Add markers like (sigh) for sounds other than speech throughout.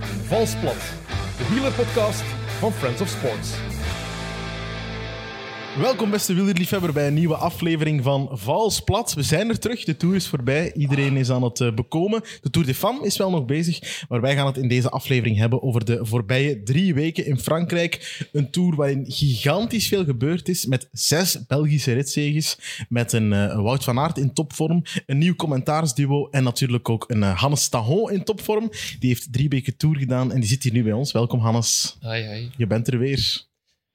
Valsplat, de wielerpodcast van Friends of Sports. Welkom beste wielerliefhebber bij een nieuwe aflevering van Valsplat. We zijn er terug, de Tour is voorbij, iedereen is aan het eh, bekomen. De Tour de Femme is wel nog bezig, maar wij gaan het in deze aflevering hebben over de voorbije drie weken in Frankrijk. Een Tour waarin gigantisch veel gebeurd is, met zes Belgische ritzegers, met een eh, Wout van Aert in topvorm, een nieuw commentaarsduo en natuurlijk ook een eh, Hannes Tahon in topvorm. Die heeft drie weken Tour gedaan en die zit hier nu bij ons. Welkom Hannes, Ai, ai. je bent er weer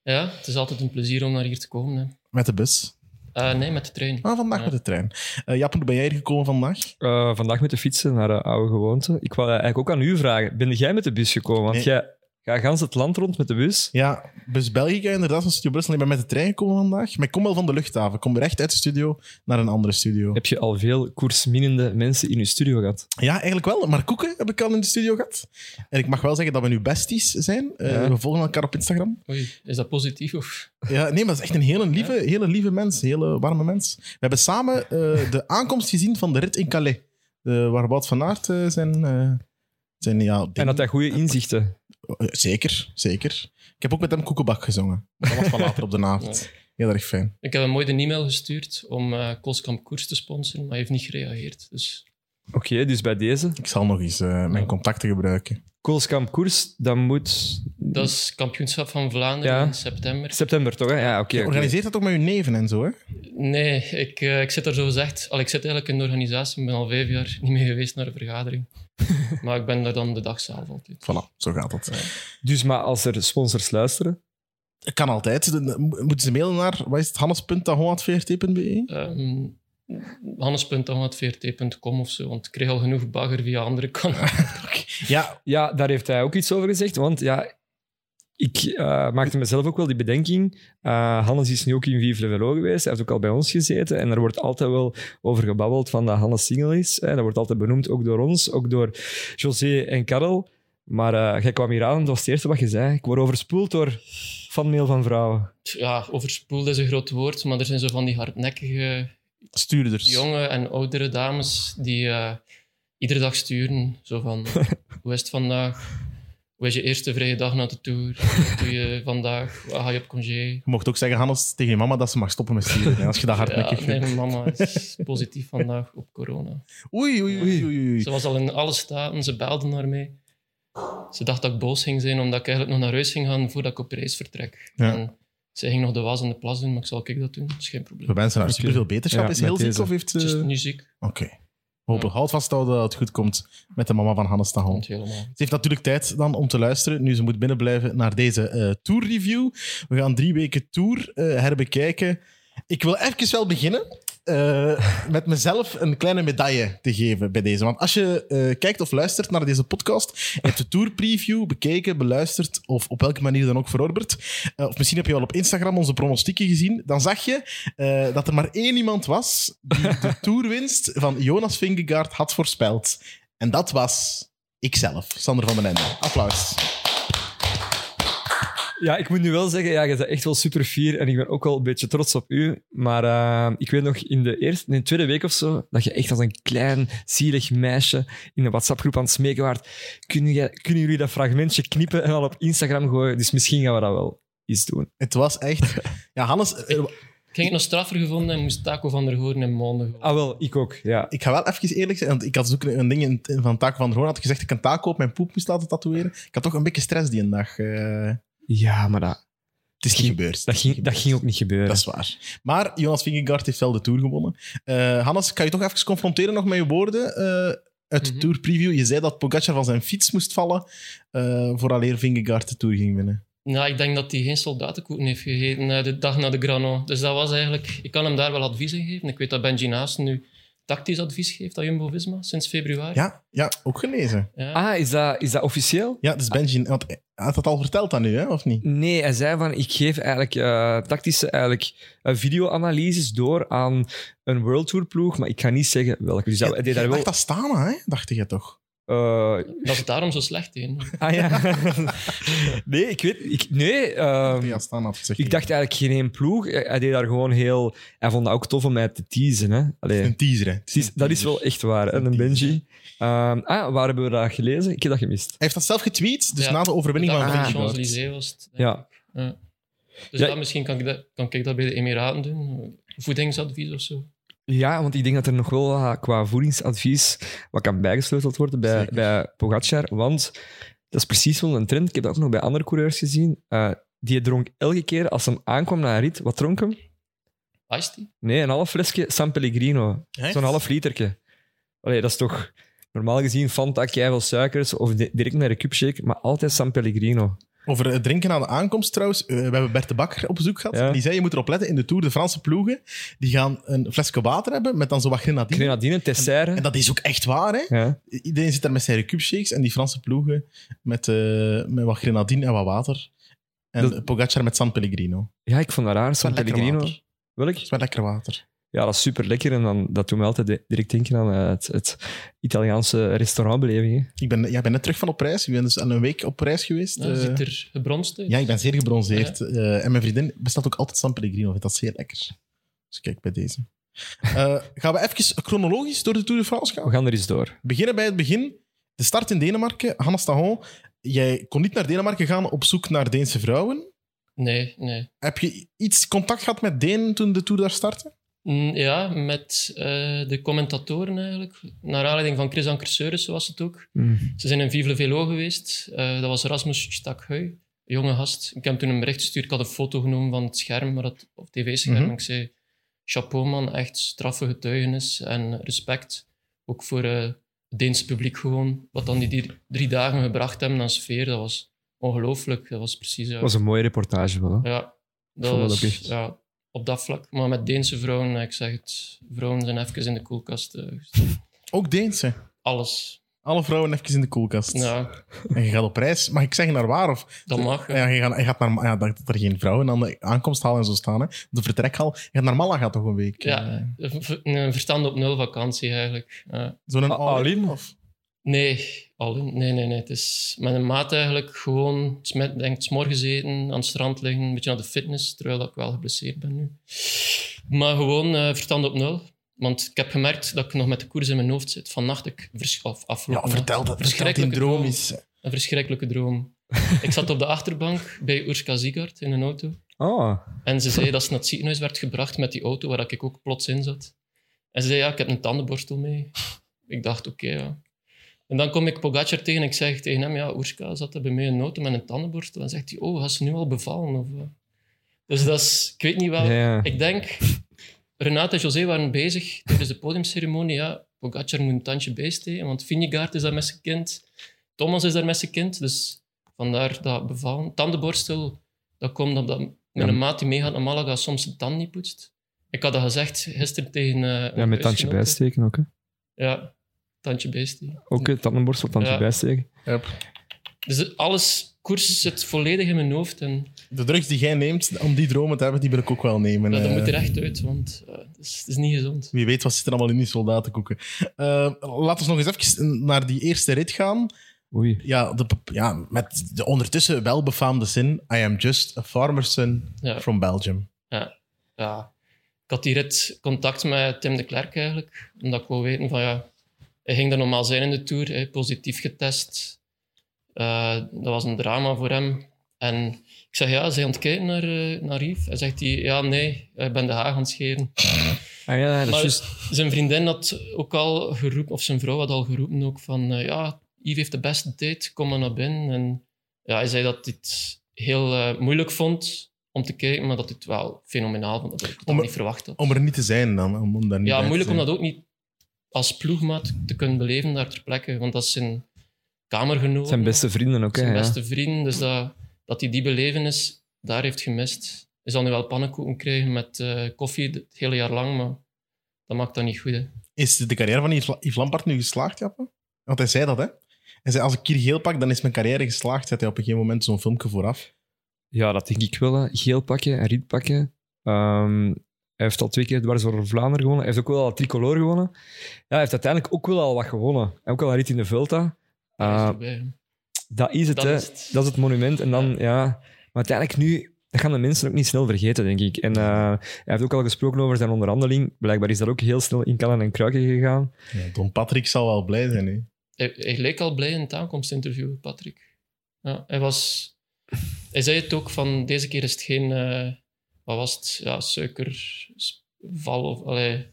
Ja, het is altijd een plezier om naar hier te komen. Hè. met de bus. Eh, nee, met de trein. Ah, vandaag Ja. met de trein. Eh Jappe, hoe ben jij hier gekomen vandaag? Eh, vandaag met de fietsen naar de oude gewoonte. Ik wou eigenlijk ook aan u vragen: ben jij met de bus gekomen? Want Nee. jij gaat gans het land rond met de bus. Ja, Bus Belgica inderdaad van Studio Brussel. Ik ben met de trein gekomen vandaag. Maar ik kom wel van de luchthaven. Ik kom recht uit de studio naar een andere studio. Heb je al veel koersminnende mensen in je studio gehad? Ja, eigenlijk wel. Maar Koeken heb ik al in de studio gehad. En ik mag wel zeggen dat we nu besties zijn. Eh, Ja. We volgen elkaar op Instagram. Oei, is dat positief? Of? Ja, nee, maar dat is echt een hele lieve, hele lieve mens. Een hele warme mens. We hebben samen eh, de aankomst gezien van de rit in Calais. Eh, waar Wout van Aert eh, zijn... eh, zijn ja, ding- En had hij goede inzichten? Eh, Zeker, zeker. Ik heb ook met hem Koekenbak gezongen. Dat was van later op de avond. Heel erg fijn. Ik heb hem mooi een e-mail gestuurd om eh Koolskamp Koers te sponsoren, maar hij heeft niet gereageerd. Dus Oké, dus bij deze. Ik zal nog eens eh, mijn Ja. contacten gebruiken. Koolskamp Koers, dan moet. dat is kampioenschap van Vlaanderen Ja. in september. September toch? Hè? Ja, oké. Je oké. organiseert dat ook met je neven en zo, hè? Nee, ik, eh, ik zit er zo gezegd. Al, ik zit eigenlijk in de organisatie. Ik ben al vijf jaar niet meer geweest naar een vergadering. maar ik ben daar dan de dag zelf altijd. Voilà, zo gaat dat. Dus maar als er sponsors luisteren. Het Kan altijd. Dan mo- Moeten ze mailen naar, wat is het, hannes.tahoe.vrt.be? Ehm Hannes.vrt.com of zo, want ik kreeg al genoeg bagger via andere kanalen. Ja, Ja, daar heeft hij ook iets over gezegd. Want ja, ik eh, maakte mezelf ook wel die bedenking. Eh, Hannes is nu ook in Vive le Velo geweest. Hij heeft ook al bij ons gezeten. En er wordt altijd wel over gebabbeld van dat Hannes single is. Hè. Dat wordt altijd benoemd, ook door ons, ook door José en Karel. Maar eh, jij kwam hier aan en dat was het eerste wat je zei. Ik word overspoeld door fanmail van vrouwen. ja, overspoeld is een groot woord, maar er zijn zo van die hardnekkige stuurders. jonge en oudere dames die eh, iedere dag sturen. Zo van, (laughs) hoe is het vandaag? Hoe is je eerste vrije dag na de tour? Wat doe je vandaag? Waar ga je op congé? Je mocht ook zeggen, Hannes, tegen je mama dat ze mag stoppen met sturen. hè, als je dat hardnekkig ja, nee, vindt. mijn mama is positief vandaag op corona. Oei, oei, oei, oei. oei. Ze was al in alle staten, ze belde naar mij. Ze dacht dat ik boos ging zijn, omdat ik eigenlijk nog naar huis ging gaan voordat ik op reis vertrek. Ja. En zij ging nog de was en de plas doen, maar ik zal ik dat doen, dat is geen probleem. We wensen haar superveel beterschap. Ja, is ze heel met ziek deze. of heeft ze... Ze is nu ziek, Oké. Hopelijk. Houd vasthouden dat het goed komt met de mama van Hannes Tahon. komt helemaal. Ze heeft natuurlijk tijd dan om te luisteren, nu ze moet binnenblijven, naar deze eh tourreview. We gaan drie weken tour eh, herbekijken. Ik wil even wel beginnen eh, met mezelf een kleine medaille te geven bij deze. Want als je eh, kijkt of luistert naar deze podcast, je hebt de tourpreview bekeken, beluisterd of op welke manier dan ook verorberd, eh, of misschien heb je wel op Instagram onze pronostieken gezien, dan zag je eh, dat er maar één iemand was die de tourwinst van Jonas Vingegaard had voorspeld. En dat was... Ikzelf, Sander van den Ende. Applaus. Ja, ik moet nu wel zeggen, ja, je bent echt wel super fier en ik ben ook wel een beetje trots op u. Maar eh, ik weet nog in de eerste, nee, tweede week of zo, dat je echt als een klein, zielig meisje in een WhatsApp-groep aan het smeken waart. Kunnen, jij- kunnen jullie dat fragmentje knippen en al op Instagram gooien? Dus misschien gaan we dat wel eens doen. Het was echt. Ja, Hannes, eh, Ik ging het nog straffer gevonden en moest Taco van der Hoorn in Monden gaan. Ah, wel, ik ook, ja. ik ga wel even eerlijk zijn. Want ik had dus ook een een ding in- in- van Taco van der Hoorn. Had ik gezegd dat ik een taco op mijn poep moest laten tatoeëren. Ik had toch een beetje stress die een dag. eh. Ja, maar dat, het is niet (laughs) gebeurd. dat, ging, dat ging ook niet gebeuren. Dat is waar. Maar Jonas Vingegaard heeft wel de Tour gewonnen. Eh, Hannes, kan je toch even confronteren nog met je woorden eh, uit de Mhm. Tour preview? Je zei dat Pogacar van zijn fiets moest vallen eh vooraleer Vingegaard de Tour ging winnen. Nou, ik denk dat hij geen soldatenkoeten heeft gegeten eh, de dag na de Grano. Dus dat was eigenlijk... Ik kan hem daar wel advies in geven. Ik weet dat Benji Naast nu tactisch advies geeft aan Jumbo-Visma sinds februari. Ja, ja ook gelezen. Ja. Ah, is dat, is dat officieel? Ja, dus Benji want hij had dat al verteld aan u, hè, of niet? Nee, hij zei van, ik geef eigenlijk eh, tactische eigenlijk, eh, videoanalyses door aan een World Tour ploeg, maar ik ga niet zeggen welke. Dus dat, hij deed daar Jij wel dacht dat Stana, hè? dacht je toch? eh, Dat is daarom zo slecht in. ah ja. (laughs) nee, ik weet... Ik, nee, ehm, Ja, staan af. zeg ik je. dacht eigenlijk geen één ploeg. Hij hij deed daar gewoon heel... Hij vond dat ook tof om mij te teasen. Hè? Allee. Een teaser, hè. Het is- dat is wel echt waar, hè, Een een teaser. Benji. Ehm, ah, waar hebben we dat gelezen? Ik heb dat gemist. Hij heeft dat zelf getweet, dus Ja. na de overwinning Daar van in de Frankrijk. Champs-Élysées was het. Ja. Ja. Dus Ja. dat, misschien kan ik dat, kan ik dat bij de Emiraten doen. Voedingsadvies of zo. ja, want ik denk dat er nog wel wat qua voedingsadvies wat kan bijgesleuteld worden bij, Zeker. bij Pogacar. Want dat is precies wel een trend. Ik heb dat ook nog bij andere coureurs gezien. Eh, die dronk elke keer als hem aankwam naar een rit. Wat dronk hem? Ice tea? Nee, een half flesje San Pellegrino. Echt? Zo'n half literke. Allee, dat is toch... Normaal gezien Fanta, veel suikers of di- direct naar de cupshake, maar altijd San Pellegrino. Over het drinken aan de aankomst trouwens. eh, we hebben Bert de Bakker op bezoek gehad. Ja. Die zei, je moet erop letten, in de Tour, de Franse ploegen, die gaan een flesje water hebben met dan zo wat grenadine. Grenadine, Tessere. en dat is ook echt waar, hè. ja. Iedereen zit daar met zijn cubeshakes en die Franse ploegen met, eh, met wat grenadine en wat water. En Dat- Pogacar met San Pellegrino. Ja, ik vond dat raar. Dat is wel San lekker Pellegrino. water. Welk? Dat is wel lekker water. Ja, dat is super lekker. En dan, dat doet me altijd de- direct denken aan eh, het, het Italiaanse restaurantbeleving. hè. Ik ben, ja, ik ben net terug van op reis. Ik ben dus aan een week op reis geweest. Ja, eh. Ziet er gebronst uit. Ja, ik ben zeer gebronzeerd. Eh, en mijn vriendin bestelt ook altijd San Pellegrino. Vindt dat zeer lekker. Dus kijk bij deze. Eh, gaan we even chronologisch door de Tour de France gaan? We gaan er eens door. Beginnen bij het begin. De start in Denemarken. Hanna Stahon, jij kon niet naar Denemarken gaan op zoek naar Deense vrouwen. Nee, nee. Heb je iets contact gehad met Denen toen de Tour daar startte? Mm, Ja, met eh, de commentatoren eigenlijk. Naar aanleiding van Chris Anker Seurissen was het ook. Ze zijn in Vive le Velo geweest. Eh, dat was Rasmus Stakheu, een jonge gast. Ik heb hem toen een bericht gestuurd. Ik had een foto genomen van het scherm, maar dat, op tv-scherm. Mhm. Ik zei, chapeau man, echt straffe getuigenis en respect. Ook voor eh, het Deense publiek gewoon. Wat dan die drie, drie dagen gebracht hebben aan sfeer, dat was ongelooflijk. Dat was precies... eh, Dat was een mooie reportage wel. hè. Ja, dat vond dat was ook echt. ja, op dat vlak. Maar met Deense vrouwen, eh, ik zeg het, vrouwen zijn even in de koelkast. eh, gestopt. Ook Deense. Alles. Alle vrouwen even in de koelkast. Ja, En je gaat op reis. Mag ik zeggen naar waar? Of... dat mag. hè. Ja, je gaat, je gaat naar... ja, dat er geen vrouwen aan de aankomsthal en zo staan. Hè. De vertrekhal. Je gaat naar Malaga toch een week? eh, Ja, een ver- een verstand op nul vakantie eigenlijk. Ja. Zo'n A- all-in? all-in? Of... Nee, Allen. Nee, nee, nee. Het is met een maat eigenlijk gewoon, het is met- denk ik, 's morgens eten, aan het strand liggen, een beetje naar de fitness, terwijl dat ik wel geblesseerd ben nu. Maar gewoon eh, verstand op nul. Want ik heb gemerkt dat ik nog met de koers in mijn hoofd zit. Vannacht, ik vers- af, afgelopen Ja, vertel dat. nacht. Vertel dat die Verschrikkelijke droom droom. is. Een verschrikkelijke droom. ik zat op de achterbank bij Urska Ziegart in een auto. Oh, En ze zei dat ze naar het ziekenhuis werd gebracht met die auto waar ik ook plots in zat. En ze zei, ja, ik heb een tandenborstel mee. Ik dacht, oké, ja. En dan kom ik Pogacar tegen en ik zeg tegen hem, ja, Oerska zat er bij mij in een auto met een tandenborstel. En zegt hij, oh, gaat ze nu al bevallen? Of, wat? dus dat is, ik weet niet wel. ja. ja. Ik denk, Renate en José waren bezig tijdens de podiumceremonie. Ja, Pogacar moet een tandje bijsteken, want Vinegaard is daar met zijn kind. Thomas is daar met zijn kind, dus vandaar dat bevallen. Tandenborstel, dat komt omdat mijn Ja. maat die meegaat naar Malaga soms zijn tand niet poetst. Ik had dat gezegd gisteren tegen... eh, Ja, een met tandje huisgenote. bijsteken ook. Hè. Ja, tandje bijsteken. Ook het tandenborstel, tandje Ja. bijsteken. Dus alles, koers zit volledig in mijn hoofd en De drugs die jij neemt om die dromen te hebben, die wil ik ook wel nemen. ja, dat eh. moet er echt uit, want eh, het, is, het is niet gezond. Wie weet wat zit er allemaal in die soldatenkoeken. Eh laten we nog eens even naar die eerste rit gaan. Oei. Ja, de, ja, met de ondertussen welbefaamde zin... I am just a farmer's son Ja. from Belgium. ja, ik had die rit contact met Tim de Klerk eigenlijk. Omdat ik wil weten van ja, hij ging er normaal zijn in de Tour, hè, positief getest. Eh, dat was een drama voor hem. En ik zeg ja, zij ontkijken naar, eh, naar Yves. Hij zegt hij, ja nee, ik ben de haag aan het scheren. Ah ja, dat is Maar juist. zijn vriendin had ook al geroepen, of zijn vrouw had al geroepen ook van eh, ja, Yves heeft de beste tijd, kom maar naar binnen. En ja, hij zei dat hij het heel eh, moeilijk vond om te kijken, maar dat hij het wel fenomenaal vond. Dat hij het totaal Om- niet verwacht had. Om er niet te zijn dan. Om, om daar niet Ja, bij moeilijk te om zijn. dat ook niet als ploegmaat te kunnen beleven daar ter plekke. Want dat is zijn kamergenoot. Zijn beste vrienden ook. Hè, zijn ja. beste vriend. Dus dat, dat hij die belevenis daar heeft gemist. Hij zal nu wel pannenkoeken krijgen met eh, koffie het hele jaar lang, maar dat maakt dat niet goed. Hè. Is de carrière van Yves La- Yves Lampard nu geslaagd, Jappe? Want hij zei dat, hè? Hij zei, als ik hier geel pak, dan is mijn carrière geslaagd. Zet hij op een gegeven moment zo'n filmpje vooraf. Ja, dat denk ik wel. hè. Geel pakken en riet pakken. Ehm, hij heeft al twee keer dwars door Vlaanderen gewonnen. Hij heeft ook wel al tricolor gewonnen. Ja, hij heeft uiteindelijk ook wel al wat gewonnen. Hij heeft ook al een rit in de Vuelta. Dat is Eh, voorbij, hè. dat is het, Dat hè. is het. Dat is het monument. En dan, ja. Maar uiteindelijk nu, dat gaan de mensen ook niet snel vergeten, denk ik. En eh, hij heeft ook al gesproken over zijn onderhandeling. Blijkbaar is dat ook heel snel in kallen en kruiken gegaan. Ja, Don Patrick zal wel blij zijn. Hè. Hij, hij leek al blij in het aankomstinterview, Patrick. Ja, hij, was, hij zei het ook van deze keer is het geen eh, wat was het? Ja, suikerval of allee,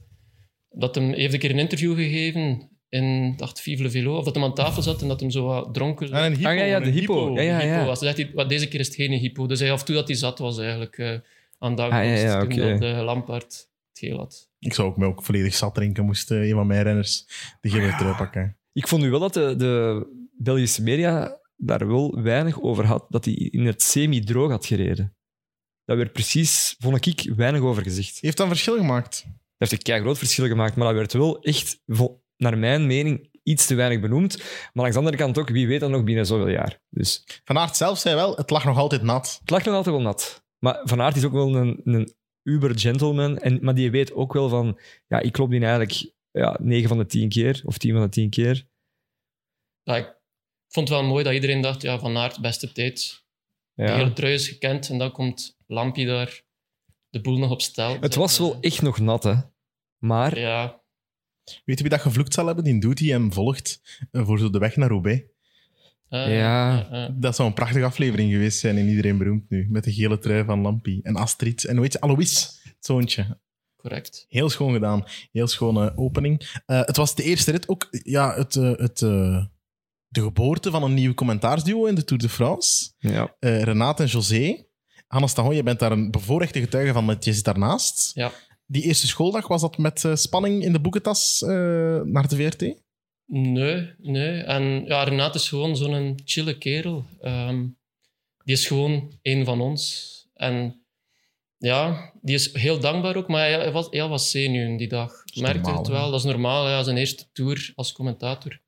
dat hem hij heeft een keer een interview gegeven in dacht Vive le Velo of dat hem aan tafel zat en dat hem zo wat dronken En een hypo. Ah, ja, ja, de een hypo. Ja, ja, hypo ja. was. Hij zegt, hij, "Wat, deze keer is het geen hypo. Dus hij af en toe dat hij zat was eigenlijk eh, aan de Ah, ja, aankomst ja, toen oké. dat eh, Lampaard het geel had. Ik zou ook me ook volledig zat drinken, moest eh, een van mijn renners de gele trui pakken. Ik vond nu wel dat de, de Belgische media daar wel weinig over had, dat hij in het semi-droog had gereden. Daar werd precies, vond ik, weinig over gezegd. Heeft dan verschil gemaakt? Dat heeft een groot verschil gemaakt, maar dat werd wel echt, vol- naar mijn mening, iets te weinig benoemd. Maar aan de andere kant ook, wie weet dat nog binnen zoveel jaar. Dus Van Aert zelf zei wel, het lag nog altijd nat. Het lag nog altijd wel nat. Maar Van Aert is ook wel een, een uber-gentleman. En, maar die weet ook wel van... Ja, ik klop die eigenlijk ja, 9 van de 10 keer. Of 10 van de 10 keer. Ja, ik vond het wel mooi dat iedereen dacht, ja, Van Aert, beste tijd. De Ja. hele trui is gekend en dan komt Lampje daar de boel nog op stel. Het was wel echt nog nat, hè. Maar Ja, Weet je wie dat gevloekt zal hebben? Die doet die hem volgt eh, voor zo de weg naar Roubaix. eh, Ja. eh, eh. Dat zou een prachtige aflevering geweest zijn en iedereen beroemd nu. Met de gele trui van Lampie en Astrid. En weet je, Alois, het zoontje. correct. Heel schoon gedaan. Heel schone opening. Eh, het was de eerste rit ook. Ja, het, eh, het, eh, de geboorte van een nieuw commentaarsduo in de Tour de France. ja. Eh, Renate en José. Hannes Tagon, je bent daar een bevoorrechte getuige van, want je zit daarnaast. Ja. Die eerste schooldag, was dat met eh, spanning in de boekentas eh, naar de VRT? Nee, nee. En ja, Renate is gewoon zo'n chille kerel. Ehm, die is gewoon één van ons. En ja, die is heel dankbaar ook, maar hij, hij was, hij was zenuwen die dag. Ik is merkte normaal, het hè? wel, dat is normaal. Ja, zijn eerste tour als commentator,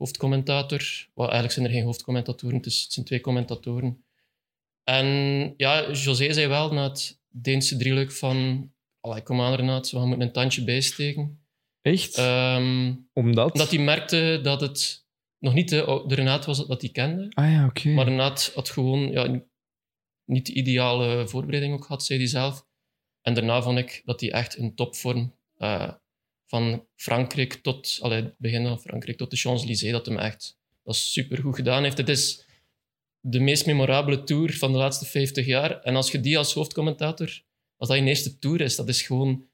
hoofdcommentator. Wel, eigenlijk zijn er geen hoofdcommentatoren, het, is- het zijn twee commentatoren. En ja, José zei wel na het Deense drieluik van... Allee, kom aan Renate, we moeten een tandje bijsteken. Echt? Ehm Omdat? omdat hij merkte dat het nog niet eh, oh, de, de Renaat was dat hij kende. Ah ja, oké. Maar Renaat had gewoon ja, niet de ideale voorbereiding ook gehad, zei hij zelf. En daarna vond ik dat hij echt een topvorm eh, van Frankrijk tot... Allee, het begin van Frankrijk tot de Champs-Élysées, dat hem echt dat supergoed gedaan heeft. Het is de meest memorabele tour van de laatste 50 jaar. En als je die als hoofdcommentator, als dat je eerste tour is, dat is gewoon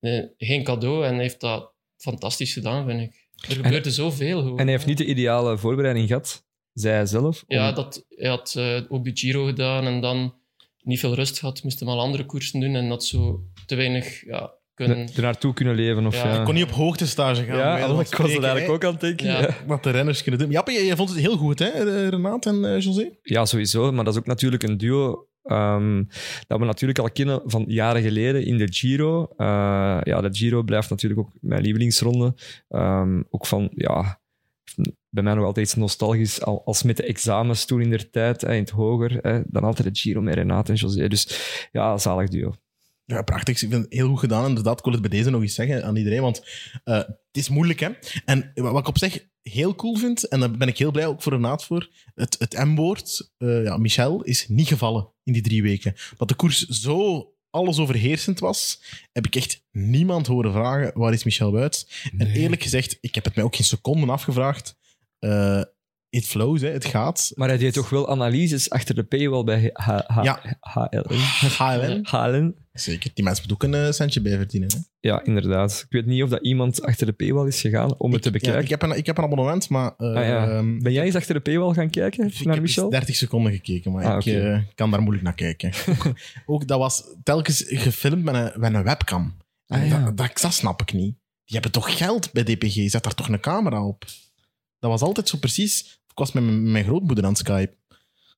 eh, geen cadeau. En hij heeft dat fantastisch gedaan, vind ik. Er gebeurde zoveel. gewoon. En hij heeft niet de ideale voorbereiding gehad, zei hij zelf. om- Ja, dat, hij had eh, ook de Giro gedaan en dan niet veel rust gehad. Moest hem al andere koersen doen en dat zo te weinig ja, kunnen... er naartoe kunnen leven. Of, Ja, ja, ik Ik kon niet op hoogtestage gaan. Ja, bij alhoewel, wijze (laughs) ik van was er spreken, eigenlijk hè. ook aan het denken. Ja. ja. Wat de renners kunnen doen. Ja, maar je, je vond het heel goed, hè, eh, Renate en eh, José? Ja, sowieso. Maar dat is ook natuurlijk een duo ehm, dat we natuurlijk al kennen van jaren geleden in de Giro. Eh, ja, de Giro blijft natuurlijk ook mijn lievelingsronde. Ehm, ook van, ja, bij mij nog altijd iets nostalgisch al- als met de examens toen in der tijd, eh, in het hoger. eh, dan altijd de Giro met Renate en José. Dus ja, zalig duo. Ja, prachtig. Ik vind het heel goed gedaan. Inderdaad, ik wil het bij deze nog eens zeggen aan iedereen, want eh, het is moeilijk, hè. En wa- wat ik op zich heel cool vind, en daar ben ik heel blij ook voor Renaat voor, het, het M-woord, eh, ja, Michel, is niet gevallen in die drie weken. Dat de koers zo alles overheersend was, heb ik echt niemand horen vragen, waar is Michel Wuits? En eerlijk gezegd, ik heb het mij ook geen seconden afgevraagd. Eh it flows, hè. het gaat. Maar hij deed toch wel analyses achter de paywall bij H- H- H- Ja. HLN. HLN. HLN. Zeker, die mensen moeten ook een eh, centje bij verdienen. Hè? Ja, inderdaad. Ik weet niet of dat iemand achter de paywall is gegaan om het te Ik- ja, bekijken. ik, heb een, ik heb een abonnement, maar... eh, Ah, ja. ehm, Ben jij eens achter de paywall gaan kijken ik naar heb eens Michel? 30 seconden gekeken, maar Ah, ik oké. eh, kan daar moeilijk naar (laughs) kijken. Ook dat was telkens gefilmd met een, met een webcam. En Ah, ja. dat, dat, dat snap ik niet. Die hebben toch geld bij DPG? Zet daar toch een camera op? Dat was altijd zo precies... Ik was met mijn, mijn grootmoeder aan het Skype.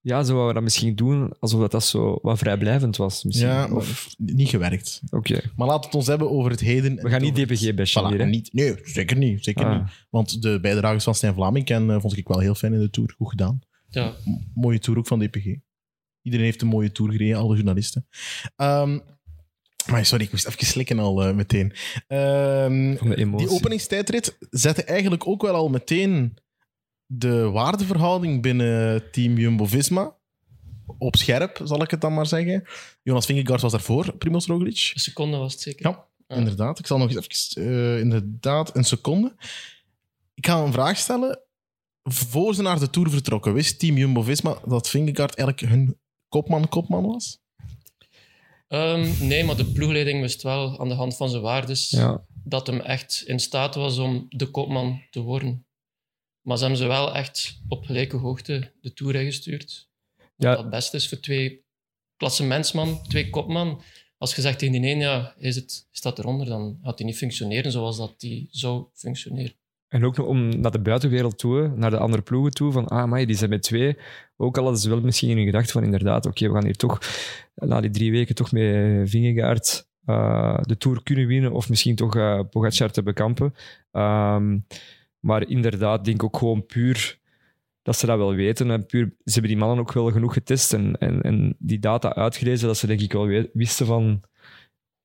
Ja, zo wouden we dat misschien doen, alsof dat, dat zo wat vrijblijvend was. Misschien. Ja, maar Of- pff, niet gewerkt. Oké, Maar laten we het ons hebben over het heden. we gaan niet DPG bashen Voilà, hier. hè. niet, nee, zeker niet. Zeker Ah. niet. Want de bijdragers van Stijn Vlaming en, eh, vond ik wel heel fijn in de Tour. Goed gedaan. Ja, M- mooie tour ook van DPG. Iedereen heeft een mooie tour gereden, alle journalisten. Ehm, maar sorry, ik moest even slikken al eh, meteen. Ehm, Van de emotie. die openingstijdrit zette eigenlijk ook wel al meteen de waardeverhouding binnen Team Jumbo-Visma op scherp, zal ik het dan maar zeggen. Jonas Vingegaard was daarvoor, Primoz Roglic. Een seconde was het zeker. Ja, Ja. inderdaad. Ik zal nog eens even... eh, inderdaad, een seconde. Ik ga een vraag stellen. Voor ze naar de Tour vertrokken, wist Team Jumbo-Visma dat Vingegaard eigenlijk hun kopman-kopman was? Ehm, nee, maar de ploegleiding wist wel aan de hand van zijn waardes Ja. dat hem echt in staat was om de kopman te worden. Maar ze hebben ze wel echt op gelijke hoogte de Tour ingestuurd. Wat Ja. dat best is voor twee klassementsman, twee kopman. Als je zegt tegen die een, ja, is het, staat eronder, dan gaat die niet functioneren zoals dat die zou functioneren. En ook nog om naar de buitenwereld toe, naar de andere ploegen toe, van ah, maar die zijn met twee. Ook al hadden ze wel misschien in hun gedachten van inderdaad, oké, we gaan hier toch na die drie weken toch met Vingegaard eh, de Tour kunnen winnen of misschien toch eh Pogacar te bekampen. Ehm, maar inderdaad, denk ook gewoon puur dat ze dat wel weten. En puur, ze hebben die mannen ook wel genoeg getest en, en, en die data uitgelezen, dat ze denk ik wel we- wisten van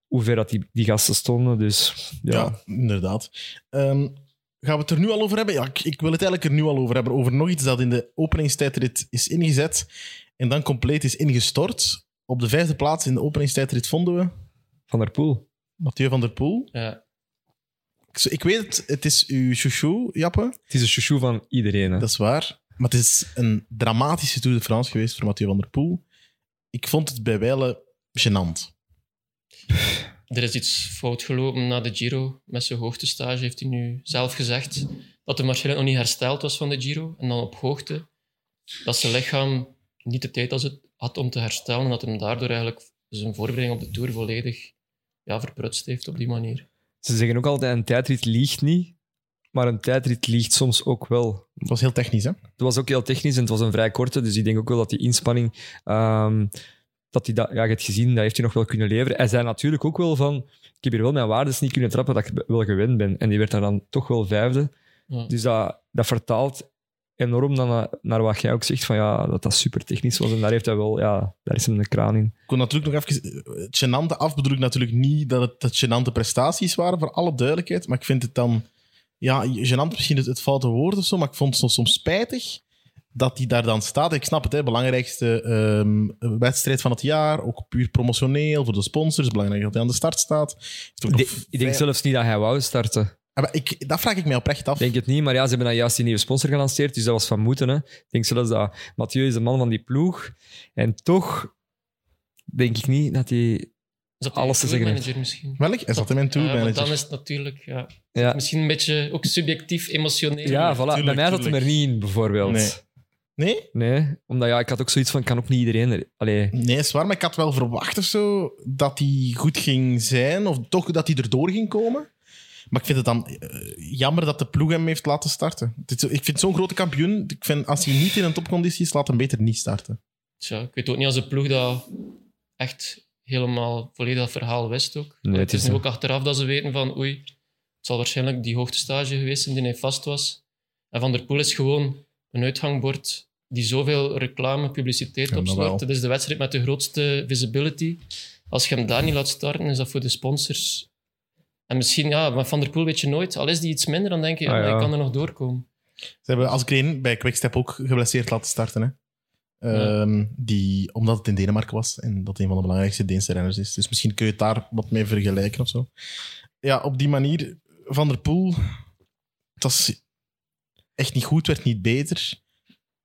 hoe ver dat die, die gasten stonden. Dus ja. inderdaad. Ehm, gaan we het er nu al over hebben? Ja, ik, ik wil het eigenlijk er nu al over hebben. Over nog iets dat in de openingstijdrit is ingezet en dan compleet is ingestort. Op de vijfde plaats in de openingstijdrit vonden we Van der Poel. Mathieu van der Poel. Ja, Ik, ik weet het, het is uw chouchou, Jappe. Het is een chouchou van iedereen. Hè. Dat is waar. Maar het is een dramatische Tour de France geweest voor Mathieu van der Poel. Ik vond het bij wijlen gênant. er is iets fout gelopen na de Giro. Met zijn hoogtestage heeft hij nu zelf gezegd dat de machine nog niet hersteld was van de Giro. En dan op hoogte dat zijn lichaam niet de tijd als het had om te herstellen. En dat hem daardoor eigenlijk zijn voorbereiding op de Tour volledig ja, verprutst heeft op die manier. Ze zeggen ook altijd, een tijdrit liegt niet, maar een tijdrit liegt soms ook wel. Het was heel technisch, hè? Het was ook heel technisch en het was een vrij korte, dus ik denk ook wel dat die inspanning, ehm, dat hij dat, ja, je hebt gezien, dat heeft hij nog wel kunnen leveren. Hij zei natuurlijk ook wel van, ik heb hier wel mijn waardes niet kunnen trappen, dat ik wel gewend ben. En die werd daar dan toch wel vijfde. Ja. Dus dat, dat vertaalt enorm dan naar, naar wat jij ook zegt, van ja, dat dat super technisch was. En daar heeft hij wel, ja, daar is hem de kraan in. Ik kon natuurlijk nog even... Het gênante af bedoel ik natuurlijk niet dat het dat gênante prestaties waren, voor alle duidelijkheid. Maar ik vind het dan... Ja, gênant misschien het, het foute woord of zo, maar ik vond het soms, soms spijtig dat hij daar dan staat. Ik snap het, hè. Belangrijkste ehm, wedstrijd van het jaar. Ook puur promotioneel voor de sponsors. Belangrijk dat hij aan de start staat. Heeft ook nog Ik denk vrij- zelfs niet dat hij wou starten. Ah, maar ik, dat vraag ik mij oprecht af. Ik Denk het niet, maar ja, ze hebben dan juist die nieuwe sponsor gelanceerd, dus dat was van moeten. Hè. Ik denk zelfs dat Mathieu is de man van die ploeg. En toch denk ik niet dat hij... Is dat Alles te zeggen heeft. manager misschien? Welk? Hij zat in mijn Ja, want toolmanager. dan is het natuurlijk ja, Ja, misschien een beetje ook subjectief emotioneel. ja voilà. bij mij zat tuurlijk. hem er niet in, bijvoorbeeld. Nee. Nee? Nee, omdat ja, ik had ook zoiets van, kan ook niet iedereen er... Allee, Nee, is waar, maar ik had wel verwacht of zo dat hij goed ging zijn, of toch dat hij erdoor ging komen. Maar ik vind het dan eh, jammer dat de ploeg hem heeft laten starten. Het is zo- ik vind zo'n grote kampioen, ik vind, als hij niet in een topconditie is, laat hem beter niet starten. Tja, ik weet ook niet als de ploeg dat echt helemaal volledig dat verhaal wist ook. Nee, het het is is nu een- ook achteraf dat ze weten van oei, het zal waarschijnlijk die hoogtestage geweest zijn die hij vast was. En Van der Poel is gewoon een uithangbord die zoveel reclame, publiciteit Ja, dat wel. opslort. Het is de wedstrijd met de grootste visibility. Als je hem daar niet laat starten, is dat voor de sponsors. En misschien, ja, maar Van der Poel weet je nooit. Al is die iets minder, dan denk je, Ah, ja, ja. hij kan er nog doorkomen. Ze hebben Asgreen bij Quickstep ook geblesseerd laten starten. Hè? Ja. Ehm, die, omdat het in Denemarken was en dat een van de belangrijkste Deense renners is. Dus misschien kun je het daar wat mee vergelijken of zo. Ja, op die manier, Van der Poel, het was echt niet goed, werd niet beter.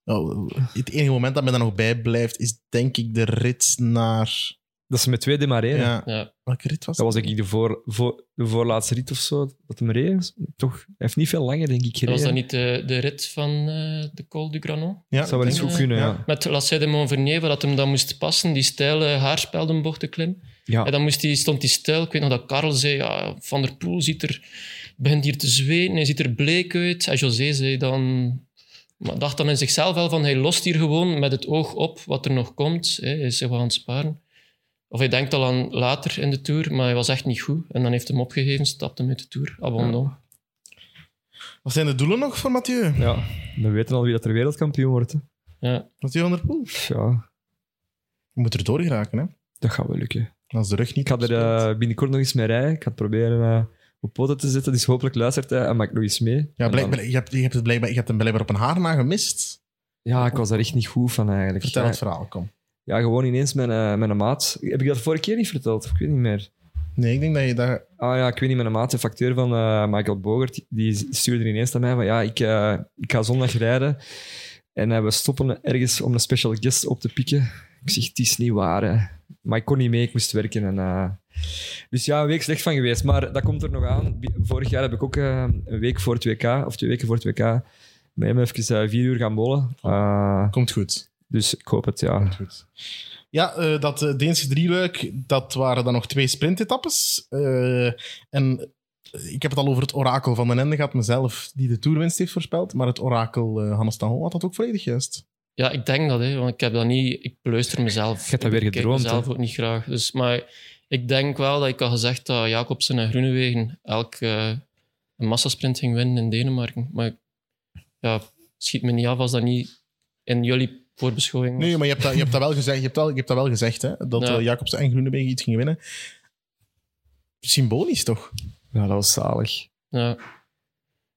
Nou, het enige moment dat mij daar nog bij blijft, is denk ik de rit naar... dat ze met twee demareren. Ja, Ja. welke rit was Dat het? was denk ik de, voor, voor, de voorlaatste rit of zo, dat hem reed. Toch, hij heeft niet veel langer, denk ik, gereden. Was dat niet de, de rit van eh, de Col du Granon? Ja, Dat zou wel eens denk goed ik. kunnen, ja. Ja. ja. Met Lassay de Montvernier, waar dat hem dan moest passen, die stijle haarspeldenbocht te klimmen. En dan moest die, stond hij stil. Ik weet nog dat Karel zei, ja, Van der Poel ziet er, begint hier te zweten, hij ziet er bleek uit. En José zei dan, maar dacht dan in zichzelf wel van, hij lost hier gewoon met het oog op wat er nog komt. Hè. Hij is zich wel aan het sparen. Of hij denkt al aan later in de Tour, maar hij was echt niet goed. En dan heeft hem opgegeven, stapte hem uit de Tour. Abandon. Wat zijn de doelen nog voor Mathieu? Ja. We weten al wie dat er wereldkampioen wordt. hè. Ja. Mathieu Van der Poel? Pff, Ja, Je moet er door geraken, hè. dat gaat wel lukken. Als de rug niet Ik ga er opspeelt. eh, binnenkort nog eens mee rijden. Ik ga het proberen eh, op poten te zetten. Dus hopelijk luistert hij en maakt nog eens mee. Ja, En dan- blijkbaar, je, hebt, je, hebt het blijkbaar, je hebt hem blijkbaar op een haar na gemist. ja, ik was daar echt niet goed van eigenlijk. Vertel ja, het verhaal, kom. ja, gewoon ineens mijn, eh, mijn maat. Heb ik dat vorige keer niet verteld? Ik weet niet meer. Nee, ik denk dat je daar... Ah ja, ik weet niet, mijn maat, de facteur van eh, Michael Bogert, die stuurde ineens naar mij van ja, ik, eh, ik ga zondag rijden en eh, we stoppen ergens om een special guest op te pikken. Ik zeg, het is niet waar, hè. maar ik kon niet mee, ik moest werken. En, eh, dus ja, een week slecht van geweest, maar dat komt er nog aan. Bi- Vorig jaar heb ik ook eh, een week voor het WK, of twee weken voor het WK, met hem even eh, vier uur gaan bollen. Eh, Komt goed. dus ik hoop het, ja. Komt goed. Ja, eh, dat eh, Deense drieluik, dat waren dan nog twee sprintetappes. Eh, en eh, ik heb het al over het orakel van den Ende gehad, mezelf, die de toerwinst heeft voorspeld. Maar het orakel eh, Hannes Tanhol had dat ook volledig juist. Ja, ik denk dat, hè, want ik heb dat niet... Ik pluister mezelf. Je hebt dat weer Ik kijk gedroomd, mezelf hè? ook niet graag. Dus, maar ik denk wel dat ik had gezegd dat Jacobsen en Groenewegen elk eh, een massasprint ging winnen in Denemarken. Maar ik- ja, schiet me niet af als dat niet in jullie voorbeschouwing was. Nee, maar je hebt dat, je hebt dat wel gezegd, je hebt wel, je hebt dat, wel gezegd hè, dat Ja. eh, Jacobsen en Groenewegen iets gingen winnen. Symbolisch toch? Ja, dat was zalig. Ja.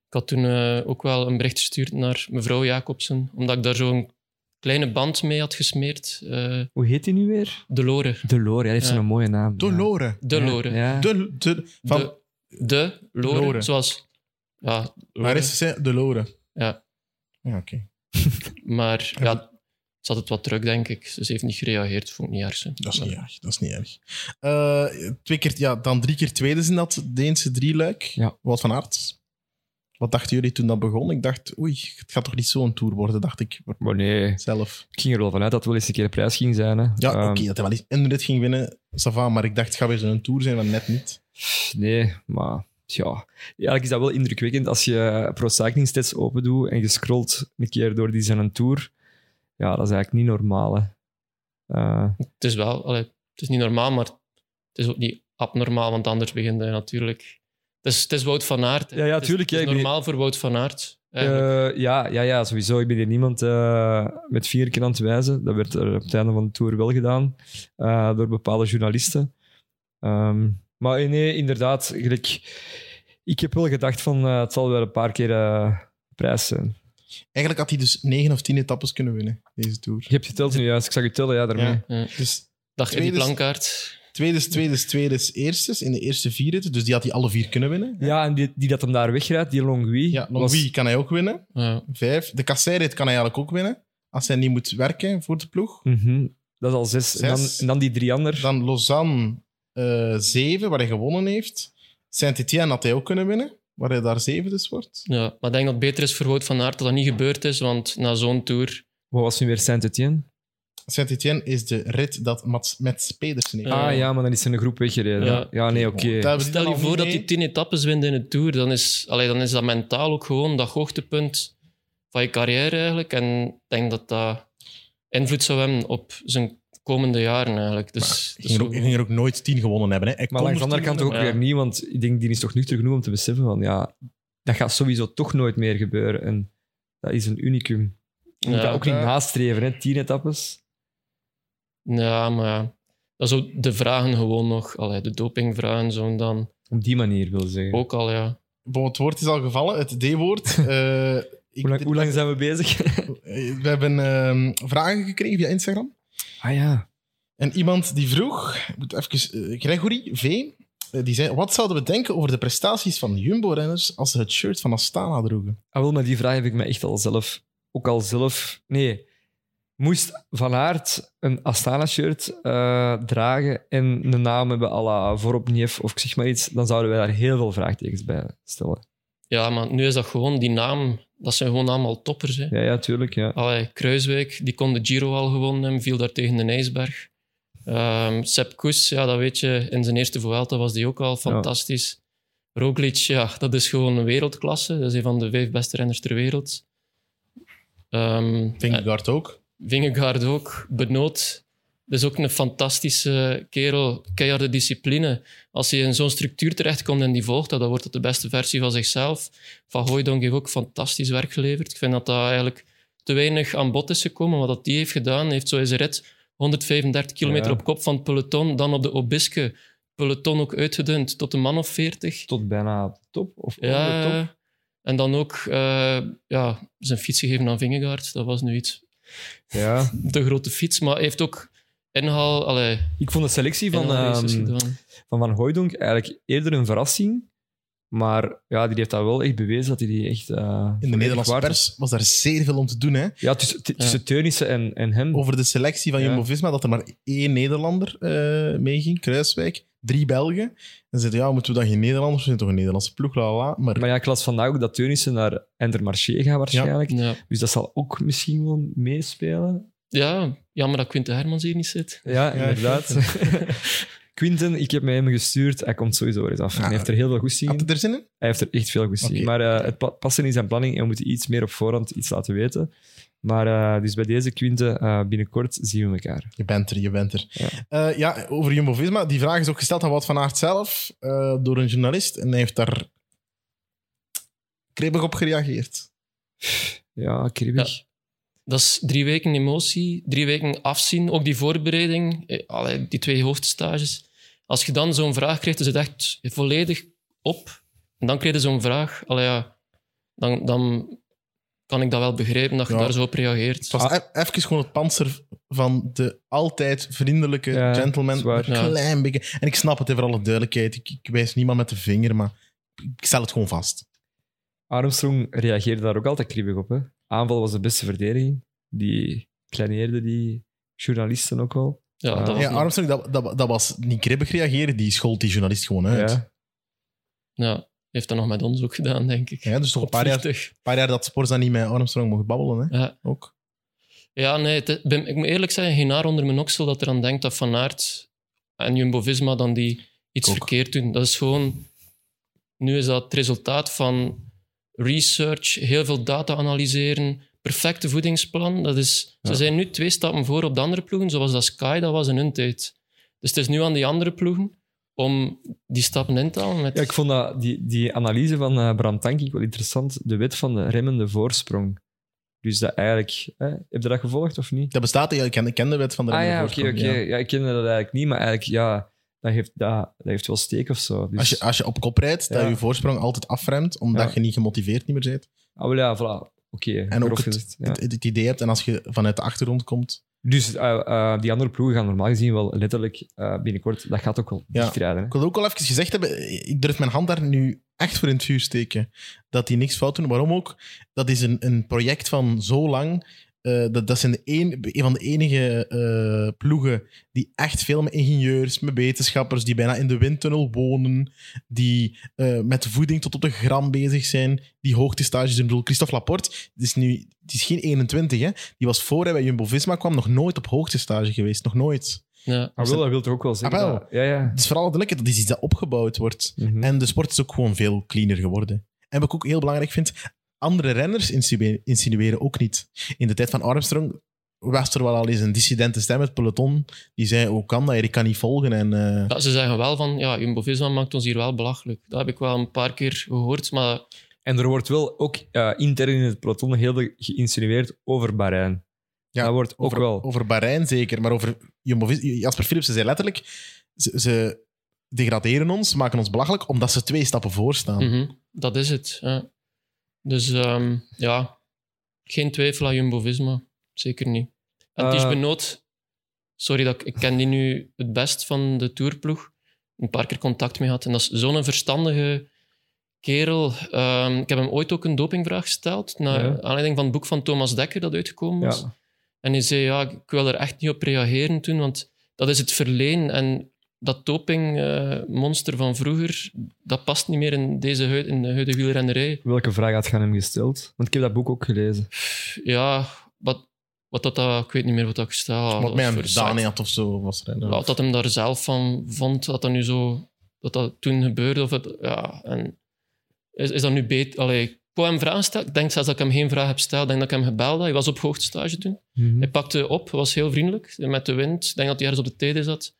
Ik had toen eh, ook wel een bericht gestuurd naar mevrouw Jacobsen, omdat ik daar zo'n kleine band mee had gesmeerd. eh Hoe heet hij nu weer? de Lore. Delore, hij heeft Ja. zo'n mooie naam. ja. Dolore. De Lore. Ja. De, de, van, de, de Lore, Lore. Zoals. Ja, Lore. Waar is ze? De Lore. Ja. Ja, oké. Maar ja, ze had het wat druk, denk ik. Dus ze heeft niet gereageerd, vond ik niet erg. hè. Dat is niet erg. Dat is niet erg. Eh, twee keer, ja, dan drie keer tweede in dat Deense drieluik. Ja. Wat van aard. Wat dachten jullie toen dat begon? Ik dacht, oei, het gaat toch niet zo'n tour worden, dacht ik Maar nee, zelf. Ik ging er wel vanuit dat het wel eens een keer de prijs ging zijn. Hè. Ja, Ehm, oké, dat hij wel eens een rit ging winnen, Sava, maar ik dacht, het gaat weer zo'n tour zijn, maar net niet. Ehm, Nee, maar ja. Eigenlijk is dat wel indrukwekkend als je Pro Cycling Stats open doet en je scrolt een keer door die zijn tour. Ja, dat is eigenlijk niet normaal. Hè. Eh, Het is wel, allee, het is niet normaal, maar het is ook niet abnormaal, want anders begint hij natuurlijk. Het is, het is Wout van Aert. hè. Ja, ja, Het is- tuurlijk, Het is ja, ik ben- normaal voor Wout van Aert. eigenlijk. eh, ja, ja, ja, sowieso. Ik ben hier niemand eh, met vingerken aan het wijzen. Dat werd er op het einde van de tour wel gedaan eh, door bepaalde journalisten. Ehm, maar eh, nee, inderdaad. gelijk- ik heb wel gedacht van eh, het zal wel een paar keer eh, prijs zijn. Eigenlijk had hij dus negen of tien etappes kunnen winnen, deze tour. Je hebt geteld nu juist. Ik zag je tellen, ja, daarmee. Ja. Ja. Dus Dacht je die tweede is- plankaart? tweede, tweede, tweede, eerste in de eerste vier ritten, dus die had hij alle vier kunnen winnen. Ja, en die, die dat hem daar wegrijdt, die Longwy. Ja, Longwy kan hij ook winnen. Ja. Vijf. De kasseirit kan hij eigenlijk ook winnen. Als hij niet moet werken voor de ploeg. Mhm. Dat is al zes. En, dan, Zes. en dan die drie ander. Dan Lausanne eh zeven, waar hij gewonnen heeft. Saint-Étienne had hij ook kunnen winnen, waar hij daar zeven dus wordt. Ja, maar ik denk dat het beter is voor Wout van Aert dat dat niet gebeurd is, want na zo'n tour... Wat was nu weer Saint-Etienne? Saint-Étienne is de rit dat Mats, Mats Pedersen heeft. Ja. Ah ja, maar dan is er een groep weggereden. Ja, Ja. nee, oké. Daar hebben ze Stel dan je al voor niet dat mee. hij tien etappes wint in een tour, dan is, allee, dan is dat mentaal ook gewoon dat hoogtepunt van je carrière eigenlijk. En ik denk dat dat invloed zou hebben op zijn komende jaren eigenlijk. Dus, Hij dus ging, er zo- ook, hij ging er ook nooit tien gewonnen hebben. Hè. Hij Maar kon langs de er andere tien kant ook Ja. weer niet, want ik denk die is toch nuchter genoeg om te beseffen van ja, dat gaat sowieso toch nooit meer gebeuren. En dat is een unicum. Je moet Ja, dat ook ja. niet nastreven, hè. Tien etappes. ja, maar ja. dat is ook de vragen gewoon nog, allee, de dopingvragen zo en dan Op die manier wil zeggen. Oh, ook al, ja. Bon, het woord is al gevallen, het D-woord. Eh, ik- Hoe lang, hoe lang zijn we bezig? We hebben ehm, vragen gekregen via Instagram. ah ja. En iemand die vroeg, ik moet even, eh, Gregory V. eh, Die zei, wat zouden we denken over de prestaties van Jumbo-renners als ze het shirt van Astana droegen? Ah, wel, maar die vraag heb ik me echt al zelf. Ook al zelf. Nee. Moest Van Aert een Astana-shirt eh, dragen en een naam hebben à la Voropniev of ik zeg maar iets, dan zouden wij daar heel veel vraagtekens bij stellen. Ja, maar nu is dat gewoon die naam, dat zijn gewoon allemaal toppers, hè. Ja, ja, tuurlijk. Ja. Allee, Kruiswijk, die kon de Giro al gewonnen hebben, viel daar tegen de ijsberg. Ehm Sepp Koes, ja, dat weet je, in zijn eerste Vuelta was die ook al fantastisch. Roglic, ja, dat is gewoon een wereldklasse. Dat is een van de vijf beste renners ter wereld. Ehm Vingegaard ook. Vingegaard ook, Benoot. Dat is ook een fantastische kerel, keiharde discipline. Als hij in zo'n structuur terechtkomt en die volgt, dat, dan wordt het de beste versie van zichzelf. Van Hooijdonk heeft ook fantastisch werk geleverd. Ik vind dat dat eigenlijk te weinig aan bod is gekomen. Wat dat die heeft gedaan, heeft zo is rit 135 kilometer Ja. op kop van het peloton, dan op de Obisque peloton ook uitgedund tot een man of veertig. Tot bijna top? Of onder Ja, top? en dan ook eh, ja, zijn fiets gegeven aan Vingegaard. Dat was nu iets Ja. te grote fiets, maar hij heeft ook inhaal, allee, Ik vond de selectie van, inhaalraces ehm, gedaan. van Van Hooijdonk eigenlijk eerder een verrassing. Maar ja, die heeft dat wel echt bewezen dat hij die echt... eh, In de volledig Nederlandse waard is. pers was daar zeer veel om te doen. Hè? Ja, tussen, t- tussen Teunissen en, en hem. Over de selectie van Ja. Jumbo-Visma, dat er maar één Nederlander eh meeging, Kruiswijk, drie Belgen. En ze zeiden, ja, moeten we dan geen Nederlanders? We zijn toch een Nederlandse ploeg, la la, la. Maar Maar ja, ik las vandaag ook dat Teunissen naar Endermarché gaat waarschijnlijk. Ja. Dus dat zal ook misschien wel meespelen. ja, jammer dat Quinte Hermans hier niet zit. Ja, inderdaad. (laughs) Quinten, ik heb mij hem gestuurd. Hij komt sowieso weer eens af. Ja. Hij heeft er heel veel goesting had in. het er zin in? Hij heeft er echt veel goesting in. Oké. Maar eh, het pa- past in zijn planning en we moeten iets meer op voorhand iets laten weten. Maar eh, dus bij deze Quinten, eh, binnenkort zien we elkaar. Je bent er, je bent er. Ja. Ja, ja over Jumbo-Visma. Die vraag is ook gesteld aan Wout van Aert zelf eh, door een journalist. En hij heeft daar kribbig op gereageerd. Ja, kribbig. Dat is drie weken emotie, drie weken afzien. Ook die voorbereiding, eh, allee, die twee hoofdstages. Als je dan zo'n vraag krijgt, is het echt volledig op. En dan krijg je zo'n vraag. Allee, ja, dan, dan kan ik dat wel begrijpen dat je Ja. daar zo op reageert. Het Ah. was e- even gewoon het panzer van de altijd vriendelijke Ja, gentleman. zwaar. Een Ja. klein beetje. En ik snap het, hè, voor alle duidelijkheid. Ik, ik wijs niemand met de vinger, maar ik stel het gewoon vast. Armstrong reageerde daar ook altijd kribbig op. Hè? Aanval was de beste verdediging. Die kleineerde die journalisten ook wel. Ja, Ja. dat was Ja, niet- Armstrong, dat, dat, dat was niet kribbig reageren. Die schold die journalist gewoon uit. Ja. ja, heeft dat nog met ons ook gedaan, denk ik. Ja, dus toch een paar jaar, Vliegtuig. paar jaar dat Sporza niet met Armstrong mocht babbelen. Hè? Ja. Ook. Ja, nee, het- bij- ik moet eerlijk zeggen, geen haar onder mijn oksel dat er aan denkt dat Van Aert en Jumbo-Visma dan die iets Ik ook. verkeerd doen. Dat is gewoon... Nu is dat het resultaat van research, heel veel data analyseren, perfecte voedingsplan. Dat is, Ja. Ze zijn nu twee stappen voor op de andere ploegen, zoals dat Sky dat was in hun tijd. Dus het is nu aan die andere ploegen om die stappen in te halen. Met, Ja, ik vond dat, die, die analyse van eh Bram Tankink wel interessant. De wet van de remmende voorsprong. Dus dat eigenlijk... Hè, heb je dat gevolgd of niet? Dat bestaat, ja, ik ken, ik ken de wet van de ah remmende ja, oké, voorsprong, oké. ja. Ja. ik kende dat eigenlijk niet, maar eigenlijk, ja... Dat heeft, dat, dat heeft wel steek of zo. Dus, Als je, als je op kop rijdt, dat Ja. je je voorsprong altijd afremt, omdat Ja. je niet gemotiveerd niet meer bent. Ah, wel ja, voilà. Oké, En grof ook het- gezegd, ja. Het, het idee hebt en als je vanuit de achtergrond komt. Dus eh, eh, die andere ploegen gaan normaal gezien wel letterlijk eh, binnenkort... Dat gaat ook wel Ja. dichtrijden. Hè? Ik wil ook al even gezegd hebben, ik durf mijn hand daar nu echt voor in het vuur steken. Dat die niks fout doen. Waarom ook? Dat is een, een project van zo lang. eh, dat, dat zijn de een, een van de enige eh, ploegen die echt veel met ingenieurs, met wetenschappers, die bijna in de windtunnel wonen, die eh, met voeding tot op de gram bezig zijn, die hoogtestages doen. Ik bedoel, Christophe Laporte, het is, nu, het is geen 21, hè? die was voor hij bij Jumbo-Visma kwam nog nooit op hoogtestage geweest. Nog nooit. ja. Ah, wel, dat wil toch ook wel zeggen. Ah, wel. dat- ja, ja. Het is vooral duidelijk, dat is iets dat opgebouwd wordt. Mhm. En de sport is ook gewoon veel cleaner geworden. En wat ik ook heel belangrijk vind, andere renners insinu- insinueren ook niet. In de tijd van Armstrong was er wel al eens een dissidente stem, het peloton, die zei, hoe kan dat? hier? Ik kan niet volgen. En, eh, Ja, ze zeggen wel van, ja, Jumbo-Visma maakt ons hier wel belachelijk. Dat heb ik wel een paar keer gehoord, maar En er wordt wel ook eh, intern in het peloton heel veel geïnsinueerd over Bahrein. Ja, dat wordt ook over, wel. over Bahrein zeker, maar over Jumbo- Jasper Philipsen zei letterlijk, ze, ze degraderen ons, ze maken ons belachelijk, omdat ze twee stappen voor staan. Mhm, Dat is het. Ja. Dus ehm, ja, geen twijfel aan Jumbo-Visma. Zeker niet. En Eh. Ties Benoot, sorry, dat ik, ik ken die nu het best van de tourploeg. Een paar keer contact mee had. En dat is zo'n verstandige kerel. Ehm, ik heb hem ooit ook een dopingvraag gesteld. Naar Ja. aanleiding van het boek van Thomas Dekker dat uitgekomen was. Ja. En hij zei, ja, ik wil er echt niet op reageren toen, want dat is het verleen. En dat dopingmonster van vroeger, dat past niet meer in, deze hui- in de huidige wielrennerij. Welke vraag had je aan hem gesteld? Want ik heb dat boek ook gelezen. Pff, Ja, wat, wat dat, dat... Ik weet niet meer wat dat ik stel. Wat mij aan Dani had of zo was er. hè. Wat dat hem daar zelf van vond, dat dat nu zo... Dat dat toen gebeurde, of het... Ja, en is, is dat nu beter... Allee, ik wou hem vragen stellen. Ik denk zelfs dat ik hem geen vraag heb gesteld. Ik denk dat ik hem gebeld had. Hij was op hoogtestage toen. Hij pakte op, was heel vriendelijk met de wind. Ik denk dat hij ergens op de teden zat.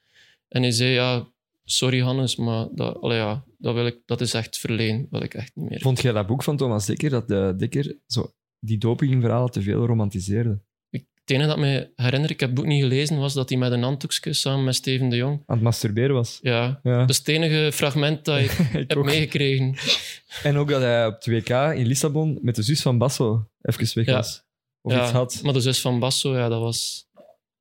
En hij zei: ja, Sorry Hannes, maar dat, allee, ja, dat, wil ik, dat is echt verleen. Dat wil ik echt niet meer. Vond jij dat boek van Thomas Dekker, dat de Dekker zo die dopingverhalen te veel romantiseerde? Het enige dat me herinner, ik heb het boek niet gelezen, was dat hij met een handdoekje samen met Steven de Jong. aan het masturberen was. Ja, Ja, dat is het enige fragment dat ik (laughs) ik Dus heb ook. meegekregen. En ook dat hij op 2K in Lissabon met de zus van Basso even weg Ja. was. Of ja, iets had. Maar de zus van Basso, ja, dat was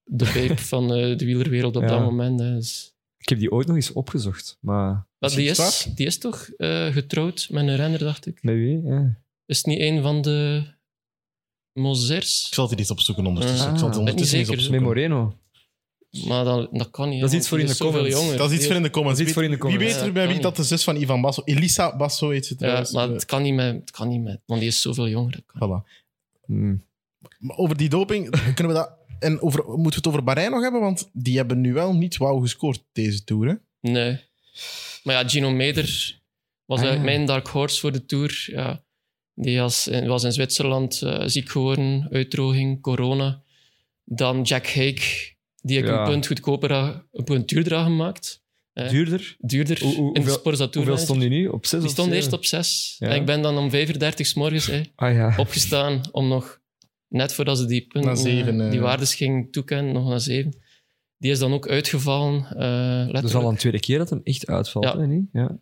de (laughs) babe van eh, de wielerwereld op Ja. dat moment. Hè. Dus- Ik heb die ooit nog eens opgezocht, maar Maar Is die, het is, die is toch eh, getrouwd met een renner, dacht ik. met wie? Ja. Is het niet een van de Ik Mozers? zal het eens opzoeken ondertussen. Ah, ik zal het ben ik niet ondertussen eens zeker. Met opzoeken. Moreno. Maar dat, dat kan niet. Dat is hè, iets voor want die in de is zoveel comments. jonger. Dat is iets voor in de Dat comments. is iets voor in de Wie comments. weet Ja, er dat bij kan wie dat de zus van Ivan Basso... Elisa Basso heet ze Ja, trouwens. maar Eh, het kan, niet met, het kan niet met, want die is zoveel jonger. Dat kan. voilà. Hmm. Maar over die doping (laughs) kunnen we dat. En over, moeten we het over Bahrein nog hebben? Want die hebben nu wel niet wauw gescoord deze toer. Hè? Nee. Maar ja, Gino Meder was Ah, eigenlijk ja. mijn dark horse voor de Tour. Ja. Die was in, was in Zwitserland eh, ziek geworden, uitdroging, corona. Dan Jack Hake, die ik Ja. een punt goedkoper had, een punt duurder had gemaakt. Ja. Duurder? Duurder Hoe- hoe- in de hoeveel- Sporza Tour. Hoeveel Manager. stond hij nu? Op zes Die of stond eerst zeven? op 6. Ja. En ik ben dan om 5.30 s morgens eh, Ah ja. opgestaan om nog, net voordat ze die punten, Naar zeven, eh, die eh. waardes ging toekennen, nog naar 7. Die is dan ook uitgevallen. eh, letterlijk. Dat is Dus al een tweede keer dat hem echt uitvalt, Ja. hè? Niet? Ja.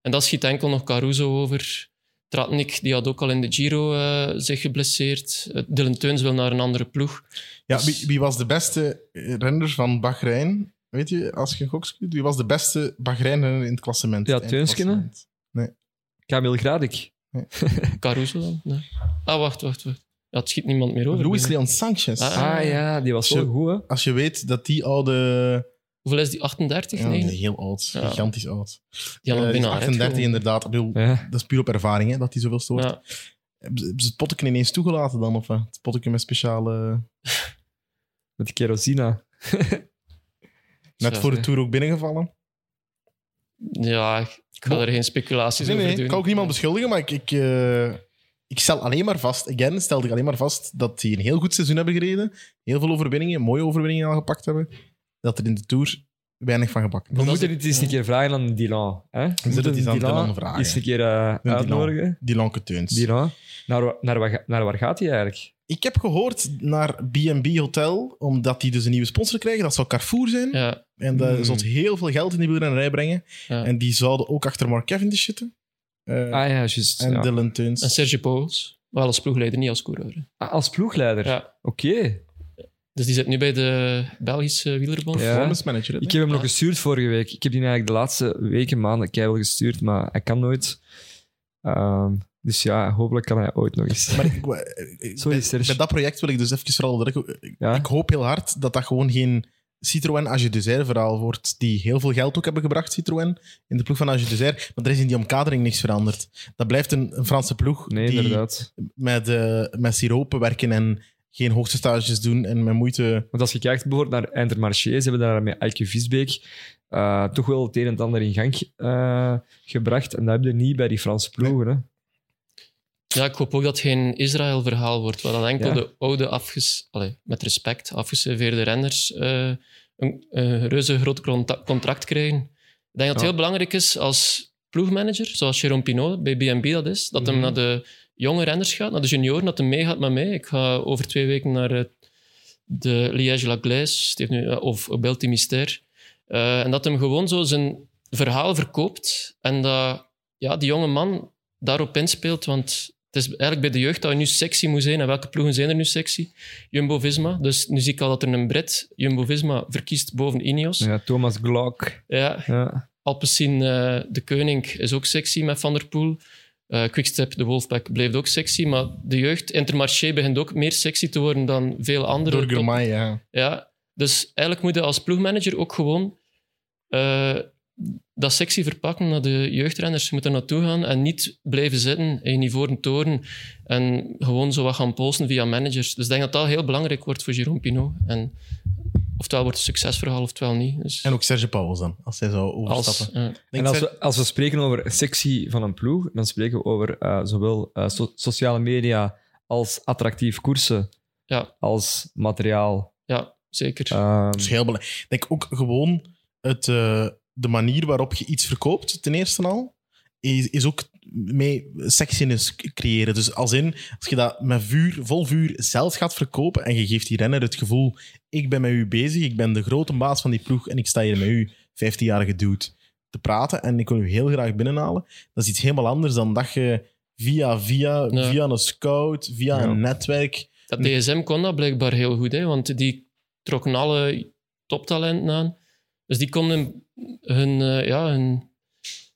En dat schiet enkel nog Caruso over. Tratnik, die had ook al in de Giro eh, zich geblesseerd. Eh, Dylan Teuns wil naar een andere ploeg. Ja, Dus- wie, wie was de beste eh, renner van Bahrein? Weet je, als je een gok schiet, wie was de beste Bahrein-renner in het klassement? Ja, In het Teunskene. klassement. Kamil Gradik. Caruso dan? Nee. Ah, wacht, wacht, wacht. Ja, het schiet niemand meer over. Luis Nee. Leon Sanchez. Ah. Ah ja, die was Zo. zo goed, hè? Als je weet dat die oude... Hoeveel is die? 38? Ja, nee. nee, heel oud. Ja. Gigantisch oud. Die had Eh, nog die is bijna 38 inderdaad. Ik bedoel, Ja. Dat is puur op ervaring, hè, dat hij zoveel stoort. Ja. Hebben ze hebben ze het potteken ineens toegelaten dan? Of eh, het potteken met speciale... Met Kerosina. Net Zo, voor de hè. Tour ook binnengevallen. ja, ik ga er geen speculaties Nee, over nee, doen. ik kan ook niemand beschuldigen, maar ik, ik, eh, ik stel alleen maar vast, again, stelde ik alleen maar vast dat die een heel goed seizoen hebben gereden. Heel veel overwinningen, mooie overwinningen al gepakt hebben. Dat er in de Tour weinig van gebakken We is. dat moeten is- dit eens een keer vragen aan Dylan. Hè? We zullen het eens aan Dylan Dylan vragen. Eens een keer eh, Dylan. uitnodigen. Die Lanke Teuns. Dylan. Naar, wa- naar, wa- naar waar gaat hij eigenlijk? Ik heb gehoord naar B&B Hotel, omdat die dus een nieuwe sponsor krijgen. Dat zou Carrefour zijn. Ja, En dat Hmm. zult heel veel geld in die wielrennerij brengen. ja. En, En die zouden ook achter Mark Cavendish zitten. Eh, Ah ja, juist. en ja. Dylan Teuns. Serge Pauls, wel als ploegleider, niet als coureur. hè. Ah, als ploegleider. Ja. Oké. Dus die zit nu bij de Belgische wielerbond. Ja. Performance manager. hè? Ik heb hem nog Ja. gestuurd vorige week. Ik heb die eigenlijk de laatste weken, maanden keihard gestuurd, maar hij kan nooit. Ehm, dus ja, hopelijk kan hij ooit nog eens. Maar ik, wa- ik- Sorry, bij, Serge. bij dat project wil ik dus even vooral onderbreken. Ik- (laughs) Ja. Ik hoop heel hard dat dat gewoon geen Citroën Age Désert verhaal wordt, die heel veel geld ook hebben gebracht, Citroën, in de ploeg van Age Désert. Maar er is in die omkadering niks veranderd. Dat blijft een, een Franse ploeg Nee, die inderdaad. met, eh, met siropen werken en geen hoogste stages doen en met moeite... Want als je kijkt bijvoorbeeld naar Intermarché, ze hebben daar met Eike Visbeek eh, toch wel het een en het ander in gang eh, gebracht. En dat heb je niet bij die Franse ploegen. Hè. Ja, ik hoop ook dat het geen Israël-verhaal wordt, waar dan enkel Ja. de oude, afges Allee, met respect, afgeserveerde renners eh, een, een reuze groot conta- contract krijgen. Ik denk dat het Ja. heel belangrijk is als ploegmanager, zoals Jérôme Pinot bij BNB dat is, dat Mhm. hem naar de jonge renners gaat, naar de junioren, dat hij meegaat met mij. Ik ga over twee weken naar eh, de Liège-Laglaise eh, of Belty Mystère. Eh, en dat hem gewoon zo zijn verhaal verkoopt en dat ja, die jonge man daarop inspeelt. Want het is eigenlijk bij de jeugd dat je nu sexy moet zijn. En welke ploegen zijn er nu sexy? Jumbo-Visma. Dus nu zie ik al dat er een Brit Jumbo-Visma verkiest boven Ineos. Ja. Ja, Thomas Glock. Ja. Alpecin eh, de Koning is ook sexy met Van der Poel. Eh, Quickstep, de Wolfpack, blijft ook sexy. Maar de jeugd, Intermarché, begint ook meer sexy te worden dan veel andere Door top- Gourmay, ja. ja, dus eigenlijk moet je als ploegmanager ook gewoon eh, dat sexy verpakken naar de jeugdrenners. Je moet er naartoe gaan en niet blijven zitten in ivoren toren en gewoon zo wat gaan posten via managers. Dus ik denk dat dat heel belangrijk wordt voor Jérôme Pinot. En oftewel wordt het een succesverhaal, oftewel niet. Dus En ook Serge Pauwels dan, als hij zou overstappen. als, eh, Ik en als denk we, als we spreken over sectie van een ploeg, dan spreken we over eh, zowel eh, so- sociale media als attractief koersen, Ja. als materiaal. ja, zeker. Ehm, Dat is heel belangrijk. Ik denk ook gewoon het, eh, de manier waarop je iets verkoopt, ten eerste al, is, is ook mee sexiness creëren. Dus als in, als je dat met vuur, vol vuur zelf gaat verkopen en je geeft die renner het gevoel, ik ben met u bezig, ik ben de grote baas van die ploeg en ik sta hier met u, 15-jarige dude, te praten en ik wil u heel graag binnenhalen. Dat is iets helemaal anders dan dat je via, via, Ja. via een scout, via Ja. een netwerk... Dat DSM kon dat blijkbaar heel goed, hè, want die trokken alle toptalenten aan. Dus die konden hun, eh, ja, hun,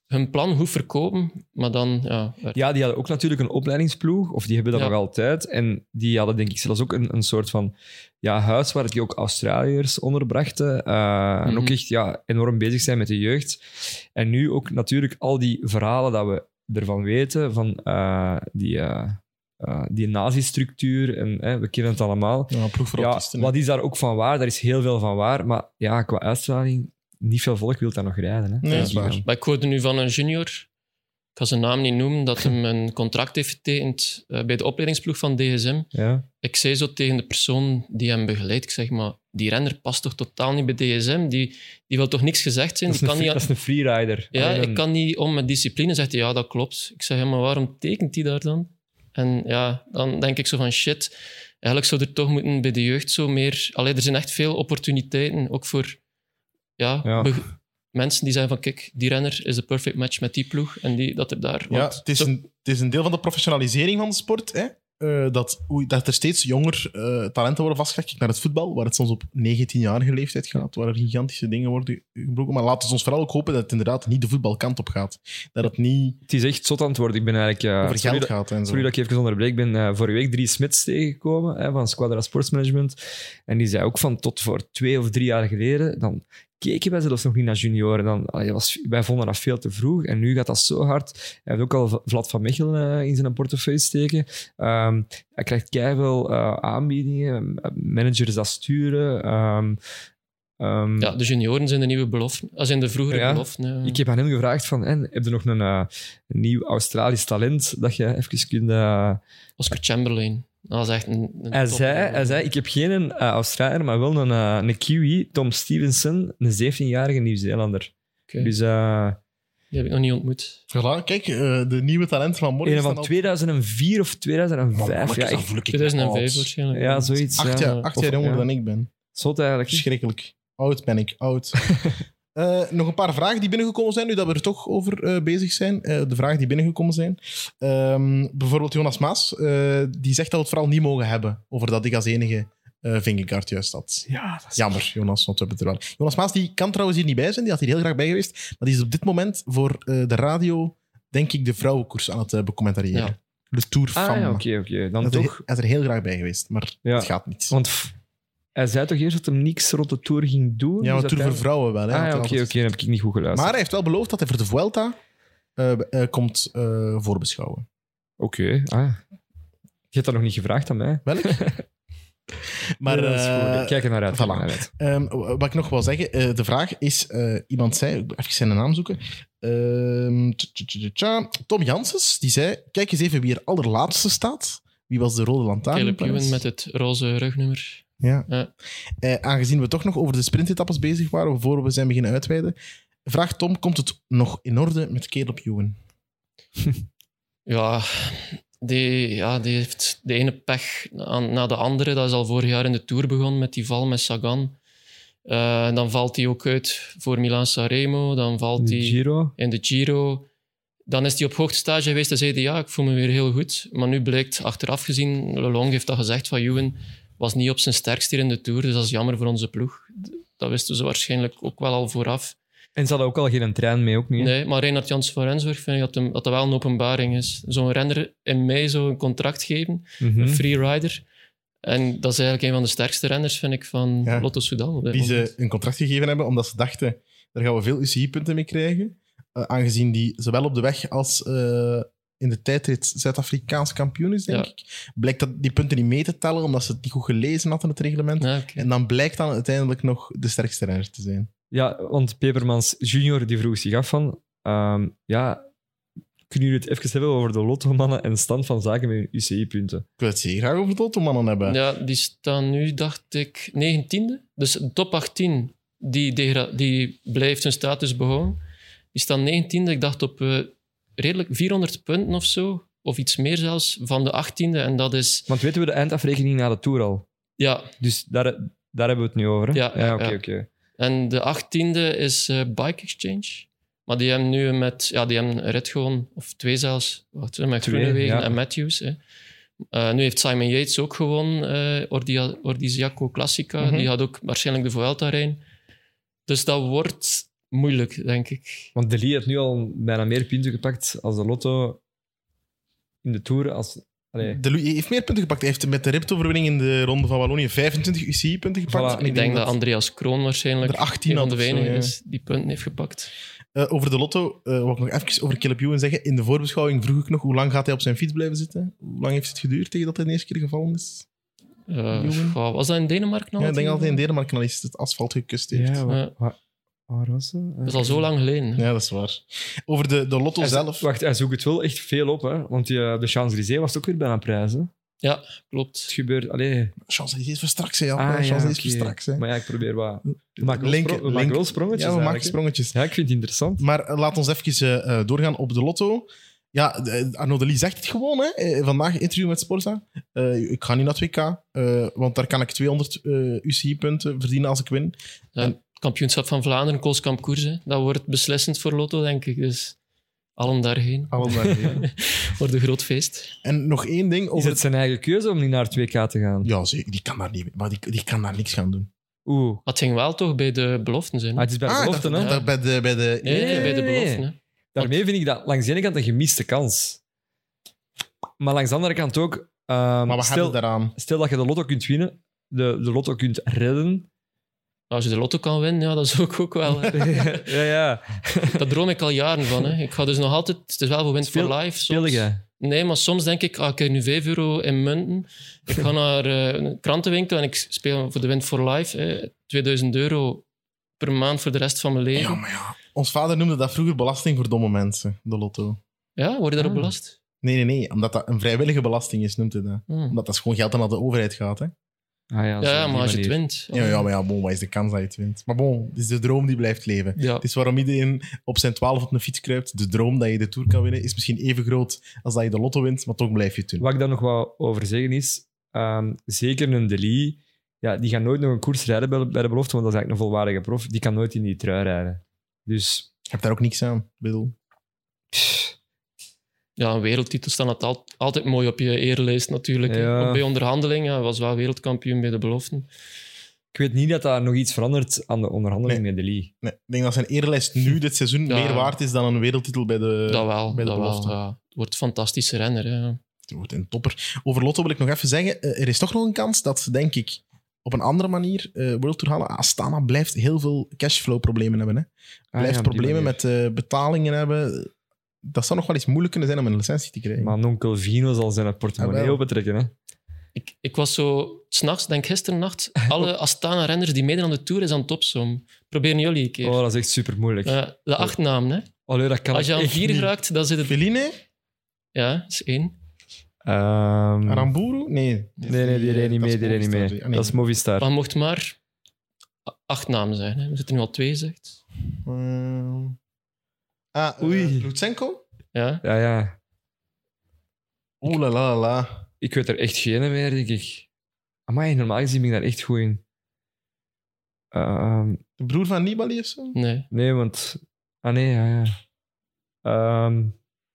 hun plan goed verkopen, maar dan... Ja, werd- Ja, die hadden ook natuurlijk een opleidingsploeg, of die hebben dat Ja. nog altijd. En die hadden denk ik zelfs ook een, een soort van ja, huis waar die ook Australiërs onderbrachten. eh, En ook Mhm. echt ja, enorm bezig zijn met de jeugd. En nu ook natuurlijk al die verhalen dat we ervan weten, van eh, die, eh, eh, die nazi-structuur. En hè, we kennen het allemaal. Ja, een ploeg voor Ja, autisten, hè. wat is daar ook van waar? Daar is heel veel van waar. Maar ja, qua uitstraling, niet veel volk wil daar nog rijden. Hè, Nee, denk dat is ik waar. dan. Maar ik hoorde nu van een junior, ik ga zijn naam niet noemen, dat hem een contract heeft getekend eh, bij de opleidingsploeg van DSM. Ja. Ik zei zo tegen de persoon die hem begeleidt, ik zeg maar, die renner past toch totaal niet bij DSM? Die, die wil toch niks gezegd zijn? Dat, is Die een, kan free- niet, dat is een freerider. ja, Alleen ik een- kan niet om met discipline. Zegt hij, ja, dat klopt. Ik zeg, ja, maar waarom tekent hij daar dan? En ja, dan denk ik zo van, shit, eigenlijk zou er toch moeten bij de jeugd zo meer... Allee, er zijn echt veel opportuniteiten, ook voor ja, Ja. be- mensen die zeggen van, kijk, die renner is de perfect match met die ploeg. En die, dat er daar... Ja, want het is, zo- een, het is een deel van de professionalisering van de sport. Hè? Eh, dat, hoe- dat er steeds jonger eh, talenten worden vastgelegd. Kijk naar het voetbal, waar het soms op 19-jarige leeftijd gaat, waar er gigantische dingen worden gebroken. Maar laten we ons vooral ook hopen dat het inderdaad niet de voetbalkant op gaat. Dat het niet Het is echt zot aan het worden. Ik ben eigenlijk... eh, over sorry geld dat- gaat en zo. Sorry dat ik even onderbreek. Ik ben eh, vorige week Dries Smits tegengekomen hè, van Squadra Sports Management. En die zei ook van tot voor twee of drie jaar geleden, dan keken wij zelfs nog niet naar junioren. Dan, allee, was, wij vonden dat veel te vroeg en nu gaat dat zo hard. Hij heeft ook al V- Vlad van Mechelen eh, in zijn portefeuille steken. Ehm, hij krijgt keiveel eh aanbiedingen, eh, managers dat sturen. ehm, ehm, ja, de junioren zijn de nieuwe beloften. Dat zijn de vroegere Ja. beloften. eh. ja. ik heb aan hem gevraagd van, en, heb je nog een eh, nieuw Australisch talent dat je even kunt... eh, Oscar Chamberlain. Dat is echt een, een Hij top- zei, hij zei, ik heb geen eh, Australiër, maar wel een, eh, een Kiwi, Tom Stevenson, een 17-jarige Nieuw-Zeelander. Oké, Dus eh Die heb ik nog niet ontmoet. Voilà, kijk, eh, de nieuwe talenten van morgen een staan van al- 2004 of 2005. Mannetjes, Ja, dan echt, voel ik me 2005 oud. waarschijnlijk. ja, zoiets. Acht ja. jaar, acht jaar Of- jonger ja. dan ik ben. Zot eigenlijk. Verschrikkelijk. Oud ben ik, (laughs) oud. Eh, nog een paar vragen die binnengekomen zijn, nu dat we er toch over eh, bezig zijn. Eh, de vragen die binnengekomen zijn. Ehm, bijvoorbeeld Jonas Maas, eh, die zegt dat we het vooral niet mogen hebben over dat ik als enige eh vingerkaart juist had. Ja, dat is Jammer, Jonas, want we hebben het er wel. Jonas Maas die kan trouwens hier niet bij zijn, die had hier heel graag bij geweest. Maar die is op dit moment voor eh, de radio, denk ik, de vrouwenkoers aan het eh, becommentariëren. Ja. De Tour van. Ah, ja, oké, oké. Dan Hij is toch. er- hij is er heel graag bij geweest, maar Ja. Oh, het gaat niet. Want pff, hij zei toch eerst dat hem niks rond de Tour ging doen? Ja, maar Dus Tour voor uiteindelijk- vrouwen wel. Hè, want Ah, ja, hij oké, had- oké. Dan heb ik niet goed geluisterd. Maar hij heeft wel beloofd dat hij voor de Vuelta eh, eh, komt eh, voorbeschouwen. Oké, ah. Je hebt dat nog niet gevraagd aan mij. Welk? maar Nee, dat is goed. eh, Ik Kijk er naar uit. voilà. kijk er naar uit. ehm, w- wat ik nog wil zeggen, eh, de vraag is: eh, iemand zei, ik moet even zijn naam zoeken. Ehm, tja, tja, tja, tja, Tom Janssens, die zei: Kijk eens even wie er allerlaatste staat. Wie was de rode lantaarn? Caleb in Parijs? Ewan met het roze rugnummer. Ja. Ja. Eh, aangezien we toch nog over de sprintetappes bezig waren, voor we zijn beginnen uitweiden, vraagt Tom: Komt het nog in orde met Caleb Ewan? Ja, die, ja, die heeft de ene pech na, na de andere. Dat is al vorig jaar in de Tour begonnen met die val met Sagan. Eh, en dan valt hij ook uit voor Milan Sanremo. Dan valt hij Giro. in de Giro. Dan is hij op hoogtestage geweest en zei hij, ja, ik voel me weer heel goed. Maar nu blijkt, achteraf gezien, Lelong heeft dat gezegd van Ewan was niet op zijn sterkst hier in de Tour, dus dat is jammer voor onze ploeg. Dat wisten ze waarschijnlijk ook wel al vooraf. En ze hadden ook al geen trein mee, ook niet. hè? Nee, maar Reinhard Jans van Rensburg vind ik dat, hem, dat dat wel een openbaring is. Zo'n renner in mei zou een contract geven, Mhm. een freerider. En dat is eigenlijk een van de sterkste renners, vind ik, van Ja. Lotto Soudal. op dit die moment. ze een contract gegeven hebben, omdat ze dachten, daar gaan we veel UCI-punten mee krijgen. Eh, aangezien die zowel op de weg als eh, in de tijdrit Zuid-Afrikaans kampioen is, denk Ja. ik. Blijkt dat die punten niet mee te tellen, omdat ze het niet goed gelezen hadden, het reglement. Ja, oké. En dan blijkt dan uiteindelijk nog de sterkste renner te zijn. Ja, want Pepermans junior die vroeg zich af van... ehm, ja, kunnen jullie het even hebben over de lottomannen en de stand van zaken met hun UCI-punten? Ik wil het zeer graag over de Ottomannen hebben. Ja, die staan nu, dacht ik, 19e. Dus de top 18, die, degra- die blijft hun status behouden. Die staan 19e, ik dacht op eh, redelijk 400 punten of zo, of iets meer zelfs, van de 18e. En dat is, Want weten we de eindafrekening na de Tour al? ja, Dus daar, daar hebben we het nu over. hè? Ja, ja, ja oké. ja. oké. En de 18e is eh, Bike Exchange. Maar die hebben nu met, ja, die hebben Red gewoon, of twee zelfs, wacht, hè, met Twee, Groenewegen ja. en Matthews. Hè. Eh, nu heeft Simon Yates ook gewonnen, eh Ordia, Ordiziaco Classica. Mhm. Die gaat ook waarschijnlijk de Vuelta rijden. Dus dat wordt moeilijk, denk ik. Want Delis heeft nu al bijna meer punten gepakt als de Lotto in de Tour. Als, allee, De Louis E heeft meer punten gepakt. Hij heeft met de Ript-overwinning in de Ronde van Wallonië 25 UCI-punten gepakt. Voilà, En Ik denk dat Andreas Kroon waarschijnlijk er 18 een van had de of zo, weinigen ja. is die punten heeft gepakt. Eh, over de lotto, eh wat ik nog even over Caleb Ewan zeggen. In de voorbeschouwing vroeg ik nog hoe lang gaat hij op zijn fiets blijven zitten. Hoe lang heeft het geduurd tegen dat hij de eerste keer gevallen is? Eh, Jongen. goh, was dat in Denemarken al? Ja, ik denk dat hij in Denemarken Denemarken. al eens het asfalt gekust heeft. Ja, wa- waar was ze? Eh, Dat is al zo lang geleden. hè. dat is waar. Over de, de lotto zelf. Wacht, hij zoekt het wel echt veel op, hè? want die, eh, de Champs-Élysées was het ook weer bijna prijzen. Het Klopt. gebeurt. Allee, Champs-Élysées voor straks, hè, Jan. Ah, ja, Champs-Élysées oké. voor straks. Hè. maar ja, ik probeer wat. We Link- maken wel, spro- we maken link- wel sprongetjes. Ja, we maken eigenlijk, hè. sprongetjes. Ja, ik vind het interessant. Maar eh, laat ons even eh, eh, doorgaan op de lotto. Ja, de- Arnaud Delis zegt het gewoon. Hè. Eh, Vandaag interview met Sporza. Eh, ik ga niet naar het WK, eh, want daar kan ik eh, 200 UCI-punten verdienen als ik win. Ja, het kampioenschap van Vlaanderen, Kooskamp Koersen, dat wordt beslissend voor Lotto, denk ik. Dus allen daarheen. Allen (laughs) daarheen. Wordt een groot feest. en nog één ding Is over... het zijn eigen keuze om niet naar het WK te gaan? Ja, zeker. Die kan daar, niet, maar die, die kan daar niks gaan doen. Oeh, Dat ging wel toch bij de beloften zijn. ah, hè? het is bij de belofte, dat- hè? dat- bij de... Bij de Nee, nee, nee, bij de nee. beloften. hè. Daarmee vind ik dat langs de ene kant een gemiste kans. Maar langs de andere kant ook... ehm, maar we stel, hebben daaraan. stel dat je de lotto kunt winnen, de, de lotto kunt (laughs) redden. (laughs) Als je de Lotto kan winnen, ja, dat is ook, ook wel. hè. ja, ja. dat droom ik al jaren van. Hè. Ik ga dus nog altijd, het is wel voor Win for Speel- Life. Speel Soms. je? Nee, maar soms denk ik, ah, ik heb nu 5 euro in munten. Ik ga naar eh, een krantenwinkel en ik speel voor de Win for Life. Hè. 2000 euro per maand voor de rest van mijn Ja, leven. maar ja. Ons vader noemde dat vroeger belasting voor domme mensen, de lotto. Ja, word je daarop Ah. belast? Nee, nee, nee. Omdat dat een vrijwillige belasting is, noemt hij dat. Hm. Omdat dat is gewoon geld dat naar de overheid gaat, hè. Ah, ja, zo Ja, op maar die als je het manier. wint. Ja, ja, maar ja, bon, wat is de kans dat je het wint? Maar bon, het is de droom die blijft leven. Ja. Het Dus- is waarom iedereen op zijn 12 op een fiets kruipt. De droom dat je de Tour kan winnen is misschien even groot als dat je de lotto wint, maar toch blijf je het doen. Wat ik daar nog wel over zeggen is, ehm, zeker een Deli, ja, die gaat nooit nog een koers rijden bij de, bij de belofte, want dat is eigenlijk een volwaardige prof. Die kan nooit in die trui rijden. Dus Je hebt daar ook niks aan, ik bedoel. Ja, een wereldtitel staat het al- altijd mooi op je eerlijst natuurlijk. hè. Ja. Ook bij onderhandelingen, hij was wel wereldkampioen bij de beloften. ik weet niet dat daar nog iets verandert aan de onderhandeling met Deli. Nee, ik denk dat zijn eerlijst Hm. nu dit seizoen Ja. meer waard is dan een wereldtitel bij Eh, de, dat wel, bij de dat belofte. wel. ja. Het wordt een fantastische renner. Hè. Het wordt een topper. Over Lotto wil ik nog even zeggen, eh, er is toch nog een kans dat ze, denk ik, op een andere manier eh World Tour halen. Astana blijft heel veel cashflow-problemen hebben. Ah, Hè. Blijft problemen met eh, betalingen hebben. Dat zou nog wel eens moeilijk kunnen zijn om een licentie te krijgen. Maar onkel Vino zal zijn portemonnee Ah, wel. opentrekken, hè? Ik, ik was zo, s'nachts, denk gisteren (laughs) nacht, alle Astana-renners die meedoen aan de Tour is aan het opzoomen. Proberen jullie een keer. Oh, dat is echt super moeilijk. Eh, de acht namen, hè. Allee, dat kan Als je ik aan echt vier niet. raakt, dan zit het... Feline? Ja, dat is één. Ehm, Aramburu? Nee. nee, nee, die reed niet mee, die reed niet Ah, mee. Dat is Movistar. Maar je mocht maar acht namen zijn. Hè. Er zitten nu al twee, zegt. ah, Oei. Oei. Lutsenko? Ja. Ja, ja. Oeh, la, la, la. Ik weet er echt geen meer, denk ik. Amai, normaal gezien ben ik daar echt goed in. Ehm, De broer van Nibali of zo? Nee. nee, want... Ah, nee, ja, ja. Ehm,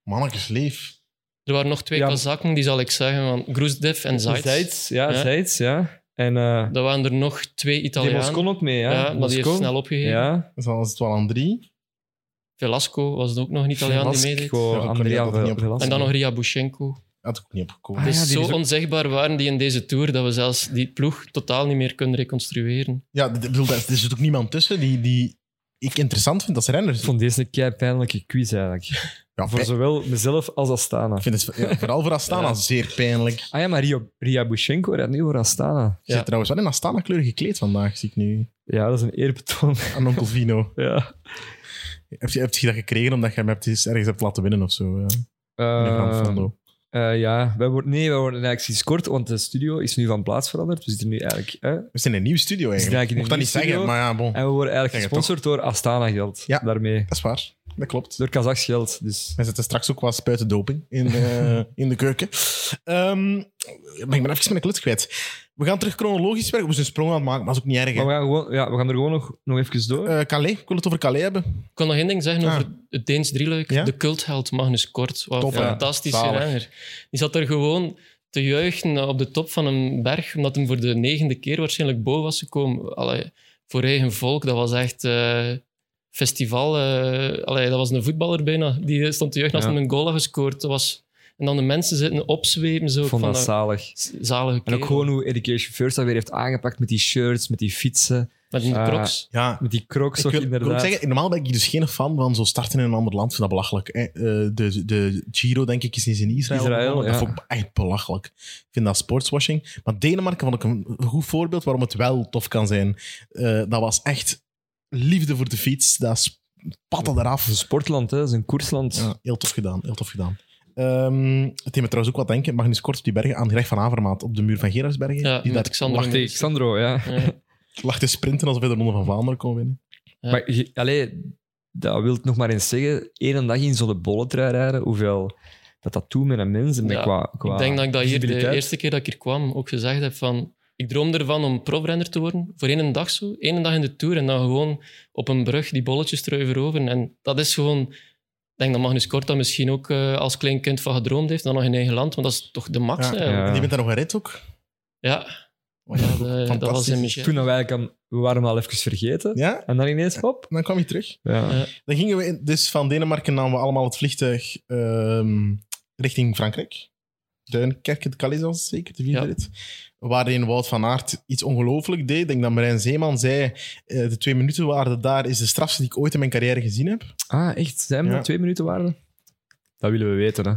Mannetjes, leef. Er waren nog twee Ja, maar- Kazakken, die zal ik zeggen. Want Groesdev en Zaitz. dus Zeitz, ja, Ja. Zeitz, ja. En eh Dan waren er nog twee die Italianen. Moscon ook mee, ja. ja, maar die heeft Moscon. snel opgegeven. Ja. Dus dan is het wel aan drie. Velasco was ook nog een Italiaan die meedeed. Velasco, Ja, dat kon je Andrea altijd niet op- Velasco. En dan nog Ria Buschenko. Had ik ook niet opgekomen. Ah, dus ja, die zo is ook- onzegbaar waren die in deze Tour dat we zelfs die ploeg totaal niet meer kunnen reconstrueren. Ja, d- ik bedoel, daar er zit ook niemand tussen die, die ik interessant vind als renner. Ik vond deze een kei pijnlijke quiz, eigenlijk. Ja, Voor pijn- zowel mezelf als Astana. ik vind het ja, vooral voor (laughs) Astana Ja. zeer pijnlijk. Ah ja, maar Rio, Ria Buschenko rijdt nu voor Astana. Je Ja. zit trouwens wel in Astana-kleur gekleed vandaag, zie ik nu. Ja, dat is een eerbetoon. (laughs) Aan onkel Vino. ja. heb, je, heb je dat gekregen omdat je hem hebt, eens ergens hebt laten winnen of zo? Ja. In de Ehm, Grand Fondo. Eh, ja, wij worden, nee, wij worden eigenlijk sinds kort, want de studio is nu van plaats veranderd. We zitten nu eigenlijk... hè, We zijn in een nieuw studio zitten eigenlijk. eigenlijk in Mocht dat een niet nieuw zeggen, studio. maar ja, bon. en we worden eigenlijk Zeg het gesponsord door Astana Geld. Ja. Daarmee. Dat is waar. dat klopt. Door Kazachs geld. Dus. We zitten straks ook wat spuiten doping in, eh, (laughs) in de keuken. Ehm, maar ik ben even mijn kluts kwijt. We gaan terug chronologisch werken. We zijn een sprong aan het maken, maar dat is ook niet erg. hè. Maar we gaan, gewoon, ja, we gaan er gewoon nog, nog even door. Eh, Calais, ik wil het over Calais hebben. Ik kan nog één ding zeggen Ah. over het Deens drieluik. Ja? De cultheld Magnus Kort. Wat een Top, hè? fantastische Zalig. renner. Die zat er gewoon te juichen op de top van een berg, omdat hem voor de negende keer waarschijnlijk boven was gekomen. Allee, voor eigen volk, dat was echt eh, festival. eh, allee, dat was een voetballer bijna. Die stond te juichen als Ja. hij een goal had gescoord. Dat was... En dan de mensen zitten opzwepen. Zo, ik vond van dat zalig. zalige En ook kerel. gewoon hoe Education First dat weer heeft aangepakt met die shirts, met die fietsen, Met die Ah. crocs. Ja, met die crocs ik ook wil, ik wil ook inderdaad. zeggen, normaal ben ik dus geen fan van zo starten in een ander land. Ik vind dat belachelijk. hè. Eh, de, de Giro, denk ik, is niet in Israël. Israël, begonnen. ja. Dat vond ik echt belachelijk. Ik vind dat sportswashing. Maar Denemarken vond ik een goed voorbeeld waarom het wel tof kan zijn. Eh, dat was echt liefde voor de fiets. Dat patte eraf. Het is een sportland, hè? het is een koersland. Ja, heel tof gedaan. Heel tof gedaan. Ehm, het deed me trouwens ook wat denken. Magnus Kort op die bergen aan Greg van Avermaat op de muur van Gerardsbergen. Ja, die met daar Xander Wacht, hey, Mendes. Xandro, ja. Ja. lag te sprinten alsof hij de Ronde van Vlaanderen kon winnen. Ja. Maar je- allee, dat wil ik nog maar eens zeggen. Eén dag in zo'n bolletrui rijden, hoeveel dat dat doet met een mens. En met Ja, qua, qua ik denk dat ik dat hier de visibiliteit. eerste keer dat ik hier kwam ook gezegd heb van... Ik droom ervan om profrenner te worden. Voor één dag zo. één dag in de Tour en dan gewoon op een brug die bolletjes trui veroveren. En dat is gewoon... Ik denk dat Magnus Kort dat misschien ook eh, als klein kind van gedroomd heeft. Dan nog in eigen land, want dat is toch de max Ja. eigenlijk. En die bent daar nog gered ook. Ja, Wat ja, dat, eh, dat was in Michel. Toen dat wij kan, we waren hem al even vergeten. Ja, En dan ineens, hop. dan kwam je terug. Ja. Ja. Dan gingen we in- dus van Denemarken namen we allemaal het vliegtuig ehm, richting Frankrijk. Duinkerke, de Calais was het zeker, de vierde Ja. rit. Waarin Wout van Aert iets ongelooflijk deed. Ik denk dat Marijn Zeeman zei, eh, de twee minuten waarde daar is de strafste die ik ooit in mijn carrière gezien heb. Ah, echt? Zijn we Ja. dat twee minuten waarde? Dat willen we weten, hè.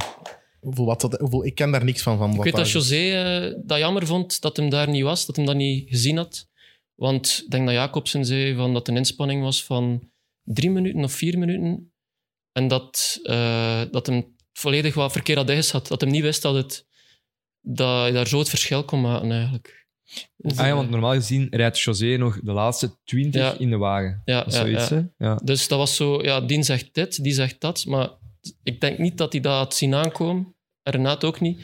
Hoeveel wat dat, hoeveel, ik ken daar niks van. van Ik weet dat José eh, dat jammer vond dat hem daar niet was, dat hem dat niet gezien had. Want ik denk dat Jacobsen zei van dat een inspanning was van drie minuten of vier minuten. En dat, eh, dat hem volledig wat verkeerd had ingeschat. Dat hem niet wist dat, het, dat hij daar zo het verschil kon maken eigenlijk. Dus, Ah ja, eh, want normaal gezien rijdt José nog de laatste 20 Ja. in de wagen. ja, Dat is ja, zoiets, ja. hè? Ja. Dus dat was zo, ja, die zegt dit, die zegt dat. Maar ik denk niet dat hij dat had zien aankomen. En Renaat ook niet.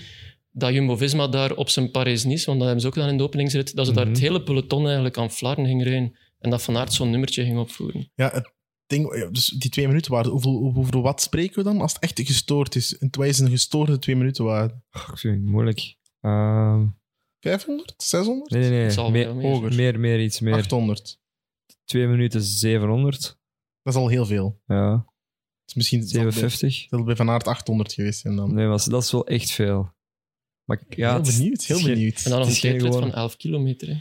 Dat Jumbo-Visma daar op zijn Parijs-Nice, want dat hebben ze ook dan in de openingsrit, dat ze daar Mhm. het hele peloton eigenlijk aan flarden ging rijden. En dat Van Aert zo'n nummertje ging opvoeren. Ja, het ding, ja, dus die twee minuten waarde, hoeveel, hoeveel, hoeveel wat spreken we dan als het echt gestoord is? En wij is een gestoorde twee minuten waarde. Goh, ik vind het moeilijk. Ehm, 500? 600? nee, nee, Het nee. zal Meer, veel meer. hoger. meer, meer, iets meer. 800. 2 minuten 700. Dat is al heel veel. Ja, Het is misschien 750. zal bij Van Aert 800 geweest zijn dan. Nee, was, dat is wel echt veel. Maar ik- ja, heel het is- benieuwd, heel het is- benieuwd. En dan nog Het een is geen tijdrit gewone. van 11 kilometer hè.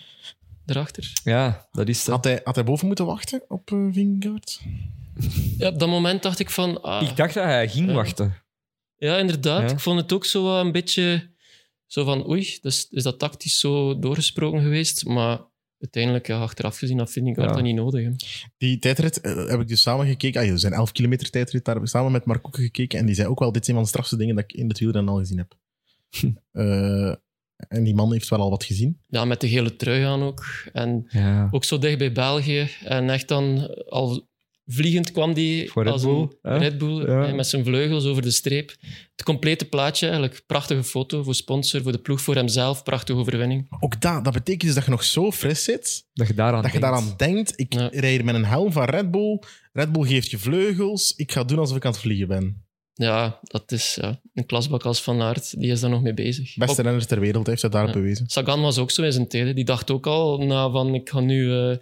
daarachter. ja, dat is dat. Had hij, had hij boven moeten wachten op eh Vingegaard? Ja, op dat moment dacht ik van... Ah, Ik dacht dat hij ging Ja. wachten. Ja, inderdaad. Ja. Ik vond het ook zo wat een beetje zo van oei, dus is dat tactisch zo doorgesproken geweest? Maar uiteindelijk, ja, achteraf gezien, dat vind ik Ja. dat niet nodig. hè. Die tijdrit eh, heb ik dus samen gekeken. Ah, ja, er zijn 11 kilometer tijdrit. Daar heb ik samen met Mark Koeken gekeken. En die zei ook wel, dit is een van de strafste dingen dat ik in het wielrennen al gezien (laughs) heb. Eh, en die man heeft wel al wat gezien. Ja, met de gele trui aan ook. En Ja. ook zo dicht bij België. En echt dan al vliegend kwam die Voor Red als Bull, hè? een Red Bull Ja. hè, met zijn vleugels over de streep. Het complete plaatje eigenlijk. Prachtige foto voor sponsor, voor de ploeg, voor hemzelf. Prachtige overwinning. Ook dat, dat betekent dus dat je nog zo fris zit, Dat je daaraan dat je denkt. daaraan denkt, ik Ja. rijd hier met een helm van Red Bull, Red Bull geeft je vleugels, ik ga doen alsof ik aan het vliegen ben. Ja, dat is ja, een klasbak als Van Aert. Die is daar nog mee bezig. Ook- Beste renner ter wereld heeft dat daar Ja. bewezen. Sagan was ook zo in zijn tijden. Die dacht ook al na van ik ga nu eh, De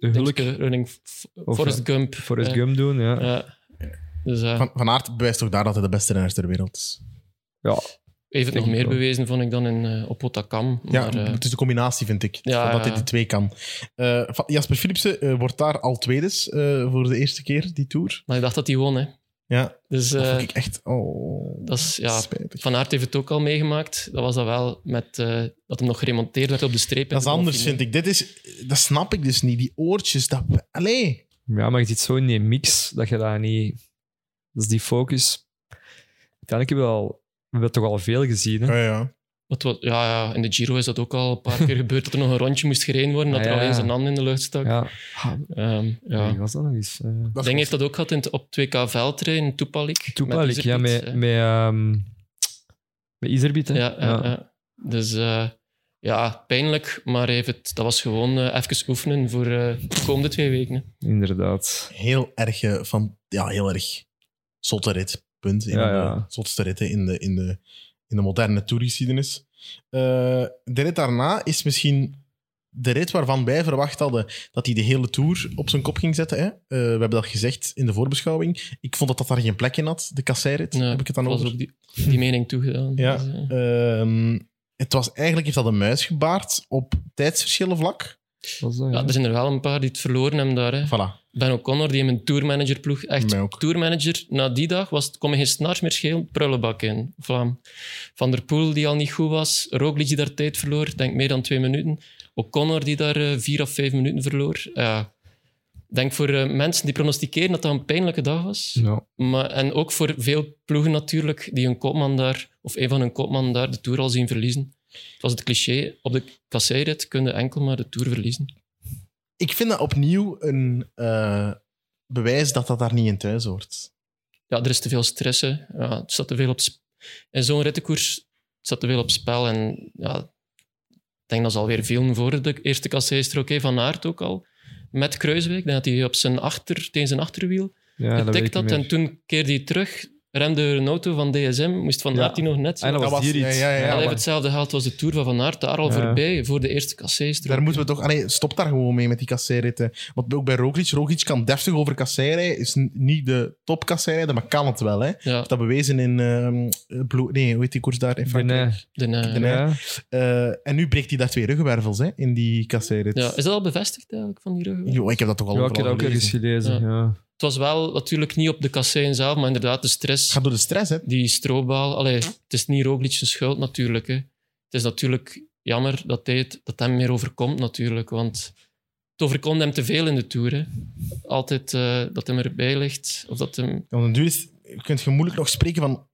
hulk dingske, running F- Of, Forrest Gump. Forrest eh, Gump doen, ja. ja. Dus eh, Van, van Aert bewijst toch daar dat hij de beste renner ter wereld is. ja. heeft het denk nog ik meer wel. bewezen, vond ik, dan in, eh, op Otakam. Ja, Maar, eh, het is de combinatie, vind ik. Ja, van dat ja, hij ja. die twee kan. Eh, van- Jasper Philipsen eh, wordt daar al tweedes eh, voor de eerste keer, die tour. maar ik dacht dat hij won, hè. Ja, Dus dat eh, vond ik echt... Oh, dat is, ja, spijtig. Van Aert heeft het ook al meegemaakt. Dat was dat wel met eh, dat hem nog geremonteerd werd op de streep. in Dat is de anders, finale. vind ik. Dit is... Dat snap ik dus niet. Die oortjes, dat... Allee. ja, maar je zit zo in die mix dat je daar niet... Dat is die focus. Uiteindelijk hebben we, al, we hebben toch al veel gezien, hè? Ja, ja. Wat, wat, ja, ja, in de Giro is dat ook al een (laughs) paar keer gebeurd dat er nog een rondje moest gereden worden, dat Ah, ja. er alleen zijn hand in de lucht stak. Ja. Ah, Ehm, ja. Wie was dat nog eens? Eh, Dat Deng heeft dat ook gehad in het- op 2K veldrijden in Toepalik. Toepalik, ja, met, Izerpit, hè. met, ehm met Izerbiet, hè? Ja, ja, ja. Dus eh, ja, pijnlijk, maar even, dat was gewoon eh, even oefenen voor eh, de komende twee weken. hè. inderdaad. heel erg eh, van ja, heel erg zotte rit. Punt. In Ja, ja. De zotste ritten in de, in de, in de moderne toergeschiedenis. Eh, de rit daarna is misschien de rit waarvan wij verwacht hadden dat hij de hele tour op zijn kop ging zetten. Hè? Eh, we hebben dat gezegd in de voorbeschouwing. Ik vond dat dat daar geen plek in had, de kasseirit. Ja, heb ik het dan was over? ook die, die mening toegedaan. Ja. Dus, eh, Ehm, het was eigenlijk heeft dat een muis gebaard op tijdsverschillen vlak. Was dat, ja, dus er zijn er wel een paar die het verloren hebben daar. Hè. Voilà. Ben O'Connor, die in een tourmanagerploeg. Echt Mij ook. tourmanager. Na die dag was het, kon me geen snars meer schelen. Prullenbak in. Vlaam. Van der Poel, die al niet goed was. Roglic, die daar tijd verloor. Denk meer dan twee minuten. O'Connor, die daar eh, vier of vijf minuten verloor. Ja. Denk voor eh, mensen die pronosticeren dat dat een pijnlijke dag was. Ja. Maar, en ook voor veel ploegen natuurlijk, die hun kopman daar, of een van hun kopman daar, de Tour al zien verliezen. Het was het cliché, op de kasseirit kunnen enkel maar de Tour verliezen. Ik vind dat opnieuw een eh, bewijs dat dat daar niet in thuis hoort. Ja, er is te veel stress, hè. ja, het staat te veel op het sp- In zo'n rittenkoers het staat te veel op spel. En ja, ik denk dat ze alweer veel voor de eerste kasseister, hè Van Aert ook al, met Kruiswijk. Ik denk dat hij op zijn achter, tegen zijn achterwiel ja, dat weet ik getikt niet had. meer. En toen keerde hij terug, remde een auto van DSM, moest Van Ja. Aert die nog net... En dat was Dat was- hier iets. ja, ja, ja, Ja, maar- even hetzelfde geld was de Tour van Van Aert daar al Ja. voorbij, voor de eerste kasseistrook. Daar moeten we toch... Allee, stop daar gewoon mee met die kasseiritten. Want ook bij Roglic, Roglic kan deftig over kasseirij. Is n- niet de top kasseirrijder, maar kan het wel. Hè? Heeft Ja, dat bewezen in... ehm, eh, Blue, nee, hoe heet die koers daar? In Frankrijk. Benin. de, eh, de- Ja. Eh, en nu breekt hij daar twee ruggenwervels hè, in die kasseirrit. ja, is dat al bevestigd eigenlijk, van die ruggen? Jo, ik heb dat toch al Ja, ik heb overal dat ook gelezen. ergens gelezen. Ja. Het was wel natuurlijk niet op de kassein zelf, maar inderdaad de Het stress, gaat door de stress, hè. die stroopbal. Allee, het is niet Roglic zijn schuld natuurlijk. Hè. Het is natuurlijk jammer dat, hij het, dat hem meer overkomt natuurlijk, want het overkomt hem te veel in de Tour. Hè. Altijd eh, dat hem erbij ligt, of dat hem... Want den duur is... Je kunt je moeilijk nog spreken van...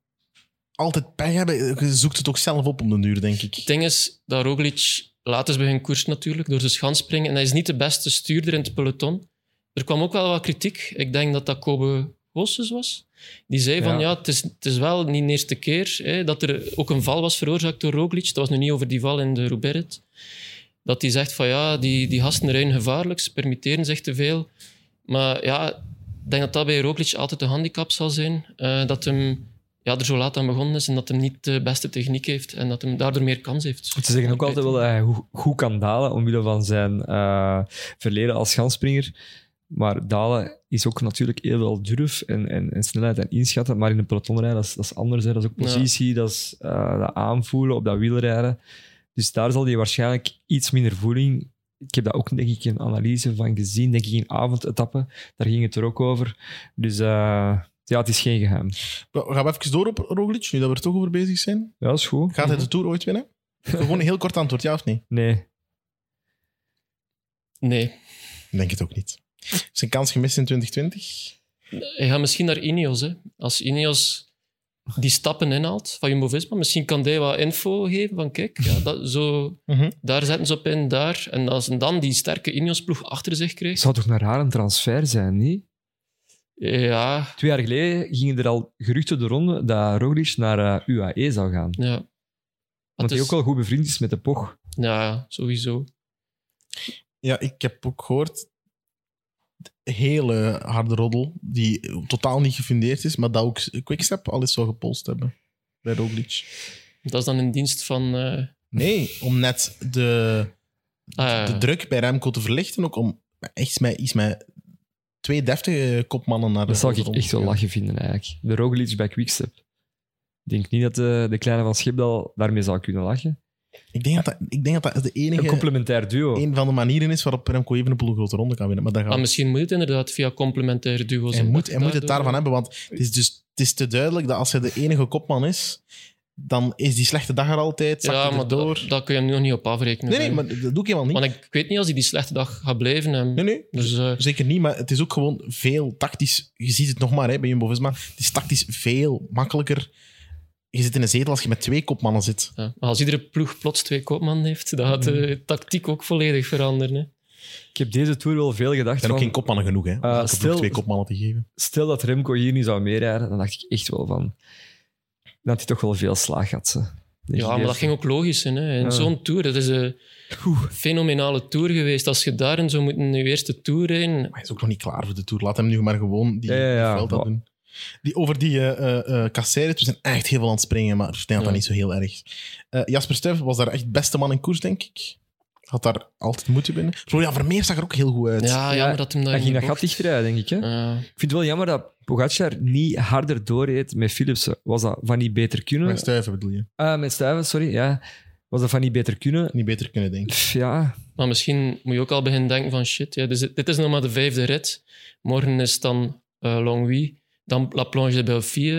Altijd pech hebben. Je zoekt het ook zelf op om den duur, denk ik. Het ding is dat Roglic laat is bij hun koers natuurlijk, door zijn schans springen. En hij is niet de beste stuurder in het peloton. Er kwam ook wel wat kritiek. Ik denk dat dat Kobe Goossens was. Die zei van, Ja. ja, het, is, het is wel niet de eerste keer hè, dat er ook een val was veroorzaakt door Roglic. Dat was nu niet over die val in de Roubaix. Dat hij zegt van, ja, die, die gasten rijden gevaarlijk, ze permitteren zich te veel. Maar ja, ik denk dat dat bij Roglic altijd een handicap zal zijn. eh, dat hem ja, er zo laat aan begonnen is en dat hem niet de beste techniek heeft en dat hem daardoor meer kans heeft. Ze zeggen ook altijd wel dat hij goed- goed kan dalen omwille van zijn eh, verleden als gansspringer. Maar dalen is ook natuurlijk heel wel durf en, en, en snelheid en inschatten. Maar in een pelotonrijden, dat is, dat is anders. Hè. Dat is ook Ja. positie, dat is eh, dat aanvoelen op dat wielrijden. Dus daar zal hij waarschijnlijk iets minder voeling... Ik heb daar ook denk ik een analyse van gezien, denk ik in avondetappen. Daar ging het er ook over. Dus eh, ja, het is geen geheim. Gaan Nou, we even door op Roglic, nu dat we er toch over bezig zijn. Ja, is goed. Gaat hij de Tour ooit winnen? Gewoon een heel kort antwoord, ja of nee? Nee. Nee, Ik denk het ook niet. Zijn kans gemist in 2020. hij gaat misschien naar Ineos. Hè. Als Ineos die stappen inhaalt van Jumbo-Visma, misschien kan hij wat info geven van kijk, ja, dat, zo, Mhm. daar zetten ze op in, daar. En als hij dan die sterke Ineos-ploeg achter zich Het krijgt, zou toch naar haar een transfer zijn, niet? ja, Twee jaar geleden gingen er al geruchten de ronde dat Roglic naar eh, UAE zou gaan. ja. Dat Want hij is- ook al goed bevriend is met de Poch. Ja, sowieso. Ja, ik heb ook gehoord. Hele harde roddel, die totaal niet gefundeerd is, maar dat ook Quickstep al eens zou gepolst hebben bij Roglic. Dat is dan in dienst van... eh, Nee, om net de, ah, Eh. de druk bij Remco te verlichten, ook om echt met, iets met twee deftige kopmannen naar de Dat zou ik hoofdronde echt wel te gaan. lachen vinden, eigenlijk. De Roglic bij Quickstep. Ik denk niet dat eh, de, de kleine van Schipdal daarmee zou kunnen lachen. Ik denk dat dat, ik denk dat, dat de Een enige complementair duo. een van de manieren is waarop Remco Evenepoel een grote ronde kan winnen. Maar daar gaan ah, we misschien moet het inderdaad via complementaire duo's. Hij hè. moet, Dat hij moet het daardoor- daarvan hebben, want het is, dus, het is te duidelijk dat als hij de enige kopman is, dan is die slechte dag er altijd, zakt Ja, hij maar er door. Dat, dat kun je hem nog niet op afrekenen. nee, nee, maar dat doe ik helemaal niet. Want ik, ik weet niet als hij die slechte dag gaat blijven. hem. Nee, nee, Dus eh, zeker niet, maar het is ook gewoon veel tactisch... Je ziet het nog maar hè, bij Jumbo-Visma. Het is tactisch veel makkelijker je zit in een zetel als je met twee kopmannen zit. Ja, maar als iedere ploeg plots twee kopman heeft, dan gaat de Mm. tactiek ook volledig veranderen. Hè. Ik heb deze tour wel veel Er gedacht. zijn ook van, geen kopmannen genoeg, hè? Om elke ploeg stil- twee kopmannen te geven. Stel dat Remco hier niet zou meerijden, dan dacht ik echt wel van. Dan had hij toch wel veel slaag gehad. ze. Denk ik Ja, maar eerst. dat ging ook logisch zijn. Hè. En Ja. Zo'n tour, dat is een fenomenale tour geweest. Als je daarin zou moeten je eerste tour rijden, Maar hij is ook nog niet klaar voor de Tour. Laat hem nu maar gewoon die, Ja, ja, ja. die veld dat doen. Die, over die eh eh, eh, kasseire, we zijn echt heel veel aan het springen, maar ik denk dat Ja. dat niet zo heel erg. Eh, Jasper Stuyven was daar echt beste man in koers, denk ik. Had daar altijd moeten binnen. Florian Vermeer zag er ook heel goed uit. ja, ja, jammer dat hem daar Hij ging niet dat mocht. gat dichtrijden, denk ik. Hè? Ja. Ik vind het wel jammer dat Pogacar niet harder doorreed met Philipsen. Was dat van niet beter kunnen? Maar Stuyven bedoel je. Ah, met Stuiven, sorry. Ja. Was dat van niet beter kunnen? Niet beter kunnen, denk ik. Pff, ja. Maar misschien moet je ook al beginnen denken van shit, ja, dus dit is nog maar de vijfde rit. Morgen is het dan eh Longwy, dan La Plonge de Belfie.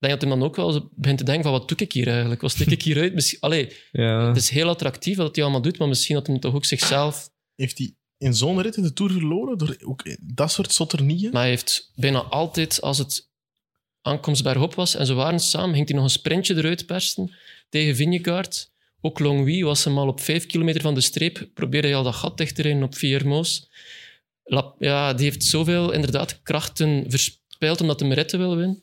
Ik denk dat hij dan ook wel eens begint te denken van wat doe ik hier eigenlijk? Wat stik ik hieruit? Misschien, allee, ja. het is heel attractief wat hij allemaal doet, maar misschien had hij toch ook zichzelf... Heeft hij in zo'n rit in de Tour verloren? Door ook eh, dat soort sotternieën? Maar hij heeft bijna altijd, als het aankomst bergop was en ze waren samen, ging hij nog een sprintje eruit persen tegen Vingegaard. Ook Longwy was hem al op vijf kilometer van de streep. Probeerde hij al dat gat dicht te rijden op Viermoos. La- Ja, die heeft zoveel inderdaad krachten verspild omdat hij ritten wil winnen.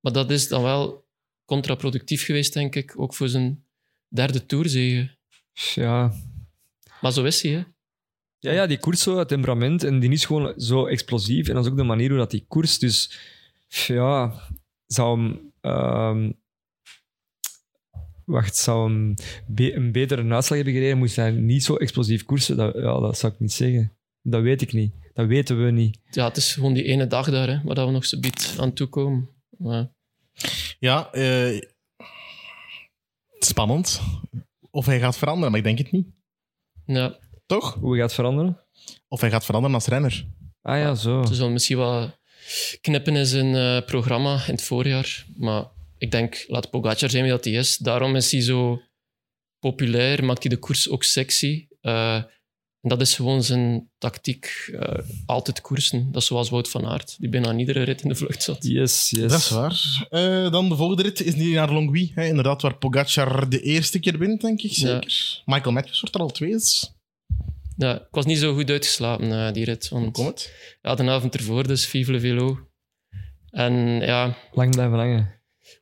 Maar dat is dan wel contraproductief geweest, denk ik. Ook voor zijn derde toerzege. Pff, ja. Maar zo is hij, hè. Ja, ja, die koers zo, het temperament. En die is gewoon zo explosief. En dat is ook de manier hoe dat die koers. Dus pff, ja, zou hem. ehm, wacht, zou hem be- een betere uitslag hebben gereden? Moest hij niet zo explosief koersen? Dat, ja, dat zou ik niet zeggen. Dat weet ik niet. Dat weten we niet. Ja, het is gewoon die ene dag daar, hè, waar dat we nog zo biedt aan toekomen. Maar Ja, eh, spannend. Of hij gaat veranderen, maar ik denk het niet. ja, Toch? Hoe gaat het veranderen? Of hij gaat veranderen als renner. Ah ja, zo. Oh. Dus Ze zullen Dus misschien wat knippen in zijn eh, programma in het voorjaar. Maar ik denk, laat Pogacar zijn wie dat hij is. Daarom is hij zo populair, maakt hij de koers ook sexy. Eh, en dat is gewoon zijn tactiek. eh, altijd koersen. Dat is zoals Wout van Aert, die bijna aan iedere rit in de vlucht zat. Yes, yes. Dat is waar. Eh, dan de volgende rit is die naar Longwy. Hè, inderdaad, waar Pogacar de eerste keer wint, denk ik zeker. Michael Matthews wordt er al twee. Dus. Ja, ik was niet zo goed uitgeslapen na die rit. Hoe Want, komt het? ja, de avond ervoor, dus Vive le Velo. En ja, Lang blijven hangen.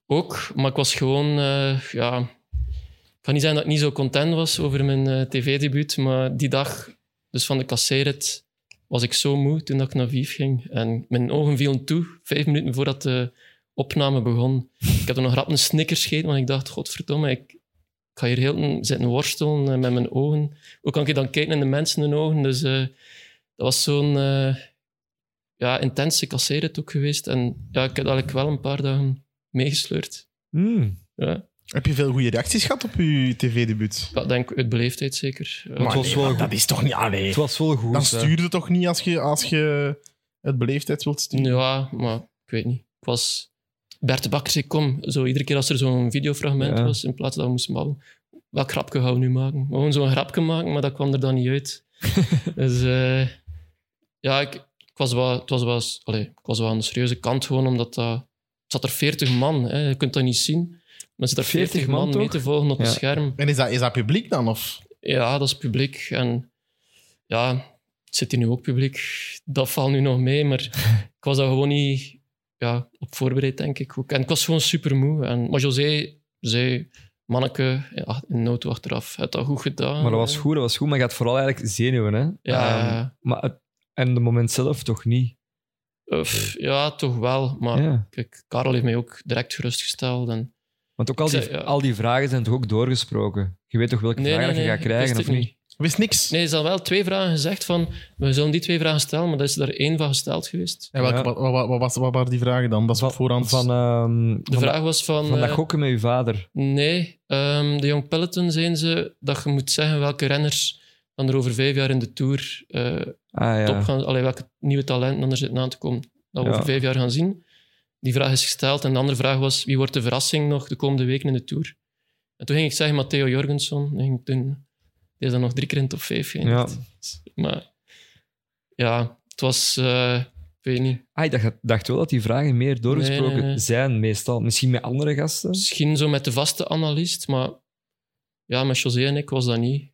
ook, maar ik was gewoon, eh, ja, ik ga niet zeggen dat ik niet zo content was over mijn eh, tv-debuut, maar die dag, dus van de kasseerit, was ik zo moe toen dat ik naar Vief ging. En mijn ogen vielen toe, vijf minuten voordat de opname begon. Ik heb er nog rap een snickers gegeten, want ik dacht, godverdomme, ik, ik ga hier heel de tijd zitten worstelen eh, met mijn ogen. Hoe kan ik dan kijken in de mensen hun ogen? Dus eh, dat was zo'n eh, ja, intense kasseerit ook geweest. En ja, ik heb eigenlijk wel een paar dagen meegesleurd. Mm. Ja, Heb je veel goede reacties gehad op je tv-debuut? ik denk uit beleefdheid zeker. Ja, Maar was wel want goed. dat is toch niet... Allee. Het was wel goed. Dan hè. stuur je toch niet als je, als je het beleefdheid wilt sturen? ja, maar ik weet niet. Ik was... Bert de Bakker zei, kom. Zo, iedere keer als er zo'n videofragment Ja. was, in plaats dat we moesten babbelen. Welk grapje gaan we nu maken? We gewoon zo'n grapje maken, maar dat kwam er dan niet (laughs) uit. dus eh, ja, ik, ik was wel, het was wel, eens- allee, ik was wel aan de serieuze kant gewoon, omdat dat... het zat er 40 man, hè. je kunt dat niet zien. Maar er zitten 40 40, man, man mee toch? te volgen op Ja. het scherm. En is dat, is dat publiek dan? Of? Ja, dat is publiek. En ja, het zit hier nu ook publiek. Dat valt nu nog mee, (laughs) maar ik was daar gewoon niet ja, op voorbereid, denk ik. Ook. En ik was gewoon super moe. En, maar José zei, manneke, ja, in de auto achteraf, heb dat goed gedaan. Maar dat was goed, dat was goed. Maar je had vooral eigenlijk zenuwen, hè? Ja, Ehm, maar het- en de moment zelf toch niet? eh, pff, ja, toch wel. Maar Ja. kijk, Karel heeft mij ook direct gerustgesteld. En, Want ook al Ik die, zei, ja. al die vragen zijn toch ook doorgesproken? Je weet toch welke vragen dat je gaat ik wist krijgen, het of niet? Wist niks. Nee, er zijn wel twee vragen gezegd van, we zullen die twee vragen stellen, maar dat is er één van gesteld geweest. En welke, Ja. wat, wat, wat, was- wat waren die vragen dan? Dat is op voorhand... Van, ehm, De van, vraag was van... van dat eh, gokken met je vader. Nee, ehm, de Young Peloton zijn ze dat je moet zeggen welke renners dan er over vijf jaar in de Tour eh, Ah ja. top gaan... Allee, welke nieuwe talenten dan er zitten aan te komen, dat we Ja. over vijf jaar gaan zien. Die vraag is gesteld. En de andere vraag was, wie wordt de verrassing nog de komende weken in de Tour? En toen ging ik zeggen Matteo Jorgensen. En ging ik toen, die is dan nog drie keer in de top vijf geëindigd. Ja. Maar ja, het was... eh, weet niet. Ah, ik dacht, dacht wel dat die vragen meer doorgesproken Nee, nee, nee. zijn, meestal. Misschien met andere gasten. Misschien zo met de vaste analist, maar ja, met José en ik was dat niet.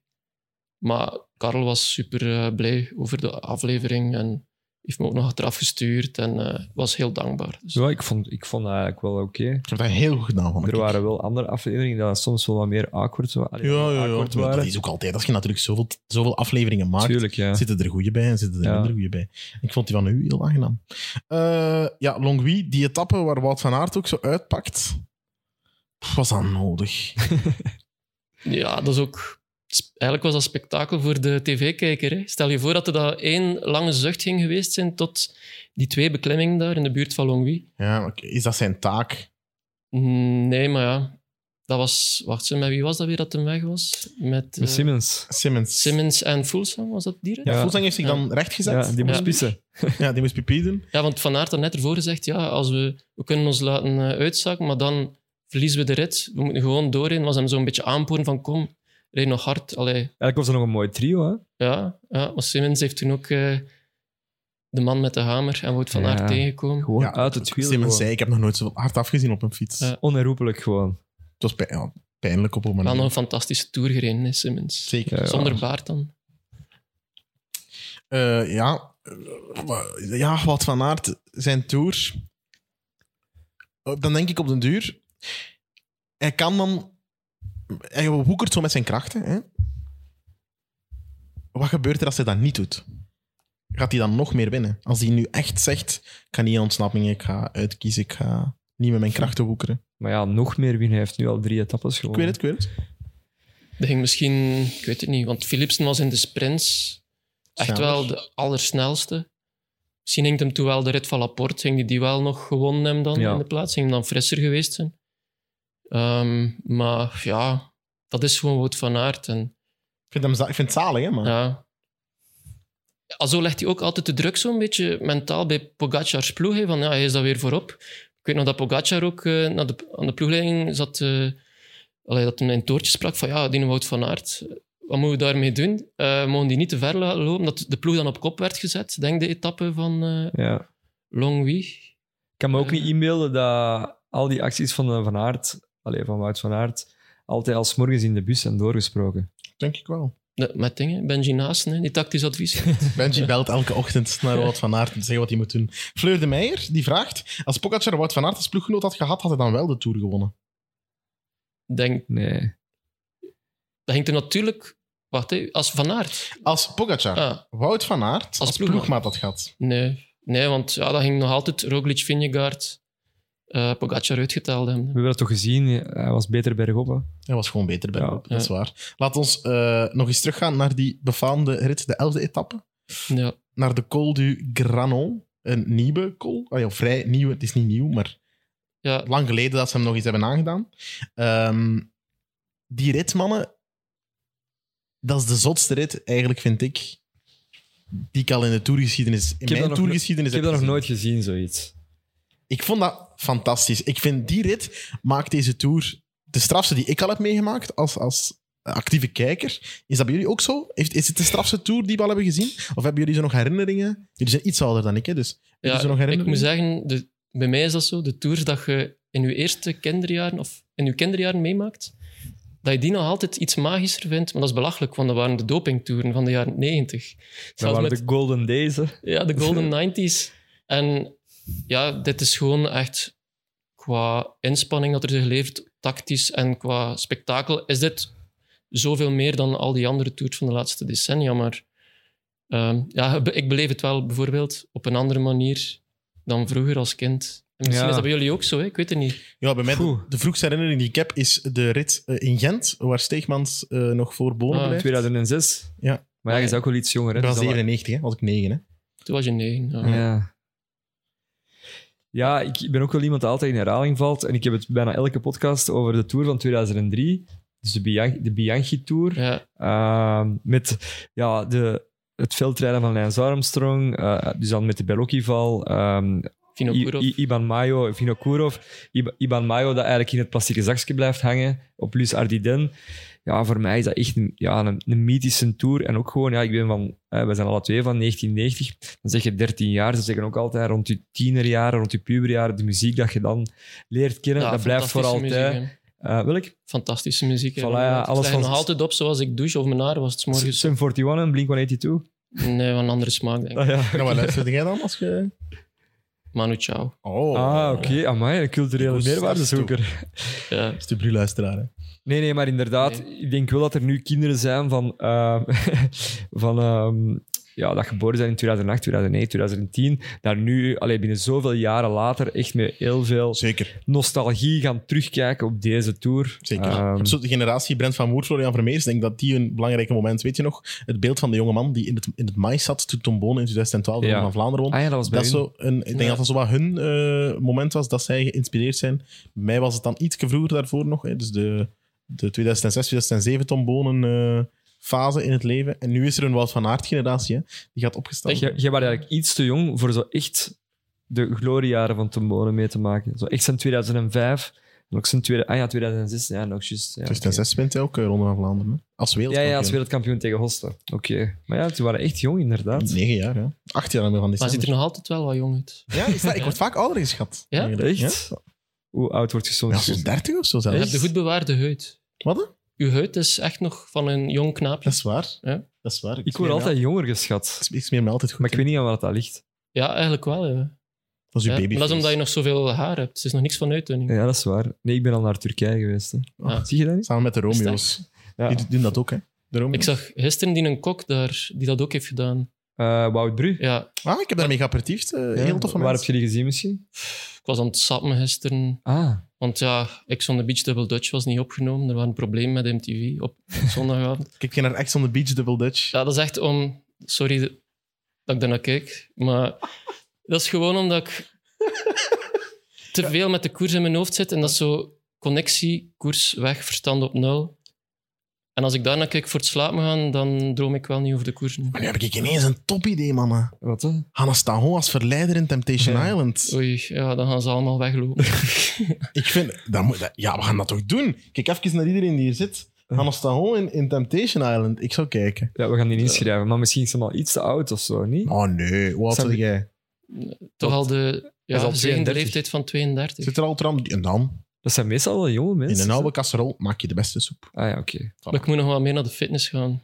Maar Karel was super eh, blij over de aflevering en heeft me ook nog achteraf gestuurd en eh, was heel dankbaar. Dus Ja, ik vond, ik vond dat eigenlijk wel oké. Ik heb dat heel goed gedaan, vond ik. Er waren wel andere afleveringen die dat soms wel wat meer awkward wa- allee, Ja, ja, ja. awkward Maar dat waren. is ook altijd. Als je natuurlijk zoveel, zoveel afleveringen maakt, Tuurlijk, ja. zitten er goede bij en zitten er Ja. minder goede bij. Ik vond die van u heel aangenaam. Eh, ja, Longwy, die etappe waar Wout van Aert ook zo uitpakt, pff, was dat nodig? (laughs) ja, dat is ook... sp- Eigenlijk was dat spektakel voor de tv-kijker. hè. Stel je voor dat er dat één lange zucht ging geweest zijn tot die twee beklimmingen daar in de buurt van Longwy. Ja, maar is dat zijn taak? Mm, Nee, maar ja, dat was... Wacht, ze, met wie was dat weer dat hem weg was? Met eh, Met Simmons. Simmons. Simmons en Fulsam, was dat dieren? Ja, Ja. Fulsang heeft zich Ja. dan rechtgezet. Ja, Ja, die moest Ja. pissen. die moest pipi doen. Ja, want Van Aert had net ervoor gezegd, ja, als we, we kunnen ons laten eh, uitzakken, maar dan verliezen we de rit. We moeten gewoon doorheen. Was hem zo'n beetje aanporen van, kom, rijd nog hard. Allee, Eigenlijk was dat nog een mooi trio, hè? ja, ja. Maar Simmons heeft toen ook eh, de man met de hamer en Wout van Ja. Aert tegengekomen. Gewoon Ja, uit het wiel. Simmons gewoon. zei, ik heb nog nooit zo hard afgezien op een fiets. Ja. Onherroepelijk gewoon. Het was pijn- ja, pijnlijk op een Wel nog manier. een fantastische tour gereden, hè, Simmons. Zeker. Ja, ja. Zonder baard dan. Eh, ja. Eh, ja, wat van aard zijn tour. Eh, Dan denk ik op den duur. Hij kan dan. Hij woekert zo met zijn krachten. Hè? Wat gebeurt er als hij dat niet doet? Gaat hij dan nog meer winnen? Als hij nu echt zegt: ik ga niet in ontsnapping, ik ga uitkiezen, ik ga niet met mijn krachten woekeren. Maar ja, nog meer winnen. Hij heeft nu al drie etappes Ik gewonnen. weet het, ik weet het. Dat ging misschien, ik weet het niet, want Philipsen was in de sprints echt Sneller. wel de allersnelste. Misschien ging hem toen wel de rit van Laporte, ging die, die wel nog gewonnen hebben dan Ja. in de plaats, ging hem dan frisser geweest zijn. Ehm, maar ja, dat is gewoon Wout van Aert. En, Ik vind, hem, za- ik vind het zalig, hè, man. ja. Ja, zo legt hij ook altijd de druk zo'n beetje mentaal bij Pogacar's ploeg. hè, van ja, hij is daar weer voorop. Ik weet nog dat Pogacar ook eh, naar de, aan de ploegleiding zat... eh, allee, dat hij in toortjes sprak van ja, die Wout van Aert. Wat moeten we daarmee doen? Eh, mogen die niet te ver laten lopen? Dat de ploeg dan op kop werd gezet. Denk de etappe van eh Ja. Longwy. Ik kan me Eh. ook Ja. niet inbeelden dat al die acties van eh, Van Aert, alleen van Wout van Aert, altijd als morgens in de bus zijn doorgesproken. Denk ik wel. De- Met dingen, Benji Naasten, hè, die tactisch advies. Benji belt elke ochtend naar Wout van Aert om te zeggen wat hij moet doen. Fleur de Meijer die vraagt: als Pogacar Wout van Aert als ploeggenoot had gehad, had hij dan wel de Tour gewonnen? Denk, Nee. dat ging er natuurlijk... Wacht, hè, als Van Aert. Als Pogacar Ah, Wout van Aert als, ploegmaat. ploegmaat had gehad. Nee, nee want ja, dat ging nog altijd Roglic, Vingegaard, eh Pogacar uitgeteld We hebben. hebben dat toch gezien? Hij was beter bergop. hè? Hij was gewoon beter bij Ja. Rob, dat is Ja. waar. Laat ons eh, nog eens teruggaan naar die befaamde rit, de elfde etappe. Ja, Naar de Col du Granon. Een nieuwe col. Ah, ja, vrij nieuw, het is niet nieuw, maar ja, lang geleden dat ze hem nog eens hebben aangedaan. Ehm, die rit, mannen, dat is de zotste rit, eigenlijk vind ik, die ik al in de toergeschiedenis, in heb dat mijn nog toergeschiedenis Ik heb dat nog gezien. nooit gezien, zoiets. Ik vond dat fantastisch. Ik vind die rit maakt deze tour de strafste die ik al heb meegemaakt als, als actieve kijker. Is dat bij jullie ook zo? Heeft, is het de strafste tour die we al hebben gezien? Of hebben jullie zo nog herinneringen? Jullie zijn iets ouder dan ik, hè, dus hebben ja jullie zo nog ik herinneringen? moet zeggen, de, bij mij is dat zo, de tours dat je in je eerste kinderjaren of in je kinderjaren meemaakt, dat je die nog altijd iets magischer vindt, maar dat is belachelijk, want dat waren de dopingtoeren van de jaren 90. Dat Zelfs waren met- de Golden Days. hè. Ja, de (laughs) golden 90s. En ja, dit is gewoon echt qua inspanning dat er zich levert, tactisch en qua spektakel, is dit zoveel meer dan al die andere tours van de laatste decennia. Maar ehm, ja, be- ik beleef het wel bijvoorbeeld op een andere manier dan vroeger als kind. En misschien Ja. is dat bij jullie ook zo, hè? ik weet het niet. Ja, bij mij de, Oeh. de vroegste herinnering die ik heb is de rit eh, in Gent, waar Steegmans eh, nog voor Bonen Ah, blijft. 2006. Ja. Maar hij is ook wel iets jonger. Hè? Ik was Dus dat 97, hè? was ik 9. Hè? Toen was je negen. nou. Ja. wa- Ja. Ja, ik ben ook wel iemand die altijd in herhaling valt. En ik heb het bijna elke podcast over de Tour van 2003. Dus de Bianchi, de Bianchi Tour. Ja, Ehm, met ja, de, het veldrijden van Lance Armstrong, eh, dus dan met de Bellocchi-val, ehm, I- Vinokourov. I- Iban Mayo, Vinokourov, Iba- Iban Mayo dat eigenlijk in het plastic zakje blijft hangen, op Luis Ardiden. ja, voor mij is dat echt een, ja, een, een mythische tour. En ook gewoon, ja, ik ben van, eh, we zijn alle twee van 1990. Dan zeg je 13 jaar. Ze zeggen ook altijd rond je tienerjaren, rond je puberjaren, de muziek dat je dan leert kennen, dat blijft voor altijd. fantastische muziek, hè. Eh, welk? fantastische muziek. hè. Voilà, ja, Ik alles leg van- nog altijd op zoals ik douche of mijn haar was het 's morgens. Sum 41 en Blink 182. Nee, van een andere smaak, denk ik. Ah, ja. Ja, maar luisterde jij dan als je... Manu (laughs) Chao. Oh. ah oké. Amai, een culturele Goed meerwaardezoeker. Ja. Dat is de bruluisteraar, hè. Nee, nee, maar inderdaad, ik denk wel dat er nu kinderen zijn van, ehm, (laughs) van ehm, ja, dat geboren zijn in 2008, 2009, 2010, daar nu, allee, binnen zoveel jaren later, echt met heel veel Zeker, nostalgie gaan terugkijken op deze tour. zeker. Ehm, Maar zo de generatie Brent van Moer, Florian Vermeers, denk dat die een belangrijk moment, weet je nog, het beeld van de jonge man die in het, in het mais zat toen Tom Bonen in 2012 de Ja. Ronde van Vlaanderen won. ah ja, dat was bij Dat hun. zo een, ik denk Ja. dat dat zo wat hun eh, moment was dat zij geïnspireerd zijn. Bij mij was het dan iets vroeger daarvoor nog. Hè, dus de, de 2006, 2007 tombonen eh, fase in het leven. En nu is er een Wout van Aert generatie. Hè, die gaat opgestaan. Jij, jij was eigenlijk iets te jong voor zo echt de gloriejaren van Tom Bonen mee te maken. Zo echt zijn 2005, en ook zijn tweede, ah ja, 2006, ja, nog juist. Ja, 2006 wint hij ook eh, Ronde van Vlaanderen. hè, Als oké. Ja, wereldkampioen. ja, als wereldkampioen tegen Hosta. Oké. Maar ja, toen waren echt jong, inderdaad. Negen jaar, ja. Acht jaar aan de van Maar ziet er december. nog altijd wel wat jong uit. Ja, is dat- ik word vaak ouder geschat. Ja? eigenlijk. Echt? Ja, Hoe oud wordt je ja soms? zo'n 30 of zo Je zelfs. hebt de goed bewaarde huid. Wat? hè? Uw huid is echt nog van een jong knaapje. Dat is waar. Ja. Dat is waar. ik word smeer me altijd jonger geschat. al- Ik smeer me altijd goed. Maar ik weet niet aan wat dat ligt. Ja, eigenlijk wel. Ja. Dat is Ja, uw maar baby. dat is omdat je nog zoveel haar hebt. Het is nog niks van uitdunning. Ja, dat is waar. Ah. Nee, ik ben al naar Turkije geweest. Hè. Ja. Zie je dat niet? Samen met de Romeo's. Sterk. Ja. Die doen dat ook, hè. De Romeo's. Ik zag gisteren die een kok daar, die dat ook heeft gedaan. Eh, Wout Bru. Ja, Ah, ik heb daarmee geapertiefd. eh, Ja, Heel toffe Waar heb mensen. je die gezien misschien? ik was aan het sappen gisteren. Ah, Want ja, Ex on the Beach Double Dutch was niet opgenomen. Er was een probleem met MTV op zondagavond. Kijk je naar Ex on the Beach, Double Dutch. Ja, dat is echt om... Sorry dat ik daarnaar kijk, maar dat is gewoon omdat ik te veel met de koers in mijn hoofd zit. En dat is zo connectie, koers, weg, verstand op nul. En als ik daarnaar kijk voor het slapen gaan, dan droom ik wel niet over de koersen. Maar nu heb ik ineens een topidee, mannen. wat hè? Hannah Staho als verleider in Temptation Ja. Island. Oei, ja, dan gaan ze allemaal weglopen. Ik vind... Dat moet, dat- ja, we gaan dat toch doen? Kijk even naar iedereen die hier zit. Hannah Staho in, in Temptation Island. Ik zou kijken. Ja, we gaan die Eh. inschrijven. Maar misschien is ze al iets te oud of zo, niet? Oh nee, hoe oud Sam- ben jij? Toch Wat? al (laughs) de Hij ja, is tegen al de 32. leeftijd van 32. Zit er al tram? En dan? Dat zijn meestal wel jonge mensen. In een oude kasserol maak je de beste soep. Ah ja, oké. Maar ik moet nog wel meer naar de fitness gaan.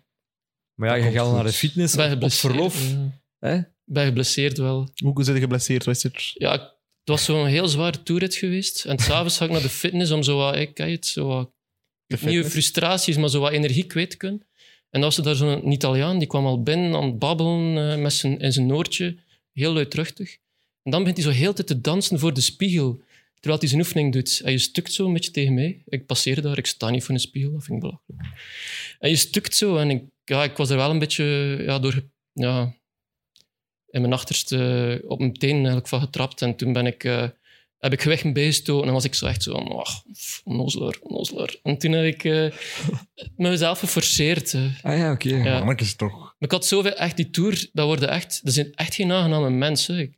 Maar ja, Dat je gaat komt naar de goed. fitness Ik ben op geblesseerd. verlof. ja. Hè? Ik ben geblesseerd wel. Hoe zit je geblesseerd, Wester? Ja, ik- het was zo'n heel zware toerit geweest. En s'avonds ga ik naar de fitness om zo wat, ik ken je het, zo wat nieuwe frustraties, maar zo wat energie kwijt te kunnen. En dan was er daar zo'n Italiaan, die kwam al binnen aan het babbelen eh, met zijn, in zijn noortje, heel luidruchtig. En dan begint hij zo heel de tijd te dansen voor de spiegel, terwijl hij zijn oefening doet. En je stukt zo een beetje tegen mij. Ik passeer daar, ik sta niet voor een spiegel, dat vind ik belachelijk. En je stukt zo, en ik, ja, ik was er wel een beetje ja, door... ge- Ja, in mijn achterste, op mijn tenen eigenlijk van getrapt. En toen ben ik, eh, heb ik gewicht bijgestoten en was ik zo echt zo van, ach, pff, onnozelaar, onnozelaar. En toen heb ik eh, mezelf geforceerd. eh. Ah ja, oké. Ja. Mannetjes toch. Maar ik had zoveel, echt die tour, dat, worden echt, dat zijn echt geen aangename mensen. Ik-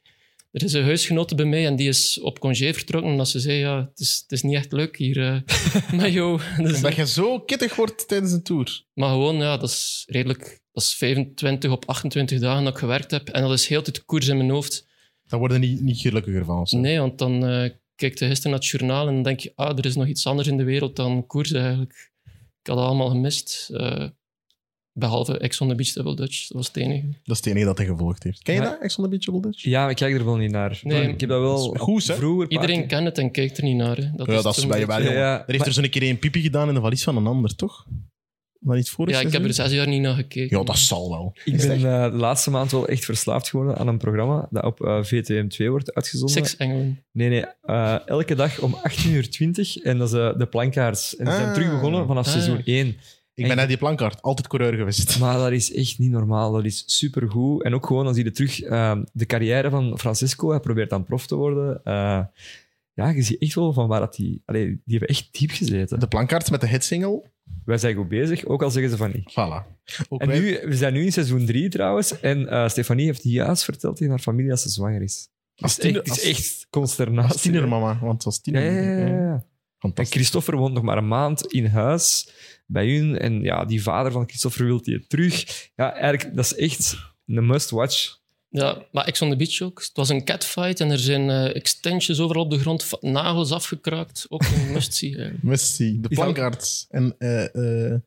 er is een huisgenote bij mij en die is op congé vertrokken omdat ze zei, ja, het is, het is niet echt leuk hier eh met jou. Dus, Omdat je zo kittig wordt tijdens een tour. maar gewoon, ja, dat is redelijk, dat is 25 op 28 dagen dat ik gewerkt heb. En dat is heel de tijd koers in mijn hoofd. Daar worden niet, niet gelukkiger van. of zo. Nee, want dan eh kijk je gisteren naar het journaal en dan denk je, ah, er is nog iets anders in de wereld dan koers eigenlijk. Ik had het allemaal gemist. eh, behalve Ex on the Beach Double Dutch, dat was het enige. Dat is het enige dat hij gevolgd heeft. Ken je Maar- dat, Ex on the Beach, Double Dutch? Ja, ik kijk er wel niet naar. Nee, Maar ik heb dat wel dat is goed, hè? vroeger... een paar Iedereen keer- kent het en kijkt er niet naar. Hè. Dat Ja, dat is zo'n bij je beetje- wel, jongen. Ja, Er heeft er zo'n een keer één pipi gedaan in de valies van een ander, toch? Maar niet vorig Ja, ik heb seizoen? er zes jaar niet naar gekeken. Ja, dat zal wel. Ik Is ben het echt? eh, de laatste maand wel echt verslaafd geworden aan een programma dat op eh, VTM2 wordt uitgezonden. Seks Engelen. Nee, nee. eh, elke dag om 18.20 uur en dat is eh, de plankaards. En ze zijn Ah. terug begonnen vanaf Ah. seizoen 1. Ik ben naar die plankaart altijd coureur geweest. Maar dat is echt niet normaal. Dat is supergoed. En ook gewoon, dan zie je terug eh, de carrière van Francisco. Hij probeert dan prof te worden. Eh, ja, je ziet echt wel van waar dat die... Allee, die hebben echt diep gezeten. De plankaart met de hitsingle. Wij zijn goed bezig, ook al zeggen ze van niet. Voilà. Ook En wij- nu, we zijn nu in seizoen 3 trouwens. En eh, Stefanie heeft juist verteld tegen haar familie dat ze zwanger is. als Het is tiener, echt, het is als, echt als consternatie. tienermama, want als Ja, tiener... ja, ja, ja, ja. En Fantastisch. Christopher woont nog maar een maand in huis bij hun. En ja, die vader van Christopher wil die terug. Ja, eigenlijk, dat is echt een must-watch. Ja, maar Ex on the Beach ook. Het was een catfight en er zijn eh, extensions overal op de grond, va- nagels afgekraakt. Ook (laughs) een must-see. eigenlijk. Messi, de Is dat- plankaarts en eh eh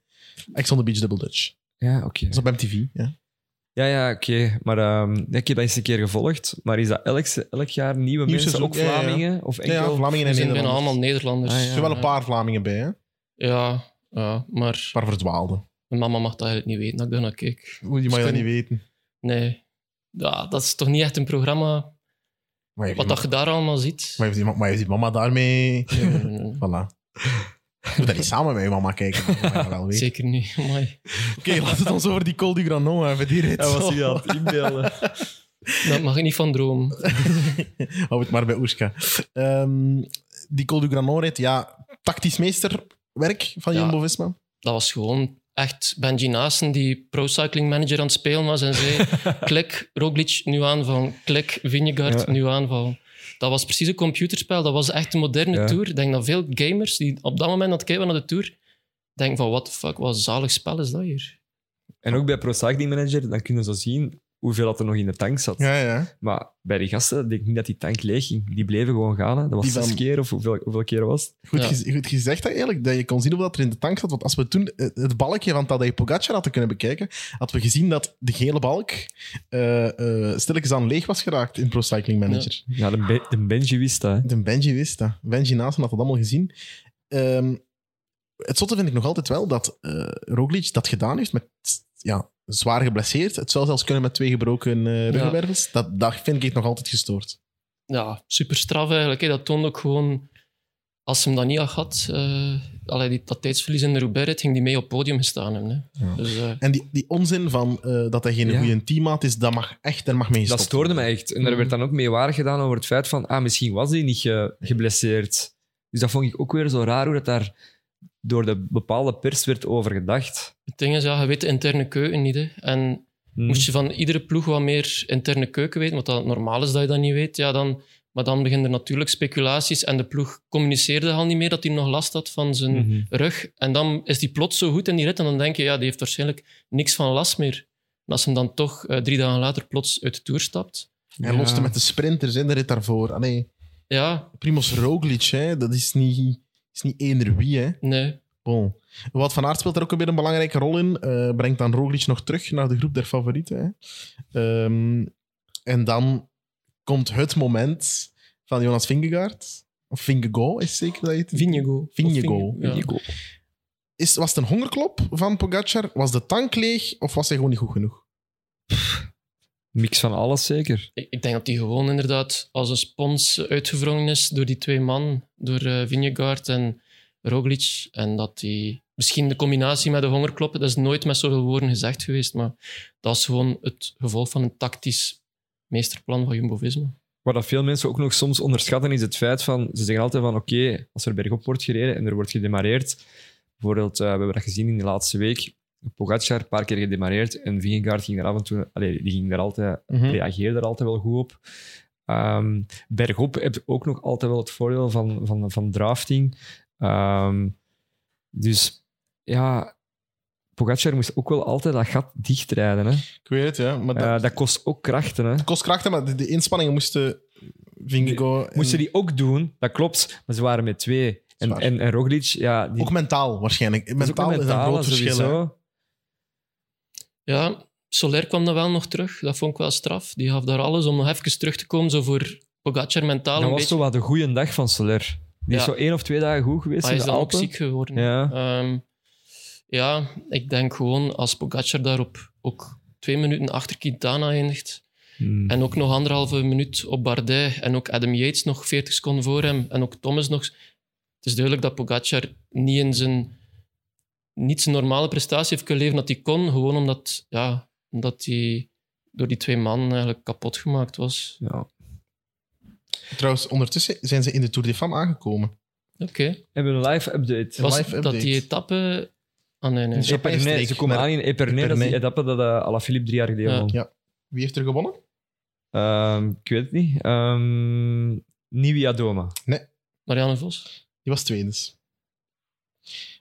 Ex on the Beach Double Dutch. Ja, oké. Dat is op MTV, ja. Ja, ja, oké. Maar ehm, ik heb dat eens een keer gevolgd. Maar is dat elk, elk jaar nieuwe Nieuw mensen, seizoen, ook ja, ja, ja. Vlamingen? Of Ja, enkel? ja, Vlamingen en Er zijn bijna Nederlanders. allemaal Nederlanders. Ah, ja. Er zijn wel een paar Vlamingen bij, hè? een Ja, ja, maar paar verdwaalden. mijn mama mag dat eigenlijk niet weten dat ik daar naar keek. Moet je mag dat niet weten. Nee, ja, dat is toch niet echt een programma Maar heeft, wat dat je daar allemaal ziet. Eh, maar heeft, die, ma- maar heeft die mama daarmee... Nee, nee, nee, nee. Voilà. Moet dat niet samen met je mama kijken. dat mag je wel weten. Zeker niet. (laughs) Amai. Oké, laten we ons over die Col du Granon hebben. Die rit. Dat was hij aan (laughs) het inbeelden. Daar mag je niet van (laughs) dromen. Hou het maar bij Oeska. Ehm, die Col du Granon-rit, ja, tactisch meesterwerk van Ja. Jumbo-Visma. Dat was gewoon echt Benji Naassen die pro-cycling manager aan het spelen was en (laughs) zei klik Roglic, nu aanval. Klik Vingegaard, Ja. nu aanval. Dat was precies een computerspel. Dat was echt een moderne Ja. tour. Ik denk dat veel gamers die op dat moment aan het kijken waren naar de tour denken van what the fuck, wat een zalig spel is dat hier. En ook bij Pro Cycling Manager, dan kunnen ze zo zien hoeveel dat er nog in de tank zat. Ja, ja. Maar bij die gasten, denk ik niet dat die tank leeg ging. Die bleven gewoon gaan. Hè. Dat was Die zes van- keer, of hoeveel, hoeveel keer was het? Goed, Ja. gez- goed gezegd eigenlijk, dat je kon zien of dat er in de tank zat. Want als we toen eh, het balkje van Tadej Pogacar hadden kunnen bekijken, hadden we gezien dat de gele balk eh eh stilletjes aan leeg was geraakt in Pro Cycling Manager. Ja, de, Be- de Benji wist dat. hè. De Benji wist dat. Benji Naassen had dat allemaal gezien. Ehm, het zotte vind ik nog altijd wel dat eh Roglic dat gedaan heeft met ja, zwaar geblesseerd. Het zou zelfs kunnen met twee gebroken eh ruggenwervels. Dat, dat vind ik nog altijd gestoord. ja, super straf eigenlijk. hè. Dat toont ook gewoon, als ze hem dat niet had gehad, eh, allee, die, dat tijdsverlies in de Roubaix, ging die mee op het podium gestaan hebben. Hè. Ja. Dus, eh, En die, die onzin van eh, dat hij geen Ja. goede teammaat is, dat mag echt, daar mag mee Dat gestopt stoorde worden. mij echt. En daar werd dan ook mee waar gedaan over het feit van, ah, misschien was hij niet ge- geblesseerd. Dus dat vond ik ook weer zo raar hoe dat daar door de bepaalde pers werd over gedacht. het ding is, ja, je weet de interne keuken niet. Hè. En Hm. moest je van iedere ploeg wat meer interne keuken weten, want dat normaal is dat je dat niet weet, ja, dan, maar dan beginnen er natuurlijk speculaties en de ploeg communiceerde al niet meer dat hij nog last had van zijn Mhm. rug. En dan is die plots zo goed in die rit en dan denk je, ja, die heeft waarschijnlijk niks van last meer. En als hem dan toch eh, drie dagen later plots uit de Tour stapt, Hij loste Ja. met de sprinters in de rit daarvoor. Ah, nee, ja, Primoz Roglic, hè, dat is niet, is niet eender wie. Hè. nee, Bon. Wout van Aert speelt daar ook weer een belangrijke rol in. Eh, brengt dan Roglic nog terug naar de groep der favorieten. Hè. Ehm, en dan komt het moment van Jonas Vingegaard. Of Vingego is zeker dat je het... Vinjego. Vinjego. Of Vinje- ja. Nico. Is, was het een hongerklop van Pogacar? Was de tank leeg of was hij gewoon niet goed genoeg? Mix van alles zeker. Ik ik denk dat hij gewoon inderdaad als een spons uitgevrongen is door die twee man, door eh Vingegaard en Roglic. En dat hij misschien de combinatie met de hongerkloppen, dat is nooit met zoveel woorden gezegd geweest, maar dat is gewoon het gevolg van een tactisch meesterplan van Jumbo-Visma. Wat dat veel mensen ook nog soms onderschatten is het feit van, ze zeggen altijd van oké, als er bergop wordt gereden en er wordt gedemareerd, bijvoorbeeld, eh, we hebben dat gezien in de laatste week, Pogacar een paar keer gedemareerd en Vingegaard ging daar af en toe, allee, die ging daar altijd Hm. reageer daar altijd wel goed op. Ehm, bergop heb ook nog altijd wel het voordeel van, van, van drafting. Ehm, dus ja, Pogacar moest ook wel altijd dat gat dichtrijden. Hè. Ik weet het, ja. Maar dat, Eh, dat kost ook krachten. Hè. het kost krachten, maar de, de inspanningen moesten Vingego... en- Moesten die ook doen, dat klopt, maar ze waren met twee. En, Zwaar. en, en Roglic, ja, die Ook mentaal, waarschijnlijk. dat is ook Mentaal is, een een mentale groot verschil. hè. sowieso. Ja, Soler kwam dan wel nog terug. Dat vond ik wel straf. Die gaf daar alles om nog even terug te komen, zo voor Pogacar mentaal Dat een was beetje. zo wat de goede dag van Soler. Die is Ja. zo één of twee dagen goed geweest Ah, Hij in is de dan ook Alpen. ziek geworden. Ja. Ehm, ja, ik denk gewoon als Pogacar daarop ook twee minuten achter Quintana eindigt. Hmm. En ook nog anderhalve minuut op Bardet. En ook Adam Yates nog 40 seconden voor hem. En ook Thomas nog. Het is duidelijk dat Pogacar niet in zijn, niet zijn normale prestatie heeft kunnen leveren dat hij kon. Gewoon omdat, ja, omdat hij door die twee mannen eigenlijk kapot gemaakt was. Ja. Trouwens, ondertussen zijn ze in de Tour de Femme aangekomen. Oké. Hebben we een live update? Een Was live dat update. die etappe... Ah, nee, nee. Dus- Japanse Epernay, streek, ze komen maar- aan in Epernay, dat is die Epernay. etappe dat eh Alaphilippe drie jaar geleden Ja. won. Ja. Wie heeft er gewonnen? Ehm, ik weet het niet. Ehm Nieuwiadoma. Marianne Vos. Die was tweede. dus.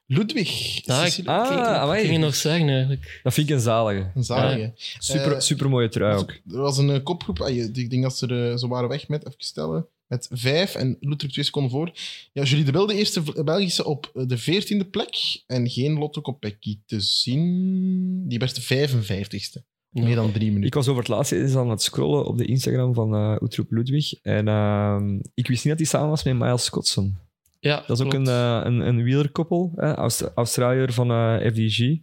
Ludwig. Ja, ik, Cecilia- Ah, ik- ik- amai. ik ging het nog zeggen eigenlijk. Dat vind ik een zalige. Een zalige. Super, Eh, supermooie trui ook. Er was een eh, kopgroep. ah, je- ik denk dat ze er, eh, ze waren weg met, even stellen, met vijf en Luther twee seconden voor. Ja, Julie de Bel, de eerste V- Belgische op eh, de veertiende plek. En geen Lotto Kopecky te zien. Die werd de 55ste. Meer dan drie minuten. Ik was over het laatste eens aan het scrollen op de Instagram van eh Utroep Ludwig. En ehm, ik wist niet dat hij samen was met Miles Scottson. Ja, Dat is ook klopt. een, eh, een, een wielerkoppel, hè, Aust- Australiër van eh, FDG.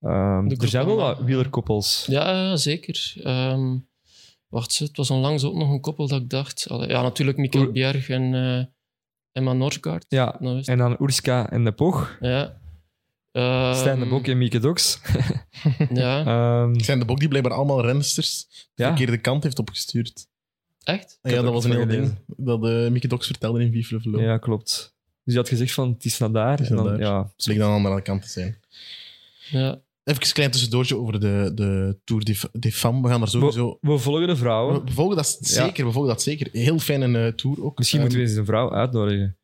Ehm, De er zijn wel groepen- wat wielerkoppels. Ja, zeker. Ehm, wacht, het was onlangs ook nog een koppel dat ik dacht. Allee, ja, natuurlijk Mikkel Oer- Bjerg en eh, Emma Norgaard. Ja, Nou, is het- en dan Urska en de Poch. ja. Ehm, Stijn de Bok en Mieke (laughs) Doks. Ehm, Ja, Het zijn de Bok die blijkbaar allemaal rensters de Ja. verkeerde kant heeft opgestuurd. echt? Ja, had dat er was een iets heel van ding. gelezen. Dat eh Mickey Dox vertelde in Vive le Velo. ja, klopt. Dus je had gezegd van, het is naar daar. Het is en naar dan, daar. Ja, Dus bleek dan aan de andere kant te zijn. Ja. Even een klein tussendoortje over de, de Tour de, de Femme. We gaan daar sowieso... we volgen de We, vrouwen. we volgen dat Oh. Ja. zeker. We volgen dat zeker. Heel fijne eh, tour ook. Misschien moeten we eens een vrouw uitnodigen.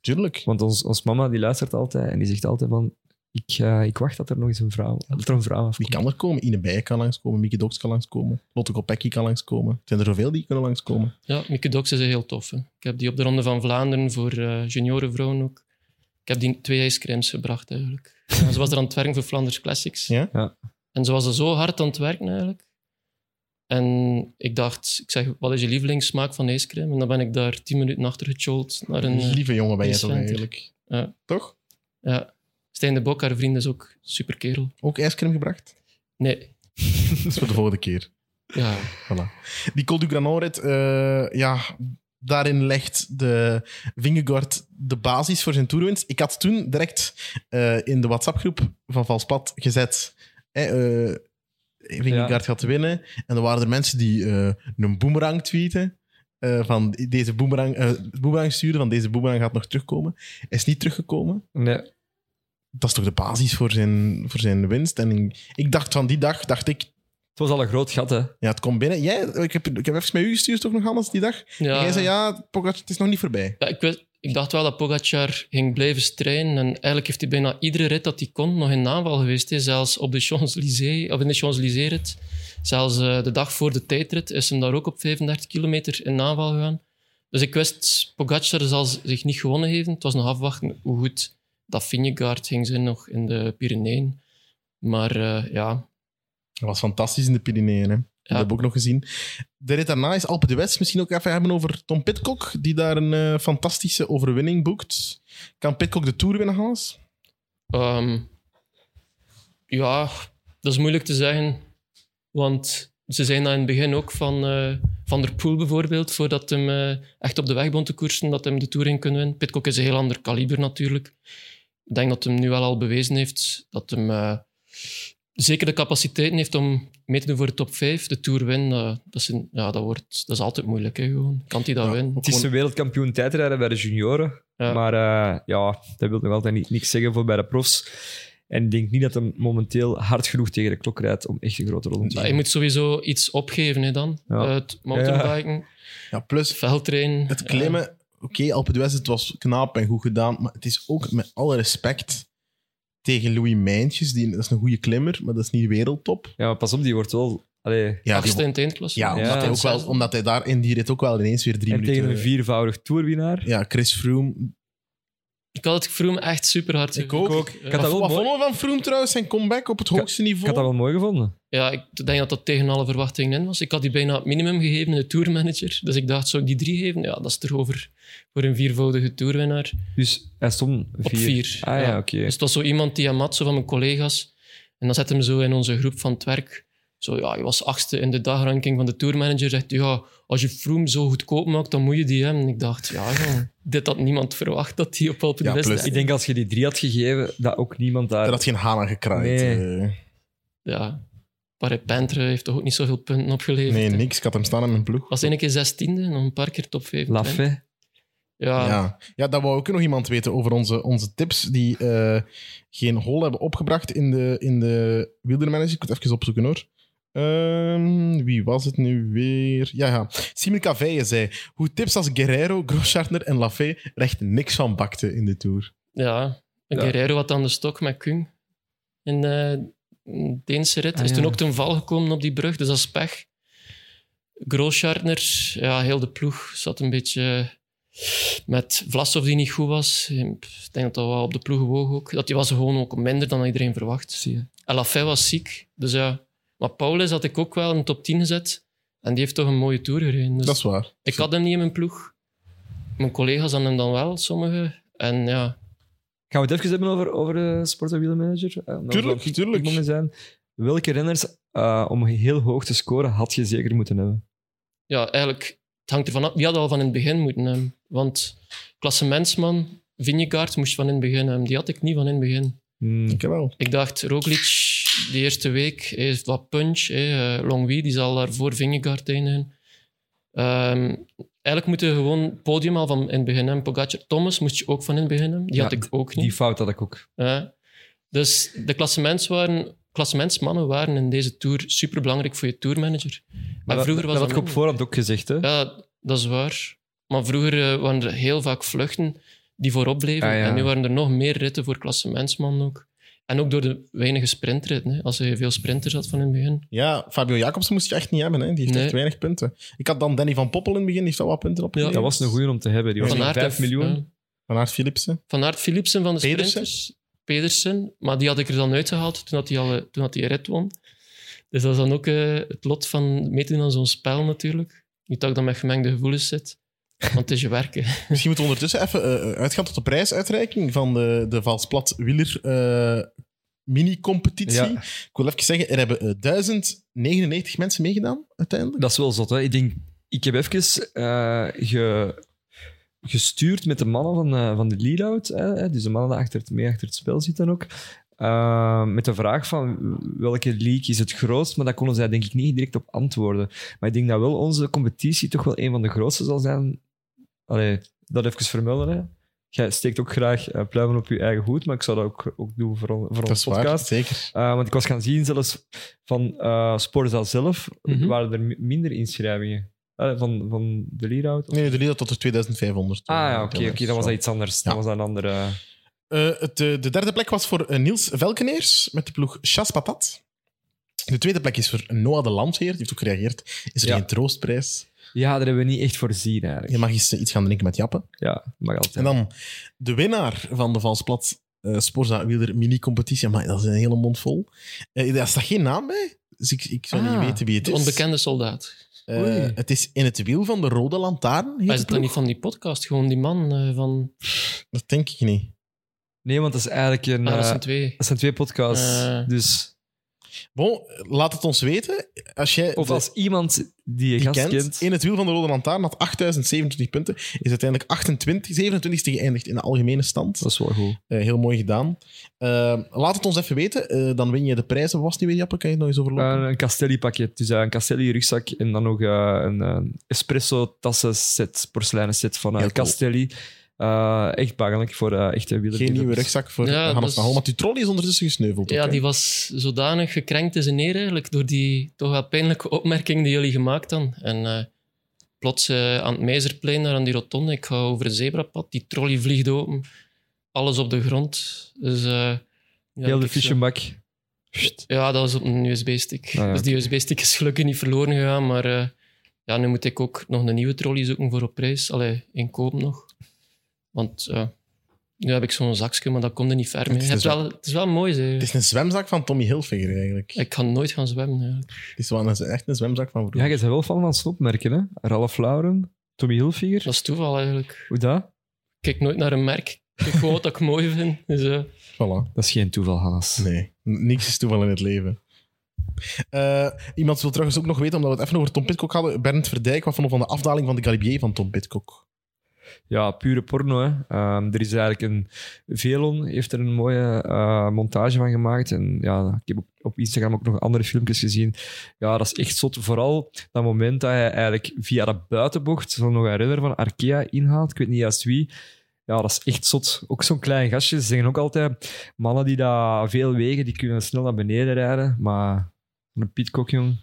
Tuurlijk. Want ons, ons mama die luistert altijd en die zegt altijd van... Ik, eh, ik wacht dat er nog eens een vrouw, dat er een vrouw Wie afkomt. kan er komen? Ine Bijen kan langskomen, Mickey Dox kan langskomen, Lotte Kopecky kan langskomen. Er zijn er zoveel die kunnen langskomen. ja, Mieke Doks is heel tof. Hè. Ik heb die op de Ronde van Vlaanderen voor eh, juniorenvrouwen ook. Ik heb die twee ijscremes gebracht eigenlijk. En ze was er aan het werken voor Flanders Classics. Ja? Ja. En ze was er zo hard aan het werken eigenlijk. En ik dacht, ik zeg, wat is je lievelingssmaak van ijscreme? En dan ben ik daar tien minuten achter gechold naar een... eh, Lieve jongen ben jij een toch center. eigenlijk. Ja. Toch? Ja. Stijn de Bok, haar vriend, is ook super kerel. Ook ijscreme gebracht? Nee, Dat is voor de volgende keer. ja. Voilà. Die Col du Granon-rit, eh, ja, daarin legt de Vingegaard de basis voor zijn toerwinst. Ik had toen direct eh, in de WhatsApp-groep van Valspad gezet... Hè, eh, Vingegaard gaat winnen. En dan waren er mensen die eh, een boomerang tweeten. eh, van deze boomerang, eh boomerang sturen, van deze boomerang gaat nog terugkomen. Hij is niet teruggekomen. Nee, Dat is toch de basis voor zijn, voor zijn winst. En ik, ik dacht van die dag, dacht ik, het was al een groot gat, hè. ja, het komt binnen. Jij, ik, heb, ik heb even met u gestuurd, toch nog, Hans, die dag? En ja. jij zei, ja, Pogacar, het is nog niet voorbij. Ja, ik, wist- ik dacht wel dat Pogacar ging blijven strijden. En eigenlijk heeft hij bijna iedere rit dat hij kon nog in aanval geweest. Hè. Zelfs op de Champs-Élysées, of in de Champs-Élysées-rit. Zelfs eh, de dag voor de tijdrit is hem daar ook op 35 kilometer in aanval gegaan. Dus ik wist, Pogacar zal z- zich niet gewonnen hebben. Het was nog afwachten hoe goed dat Vingegaard ging zijn nog in de Pyreneeën. Maar eh, ja, Dat was fantastisch in de Pyreneeën, hè. Ja. Dat heb ik ook nog gezien. De rit daarna is Alpe d'Huez. Misschien ook even hebben over Tom Pitcock, die daar een eh, fantastische overwinning boekt. Kan Pitcock de Tour winnen, Hans? Ehm, ja, dat is moeilijk te zeggen. Want ze zijn dat in het begin ook van eh, Van der Poel bijvoorbeeld, voordat hem eh, echt op de weg begon te koersen, dat hem de Tour in kunnen winnen. Pitcock is een heel ander kaliber natuurlijk. Ik denk dat hem nu wel al bewezen heeft dat hem eh, zeker de capaciteiten heeft om mee te doen voor de top 5. De Tour winnen, eh, dat, is een- ja, dat, wordt, dat is altijd moeilijk. Hè, gewoon. Kan hij dat Ja, winnen? ook Het is de wereldkampioen tijdrijden bij de junioren. Ja. Maar eh, ja, dat wil nog altijd niet, niks zeggen voor bij de profs. En ik denk niet dat hij momenteel hard genoeg tegen de klok rijdt om echt een grote rol te Ja, je spelen. moet sowieso iets opgeven hè, dan. Ja. Eh, het mountainbiken, Ja, plus veldtrainen. het eh, klimmen. Oké, Alpe d'Huez, het was knap en goed gedaan. Maar het is ook met alle respect tegen Louis Mijntjes. Die, dat is een goede klimmer, maar dat is niet wereldtop. Ja, maar pas op, die wordt wel... Allee, Ja, die- achtste in het eindklasse. ja, omdat, Ja. Hij ook wel, omdat hij daar in die rit ook wel ineens weer drie en minuten... eh, tegen een viervoudig toerwinnaar. Ja, Chris Froome, Ik had het vroeg echt super hard. Ik ook. Ik had dat wel Wat mooi- vonden we van Froome trouwens? Zijn comeback op het had- hoogste ik niveau? had dat wel mooi gevonden. Ja, ik denk dat dat tegen alle verwachtingen in was. Ik had die bijna het minimum gegeven, de tourmanager. Dus ik dacht, zou ik die drie geven? Ja, dat is toch over voor een viervoudige tourwinnaar. Dus hij stond Op vier. vier, Ah ja, ja. oké. Dus het was zo iemand die Amat, zo van mijn collega's. En dan zette hem zo in onze groep van het werk. Zo, ja, je was achtste in de dagranking van de tourmanager. Zegt, ja, als je Froome zo goedkoop maakt, dan moet je die hebben. En ik dacht, ja, ja, dit had niemand verwacht, dat die op Alpe Ja, d'Huez... plus- Ik denk als je die drie had gegeven, dat ook niemand daar... Er had geen haan aan gekraaid. Nee. eh. ja, Paré Pentre heeft toch ook niet zoveel punten opgeleverd. nee, hè? niks. Ik had hem staan in mijn ploeg. Was één keer zestiende, nog een paar keer top 5. Laf, hè? Ja, ja. Ja. ja, dat wou ook nog iemand weten over onze, onze tips die eh, geen hol hebben opgebracht in de, in de wielermanager. Ik moet het even opzoeken hoor. Eh, Ehm, wie was het nu weer? Ja, ja. Simon Caveye zei hoe tips als Guerrero, Grosschartner en Lafay er echt niks van bakten in de Tour. Ja, een Ja. Guerrero had aan de stok met Kung in de Deense rit. Ah, is toen ja. ook ten val gekomen op die brug, dus dat is pech. Grooschartner, ja, heel de ploeg zat een beetje met Vlasov die niet goed was. Ik denk dat dat wel op de ploeg woog ook. Dat die was gewoon ook minder dan iedereen verwacht, zie je. En Lafay was ziek, dus ja. Maar Paulus had ik ook wel in de top 10 gezet. En die heeft toch een mooie tour gereden. Dus Dat is waar. ik had hem niet in mijn ploeg. Mijn collega's hadden hem dan wel, sommigen. En ja, Gaan we het even hebben over, over de Sport en Wielenmanager? Eh, omdat we Tuurlijk, op die- tuurlijk. die moment Zijn. Welke renners eh, om heel hoog te scoren had je zeker moeten hebben? ja, eigenlijk, het hangt ervan af. Wie had al van in het begin moeten hebben? Want klassementsman, Vinjekaart, moest van in het begin hebben. Die had ik niet van in het begin. Hmm. Ik wel. Ik dacht, Roglic, die eerste week, hij heeft wat punch. hè. Eh, Longwy, die zal daar voor Vingegaard eindigen. Ehm, eigenlijk moeten we gewoon het podium al van in het begin hebben. Pogacar, Thomas moest je ook van in het begin hebben. Die Ja, had ik ook niet. Die fout had ik ook. Ja. Dus de klassements waren, klassementsmannen waren in deze tour superbelangrijk voor je tourmanager. Maar dat- vroeger was dat dat had ik op minder. voorhand ook gezegd. Hè? Ja, dat is waar. Maar vroeger eh, waren er heel vaak vluchten die voorop bleven. Ah, ja. En nu waren er nog meer ritten voor klassementsmannen ook. En ook door de weinige sprintritten. Hè. Als je veel sprinters had van in het begin. Ja, Fabio Jacobsen moest je echt niet hebben. Hè. Die heeft Nee. echt weinig punten. Ik had dan Danny van Poppel in het begin. Die heeft wel wat punten opgeleverd. Dat was een goeie om te hebben. Die was Van van Aert 5 heeft- miljoen. ja. Van Aert Philipsen. Van Aert Philipsen van de Pedersen? sprinters. Pedersen. Maar die had ik er dan uitgehaald toen had hij, al, eh, toen had hij red won. Dus dat is dan ook eh, het lot van meedoen aan zo'n spel natuurlijk. Niet dat ik dan met gemengde gevoelens zit. Want het is je werken. Misschien (laughs) moeten we ondertussen even eh, uitgaan tot de prijsuitreiking van de, de Valsplat Wieler eh, mini-competitie. Ja. Ik wil even zeggen, er hebben eh, 1099 mensen meegedaan uiteindelijk. Ehm, Dat is wel zot. Hè? Ik denk, ik heb even eh, ge- gestuurd met de mannen van, eh, van de lead-out. hè, hè, dus de mannen die achter het, mee achter het spel zitten ook. eh, met de vraag van welke league is het grootst, maar daar konden zij denk ik niet direct op antwoorden. Maar ik denk dat wel onze competitie toch wel een van de grootste zal zijn. Allee, dat even vermelden. Hè. Jij steekt ook graag eh, pluimen op je eigen hoed, maar ik zou dat ook, ook doen voor, on- voor Dat onze is podcast. waar, zeker. Eh, want ik was gaan zien, zelfs van eh Sporza zelf, Mhm. waren er mi- minder inschrijvingen. Eh, van, van de leadout. Nee, de eh, Lidl tot er 2500. Ah ja, oké, oké, dan was dat iets anders. Dan Ja. was dat een andere... Eh, het, eh, de derde plek was voor eh, Niels Velkeneers met de ploeg Chas Patat. De tweede plek is voor Noah de Landheer. Die heeft ook gereageerd. Is er Ja. geen troostprijs? Ja, daar hebben we niet echt voorzien eigenlijk. Je mag eens eh, iets gaan drinken met Jappen. Ja, mag altijd. En dan de winnaar van de Valsplat eh Sporza Wieler mini-competitie. Maar dat is een hele mond vol. Eh, daar staat geen naam bij. Dus ik, ik zou Ah, niet weten wie het De is. onbekende soldaat. Eh, Oei. het is in het wiel van de Rode Lantaarn. heet Hij de zit dan ploeg. niet van die podcast. Gewoon die man eh, van Dat denk ik niet. Nee, want dat is eigenlijk een... eh, Arassen 2. dat zijn twee podcasts, Eh. dus... Bon, laat het ons weten. Als jij Of de- als iemand die je die gast kent, kent... in het wiel van de Rode Lantaarn had 8027 punten. Is uiteindelijk 28, 27ste geëindigd in de algemene stand. Dat is wel goed. Eh, heel mooi gedaan. Eh, laat het ons even weten. Eh, dan win je de prijzen. Wat was het nu weer, Jappe? Kan je het nog eens overlopen? Eh, een Castelli-pakket. Dus eh, een Castelli-rugzak en dan nog eh, een eh, espresso-tassen-set, porseleinen-set van eh, Heel cool. Castelli. Eh, echt bangelijk voor eh, echte wielers. Geen nieuwe rugzak voor Ja, Hannes dat is- van Holm. Want die trolley is ondertussen gesneuveld. Ja, ook, hè. die was zodanig gekrenkt in zijn eer eigenlijk door die toch wel pijnlijke opmerking die jullie gemaakt hadden. En eh, plots eh, aan het Meizerplein, daar aan die rotonde, ik ga over het zebrapad, die trolley vliegt open, alles op de grond. Dus, eh, ja, ik Heel de heb zo- fischenbak. Ja, dat was op een USB-stick. Ah, ja, Dus die USB-stick is gelukkig niet verloren gegaan, maar eh, ja, nu moet ik ook nog een nieuwe trolley zoeken voor op prijs. Allee, inkoop nog. Want ja, nu heb ik zo'n zakje, maar dat komt er niet ver mee. is Je hebt dus wel- Het is wel mooi, zeg. Het is een zwemzak van Tommy Hilfiger eigenlijk. Ik kan nooit gaan zwemmen. Ja. Het is wel een, echt een zwemzak van Ja, vroeger. je bent wel fan van stopmerken, hè? Ralph Lauren, Tommy Hilfiger. Dat is toeval eigenlijk. Hoe dat? Ik kijk nooit naar een merk. Ik kijk gewoon wat ik mooi vind. Dus, eh, Voilà. Dat is geen toeval, Hannes. Nee, n- niks is toeval in het leven. Eh, iemand wil trouwens ook nog weten, omdat we het even over Tom Pitcock hadden. Bernd Verdijk, wat vond je van de afdaling van de Galibier van Tom Pitcock? Ja, pure porno. Hè. Ehm, er is eigenlijk een. Velon heeft er een mooie eh, montage van gemaakt. En ja, ik heb op, op Instagram ook nog andere filmpjes gezien. Ja, dat is echt zot. Vooral dat moment dat hij eigenlijk via de buitenbocht van nog een renner van Arkea inhaalt. Ik weet niet juist wie. Ja, dat is echt zot. Ook zo'n klein gastje. Ze zeggen ook altijd: mannen die daar veel wegen, die kunnen snel naar beneden rijden. Maar een Pietkok, jong.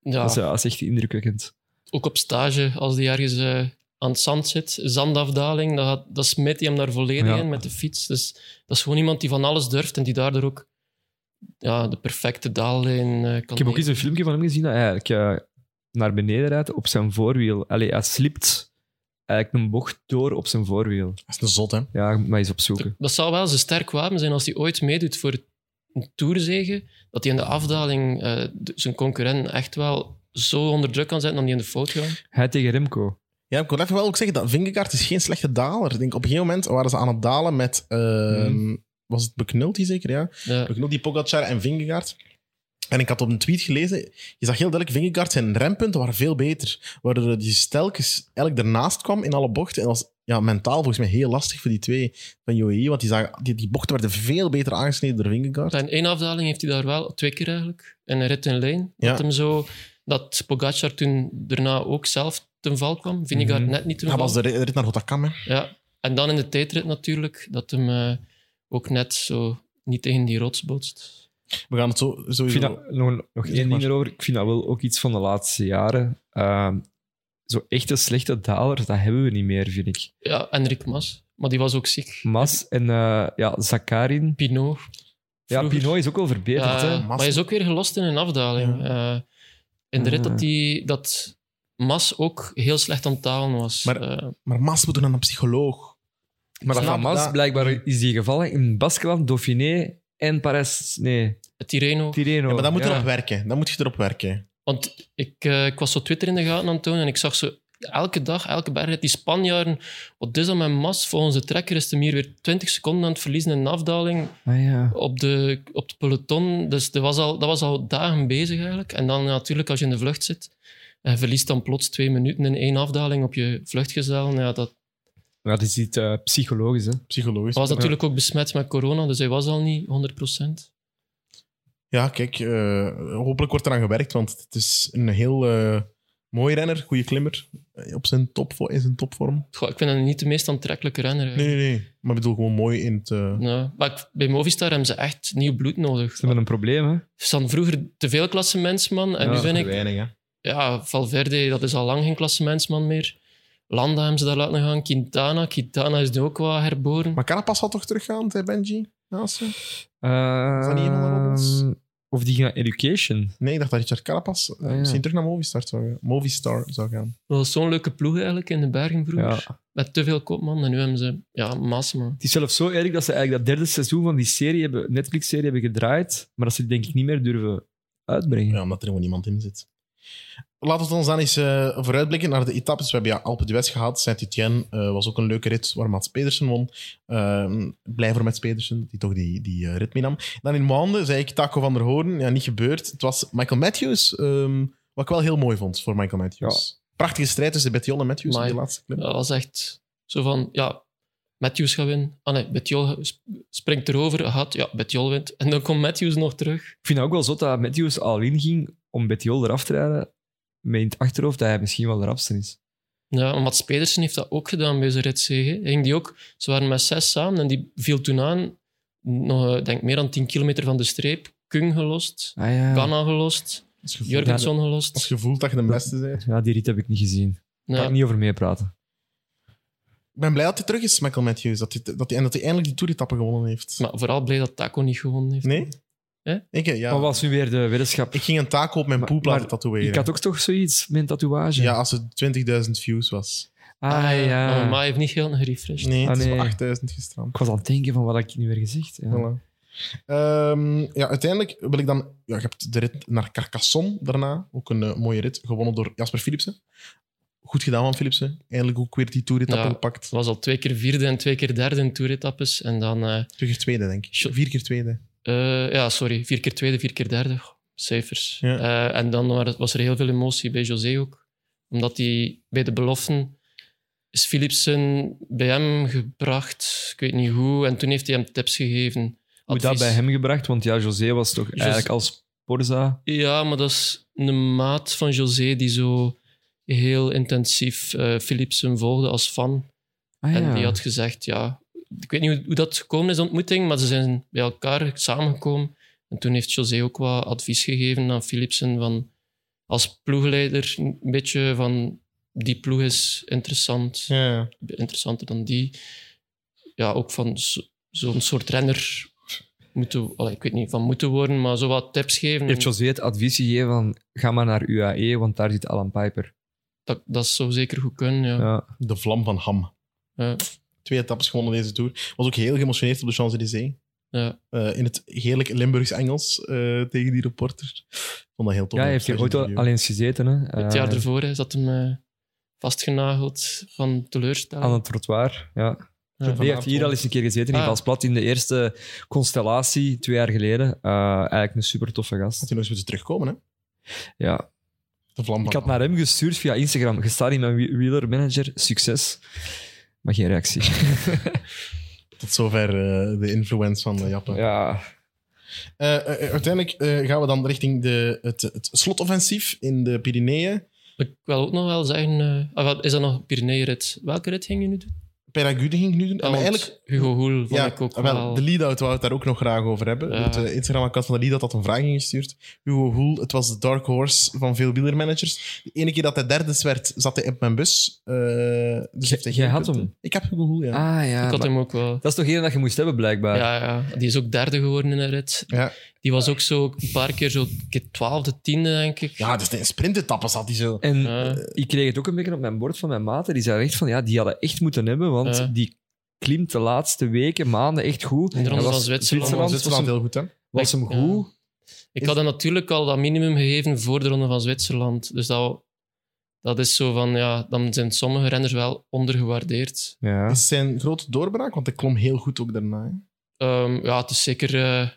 Ja, Dat, is, eh, ja, dat is echt indrukwekkend. ook op stage, als die ergens eh, aan het zand zit, zandafdaling, dan, gaat- dan smijt hij hem daar volledig Ja. in met de fiets. Dus dat is gewoon iemand die van alles durft en die daardoor ook ja, de perfecte daallijn eh, kan Ik heb ook nemen. eens een filmpje van hem gezien dat hij eigenlijk eh, naar beneden rijdt op zijn voorwiel. Allee, hij slipt eigenlijk een bocht door op zijn voorwiel. Dat is een zot, hè? Ja, je moet maar eens opzoeken. Dat zou wel zijn sterk wapen zijn als hij ooit meedoet voor een toerzegen. Dat hij in de afdaling eh, de- zijn concurrent echt wel zo onder druk kan zetten dat hij in de fout gaat. Hij tegen Remco. Ja, ik wil even wel ook zeggen dat Vingegaard is geen slechte daler. Ik denk, op een gegeven moment waren ze aan het dalen met... eh, Was het Beknulti zeker, ja? Ja. Beknulti, Pogacar en Vingegaard. En ik had op een tweet gelezen, je zag heel duidelijk, Vingegaard zijn rempunten waren veel beter. Waardoor hij dus telkens eigenlijk ernaast kwam in alle bochten. En dat was ja, mentaal volgens mij heel lastig voor die twee van UAE, want die, zagen, die, die bochten werden veel beter aangesneden door Vingegaard. In één afdaling heeft hij daar wel, twee keer eigenlijk, in een rit in lijn. Ja. Dat, hem zo, dat Pogacar toen daarna ook zelf ten val kwam. Vinegaard Mhm. net niet ten Dat val. was de rit de rit naar Rotterdam, hè. ja. En dan in de tijdrit natuurlijk, dat hem eh, ook net zo niet tegen die rots botst. We gaan het zo, Ik sowieso... vind dat, nog, nog Zeg één maar. ding erover. Ik vind dat wel ook iets van de laatste jaren. Ehm, zo echte slechte dalers, dat hebben we niet meer, vind ik. Ja, en Rick Mas. Maar die was ook ziek. Mas en eh, ja, Zakarin. Pinot. Ja, Vroeger. Pinot is ook wel verbeterd. Ja, hè. maar hij is ook weer gelost in een afdaling. Eh, in de rit Mhm. dat, die, dat Mas ook heel slecht aan het talen was. Maar- Eh, Maar Mas moet doen aan een psycholoog. Maar dat Snap van Mas, dat. blijkbaar is die gevallen in Baskeland, Dauphiné en Parijs. Nee, het Tireno. Tireno. Ja, maar dan moet je Ja. erop werken. Dan moet je erop werken. Want ik, eh, ik was zo Twitter in de gaten aan het doen en ik zag zo elke dag, elke bergrit, die Spanjaarden. Wat is dat met Mas? Volgens de trekker is hem hier weer 20 seconden aan het verliezen in een afdaling Ah, ja. op de, op de peloton. Dus dat was, al, dat was al dagen bezig eigenlijk. En dan natuurlijk als je in de vlucht zit en je verliest dan plots twee minuten in één afdaling op je vluchtgezel. Ja, dat, Maar dat is iets eh, psychologisch, hè. Psychologisch. Hij was natuurlijk ook besmet met corona, dus hij was al niet 100%. Ja, kijk, eh, hopelijk wordt eraan gewerkt, want het is een heel eh, mooi renner, goede klimmer. eh, Op zijn top, in zijn topvorm. Goh, ik vind hem niet de meest aantrekkelijke renner. Nee, eigenlijk. nee, nee. Maar ik bedoel gewoon mooi in het. eh, Ja, maar ik- bij Movistar hebben ze echt nieuw bloed nodig. Ze hebben een probleem, hè. Ze hadden vroeger te veel klassementsman en Ja, nu dat vind ik... weinig, hè? Ja, Valverde, dat is al lang geen klassementsman meer. Landa hebben ze daar laten gaan, Quintana. Quintana is nu ook wel herboren. Maar Carapaz zal toch teruggaan, zei Benji? Naast je? Is dat niet iemand van Robbels? Ehm, Of die gaan Education. Nee, ik dacht dat Richard Carapaz eh, Ah, ja. misschien terug naar Movistar zou, gaan- Movistar zou gaan. Dat was zo'n leuke ploeg eigenlijk in de bergen Ja. vroeger. Met te veel kopman en nu hebben ze... Ja, massa man. Het is zelfs zo erg dat ze eigenlijk dat derde seizoen van die serie hebben, Netflix-serie hebben gedraaid, maar dat ze die denk ik niet meer durven uitbrengen. Ja, omdat er gewoon niemand in zit. Laten we ons dan eens eh, vooruitblikken naar de etappes. We hebben ja Alpe d'Huez gehad. Saint-Étienne eh, was ook een leuke rit waar Mats Pedersen won. Ehm, blij voor Mats Pedersen, die toch die, die eh, rit meenam. Dan in Maanden zei ik Taco van der Hoorn. Ja, niet gebeurd. Het was Michael Matthews, ehm, wat ik wel heel mooi vond voor Michael Matthews. Prachtige strijd tussen Betjon en Matthews in Amai. die laatste klim. Dat was echt zo van, ja, Matthews gaat winnen. Ah nee, Betjol sp- springt erover, gaat, ja, Betjol wint. En dan komt Matthews nog terug. Ik vind het ook wel zot dat Matthews al inging om Bettiol eraf te rijden, met in het achterhoofd dat hij misschien wel de rapste is. Ja, en Mats Pedersen heeft dat ook gedaan bij zijn ritzege. Hij Ging die ook, ze waren met zes samen en die viel toen aan, nog, eh, denk meer dan 10 kilometer van de streep. Kung gelost, Ah ja. Ganna gelost, Als je voelt- Jurgenson als gelost. je voelt dat je de beste bent. Ja, die rit heb ik niet gezien. Daar kan Ja, ik niet over meepraten. Ik ben blij dat hij terug is, Michael Matthews. Dat hij, dat hij, en dat hij eindelijk die toeretappe gewonnen heeft. maar vooral blij dat Taco niet gewonnen heeft. Nee? Hè? Ik, eh, ja. Maar was nu weer de weddenschap? Ik ging een taco op mijn Maar- poep laten maar tatoeëren. Ik had ook toch zoiets met een tatoeage? Ja, als het 20.000 views was. Ah ja. Maar hij heeft niet heel gerefreshed. Nee, het Ah, is nee. voor 8000 gestrand. Ik was aan het denken van wat heb ik nu weer gezegd. Ja. Voilà. Ehm, ja, uiteindelijk wil ik dan... Ja, je hebt de rit naar Carcassonne daarna. Ook een eh, mooie rit, gewonnen door Jasper Philipsen. Goed gedaan van Philipsen. Eindelijk ook weer die toeretappe Ja. gepakt. Ze was al twee keer vierde en twee keer derde in toeretappes. En dan eh, Twee keer tweede, denk ik. Sure. Vier keer tweede. Eh, ja, sorry. Vier keer tweede, vier keer derde. Goh, Cijfers. Ja. Eh, en dan waren- was er heel veel emotie bij José ook. Omdat hij bij de beloften is Philipsen bij hem gebracht. Ik weet niet hoe. En toen heeft hij hem tips gegeven. Hoe dat advies. bij hem gebracht? Want ja, José was toch eigenlijk als Porza. Ja, maar dat is een maat van José die zo heel intensief eh, Philipsen volgde als fan. Ah, En die had gezegd, ja... Ik weet niet hoe, hoe dat gekomen is, de ontmoeting, maar ze zijn bij elkaar samengekomen. En toen heeft José ook wat advies gegeven aan Philipsen van... als ploegleider een beetje van die ploeg is interessant, Ja. interessanter dan die. Ja, ook van zo- zo'n soort renner moeten, allee, ik weet niet, van moeten worden, maar zo wat tips geven. Heeft José het advies gegeven van ga maar naar UAE, want daar zit Alan Piper. dat, dat zou zeker goed kunnen, ja. Ja. De vlam van Ham. Ja. Twee etappes gewonnen deze Tour. Was ook heel geëmotioneerd op de Champs-Élysées. Ja. Eh, in het heerlijk Limburgs Engels eh, tegen die reporter. Ik vond dat heel tof. Ja, hij heeft hier ooit al eens gezeten. Hè. Het Eh, jaar ervoor hè, zat hem eh, vastgenageld van teleurstelling. Aan het trottoir, ja. Ja. Die heeft hier al eens een keer gezeten in Ah. Valsplat in de eerste constellatie twee jaar geleden. Eh, eigenlijk een super toffe Had gast. hij nog eens moeten terugkomen, hè? Ja. De vlam van Ik had Ham. naar hem gestuurd via Instagram. Je staat in mijn wie- wielermanager, succes. Maar geen reactie. Tot zover eh, de influence van de Japan. ja, Eh, eh, eh, uiteindelijk eh, gaan we dan richting de, het, het slotoffensief in de Pyreneeën. Ik wil ook nog wel zeggen, eh, ah, wat- is dat nog Pyrenee-rit? Welke rit ging je nu doen? Peragude ging ik nu doen. Ah, maar want eigenlijk, Hugo Hoel vond ja, ah, ik ook wel, wel... de lead-out wou ik daar ook nog graag over hebben. Ja. Het eh, Instagram-account van de lead-out had een vraag ingestuurd. Hugo Hoel, het was de dark horse van veel wielermanagers. De ene keer dat hij derde werd, zat hij op mijn bus. Eh, dus heeft hij jij geen had punten. hem? Ik heb Hugo Hoel, ja. Ah ja. ik had maar hem ook wel... Dat is toch één dat je moest hebben, blijkbaar. Ja, ja, die is ook derde geworden in een rit. Ja. Die was ook zo een paar keer zo keer twaalfde, tiende, denk ik. Ja, dus in sprintetappen zat hij zo. En Eh. ik kreeg het ook een beetje op mijn bord van mijn maten. Die zei echt van, ja, die hadden echt moeten hebben, want Eh. die klimt de laatste weken, maanden echt goed. In de Ronde En van Zwitserland. Zwitserland, was Zwitserland hem, heel goed, hè? was hem Ja. goed. Ik Is- had hem natuurlijk al dat minimum gegeven voor de Ronde van Zwitserland. Dus dat, dat is zo van, ja, dan zijn sommige renners wel ondergewaardeerd. Ja. Dat is zijn grote doorbraak, want hij klom heel goed ook daarna. hè. Ehm, ja, het is zeker... eh,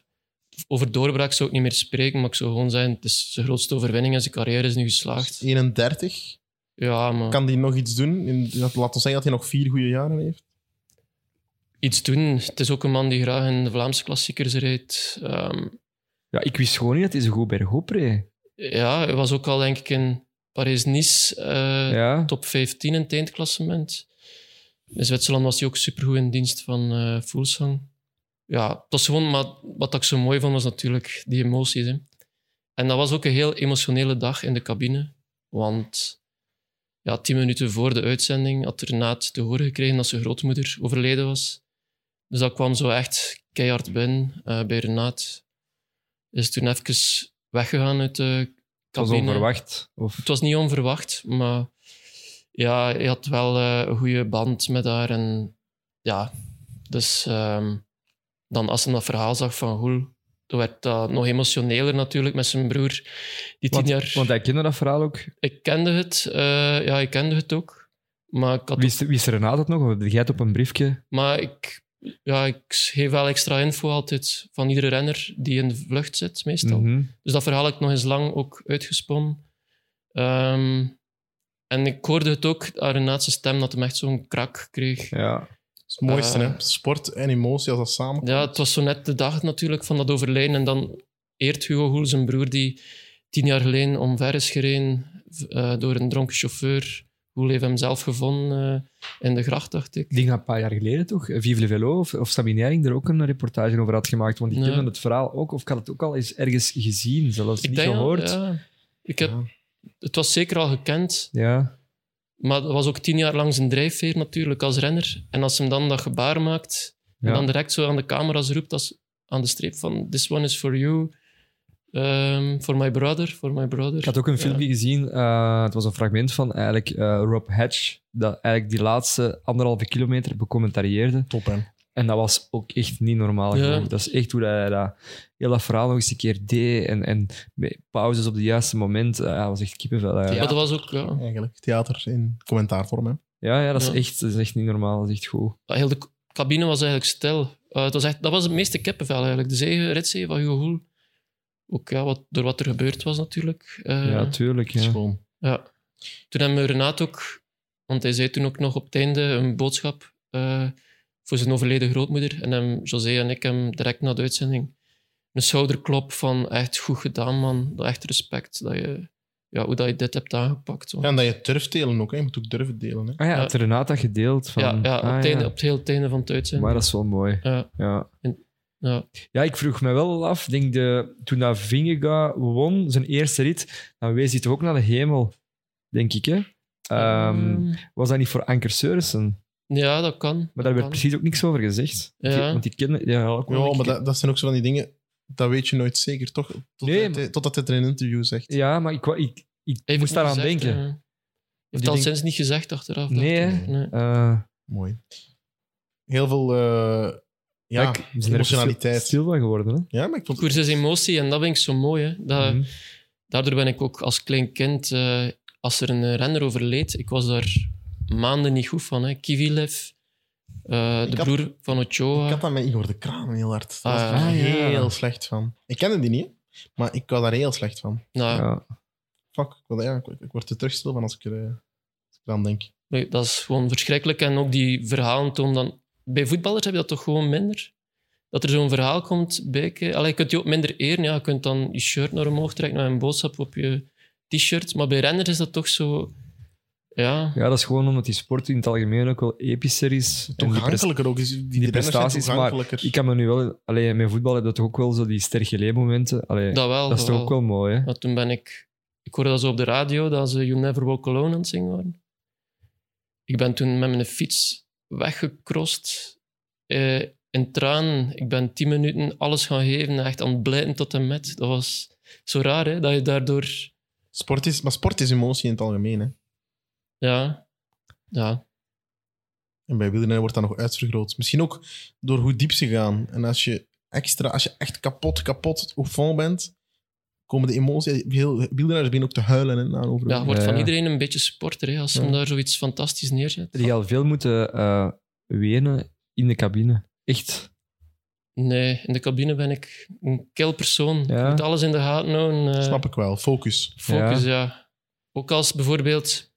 over doorbraak zou ik niet meer spreken, maar ik zou gewoon zijn, het is zijn grootste overwinning en zijn carrière is nu geslaagd. 31. Ja, maar Kan die nog iets doen? In, dat- laat ons zeggen dat hij nog vier goede jaren heeft. iets doen. Het is ook een man die graag in de Vlaamse klassiekers rijdt. Ehm, ja, ik wist gewoon niet dat hij zo goed bergop reed. ja, hij was ook al, denk ik, in Parijs-Nice eh, Ja. top 15 in het eindklassement. In Zwitserland was hij ook supergoed in dienst van eh Fuglsang. Ja, dat was gewoon, maar wat ik zo mooi vond, was natuurlijk die emoties. Hè. En dat was ook een heel emotionele dag in de cabine. Want ja, tien minuten voor de uitzending had er Naat te horen gekregen dat zijn grootmoeder overleden was. Dus dat kwam zo echt keihard binnen eh, bij Renaat. Is toen even weggegaan uit de Het was cabine. onverwacht. Of... Het was niet onverwacht, maar ja, hij had wel eh, een goede band met haar. En ja, dus ehm, dan als hij dat verhaal zag van Goel, toen werd dat nog emotioneler natuurlijk met zijn broer, die tien Want, jaar... want hij kende dat verhaal ook. Ik kende het, eh, ja, ik kende het ook. Maar ik, had Wist, wist Renate het nog? Of jij het op een briefje? maar ik, ja, ik geef wel extra info altijd van iedere renner die in de vlucht zit, meestal. Mhm. Dus dat verhaal heb ik nog eens lang ook uitgesponnen. Ehm, en ik hoorde het ook aan Renaatse stem dat hij echt zo'n krak kreeg. Ja. Dat is het mooiste, Eh. hè? Sport en emotie als dat samen. Ja, het was zo net de dag natuurlijk van dat overlijden. En dan eert Hugo Hoel zijn broer die tien jaar geleden omver is gereden v- eh, door een dronken chauffeur. Hoel heeft hem zelf gevonden eh, in de gracht, dacht ik. Ik denk dat een paar jaar geleden toch, eh, Vive le Velo of, of Sabine Nering er ook een reportage over had gemaakt. Want ik Ja. kende het verhaal ook, of ik had het ook al eens ergens gezien, zelfs Ik niet denk dat- gehoord. Ja. ja. ik heb, Ja. Het was zeker al gekend. Maar dat was ook tien jaar lang zijn drijfveer natuurlijk als renner. En als hem dan dat gebaar maakt en Ja. dan direct zo aan de camera's roept als aan de streep van this one is for you, ehm, for my brother, for my brother. Ik had ook een filmpje gezien, eh, het was een fragment van eigenlijk eh, Rob Hatch, dat eigenlijk die laatste anderhalve kilometer becommentarieerde. Top, hè? En dat was ook echt niet normaal. Ja. gewoon. Dat is echt hoe hij dat heel dat verhaal nog eens een keer deed. En, en met pauzes op het juiste moment. eh, dat was echt kippenvel. eigenlijk. Maar dat was ook ja, Eigenlijk. Theater in commentaarvorm, hè? Ja, ja, dat, is Ja. Echt, dat is echt niet normaal. Dat is echt goed. Ah, heel de cabine was eigenlijk stil. Eh, het was echt, dat was het meeste kippenvel eigenlijk. De zege, ritzee van Hugo Hoel. Ook ja, wat, door wat er gebeurd was natuurlijk. Eh, ja, tuurlijk. Dat is Ja. gewoon. Ja. Toen hebben we Renaat ook, want hij zei toen ook nog op het einde een boodschap eh, voor zijn overleden grootmoeder. En hem, José en ik hem direct na de uitzending een schouderklop van echt goed gedaan, man. Dat echt respect dat je, ja, hoe dat je dit hebt aangepakt. hoor. Ja, en dat je durft delen ook, hè? Je moet ook durven delen, hè? Ah ja, Ja. had Renata gedeeld. Van, ja, ja, op, ah, het einde, ja. op het hele einde van het Maar uitzending. dat is wel mooi. Ja, Ja. Ja. Ja, ik vroeg me wel af, denk de, toen dat Vingega won, zijn eerste rit, dan wees hij toch ook naar de hemel, denk ik. Hè? Ehm, was dat niet voor Anker Seurissen? ja, dat kan. Maar Mm. daar werd dat kan. precies ook niks over gezegd. Ja. Want die kennen... Ja, ook wel, Ja, ik- maar dat, dat zijn ook zo van die dingen, dat weet je nooit zeker, toch? Tot Nee, hij- maar- Totdat hij het in een interview zegt. ja, maar ik, wou- ik, ik Heeft moest het niet daaraan gezegd, denken. ja. Heeft Die al denk- sinds niet gezegd achteraf. dacht Nee, ik. hè? nee. Eh, Mooi. Heel veel... eh, ja, ik- we zijn er emotionaliteit. Stil, stil van geworden. Hè? ja, maar ik vond Koers is emotie en dat vind ik zo mooi. Hè. Dat, Mhm. Daardoor ben ik ook als klein kind, eh, als er een eh, renner overleed, ik was daar maanden niet goed van. Hè. Kivilev, eh, Ik de had- broer van Ochoa. Ik had dat met Igor de Kraan heel hard. Daar was ik Ah, daar ja. heel slecht van. Ik kende die niet, hè, maar ik was daar heel slecht van. nou, Ja. Fuck, ik, wil- ja, ik, ik word er terug stil van als ik er eh, als ik eraan denk. nee, dat is gewoon verschrikkelijk. En ook die verhalen toon dan... Bij voetballers heb je dat toch gewoon minder? Dat er zo'n verhaal komt bij... Allee, je kunt die ook minder eren. Ja. Je kunt dan je shirt naar omhoog trekken met een boodschap op je t-shirt. Maar bij renners is dat toch zo... Ja, ja, dat is gewoon omdat die sport in het algemeen ook wel epischer is. En die pres- Toegankelijker ook. is- Die, die, renners zijn prestaties, maar toegankelijker. Ik kan me nu wel... Allee, met voetbal heb je toch ook wel zo die sterke momenten. Allee, dat, dat wel. is dat toch wel. ook wel mooi, hè? Maar toen ben ik... Ik hoorde dat ze op de radio, dat ze You Never Walk Alone aan het zingen waren. Ik ben toen met mijn fiets weggekrost. eh, in traan. Ik ben tien minuten alles gaan geven. Echt aan het blijten tot en met. Dat was zo raar, hè? Dat je daardoor... Sport is, maar sport is emotie in het algemeen. Hè. Ja. Ja. En bij wielrennen wordt dat nog uitvergroot. Misschien ook door hoe diep ze gaan. En als je, extra, als je echt kapot, kapot op vol bent, komen de emoties... Heel, wielrenners beginnen ook te huilen hè, na een ja je overwinning. wordt Ja, van ja. iedereen een beetje sporter, hè? Als ze Ja. hem daar zoiets fantastisch neerzet. Die al veel moeten eh, wenen in de cabine. Echt. Nee, in de cabine ben ik een kil persoon. Ja. Ik moet alles in de gaten houden. eh. Snap ik wel. Focus. Focus, ja. Ook als bijvoorbeeld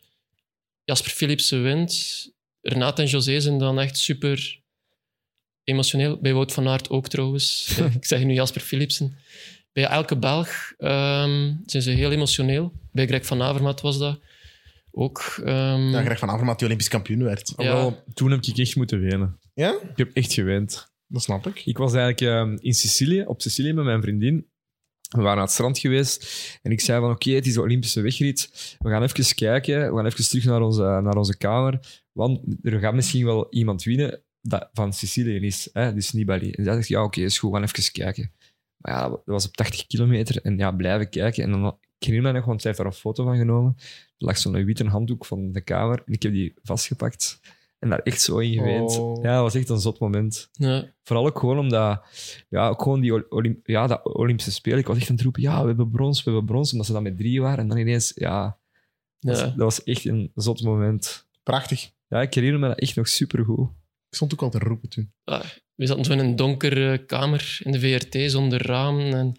Jasper Philipsen wint, Renat en José zijn dan echt super emotioneel. Bij Wout van Aert ook trouwens. Eh, Ik zeg nu Jasper Philipsen. Bij elke Belg ehm, zijn ze heel emotioneel. Bij Greg van Avermaet was dat ook. ehm, Ja, graag van Avermaet die Olympisch kampioen werd. Ja. Ah, Wel, toen heb ik echt moeten wenen. Ja? Ik heb echt gewend. Dat snap ik. Ik was eigenlijk ehm, in Sicilië, op Sicilië met mijn vriendin. We waren aan het strand geweest en ik zei van oké, het is de Olympische wegrit. We gaan even kijken, we gaan even terug naar onze, naar onze kamer. Want er gaat misschien wel iemand winnen dat van Sicilië is, hè? dus Nibali. En zij zegt ja oké, is goed, we gaan even kijken. Maar ja, dat was op 80 kilometer en ja, blijven kijken. En dan, ik herinner me nog, want zij heeft daar een foto van genomen. Er lag zo'n witte handdoek van de kamer en ik heb die vastgepakt en daar echt zo in geweend. Oh. Ja, dat was echt een zot moment. ja, Vooral ook gewoon omdat, ja, ook gewoon die Oly- Olymp- ja, dat Olympische Spelen. Ik was echt aan het roepen, ja, we hebben brons, we hebben brons. Omdat ze dan met drie waren. En dan ineens, ja, dat, was, ja. dat was echt een zot moment. Prachtig. Ja, ik herinner me dat echt nog supergoed. Ik stond ook al te roepen toen. We zaten zo in een donkere kamer in de VRT zonder ramen. En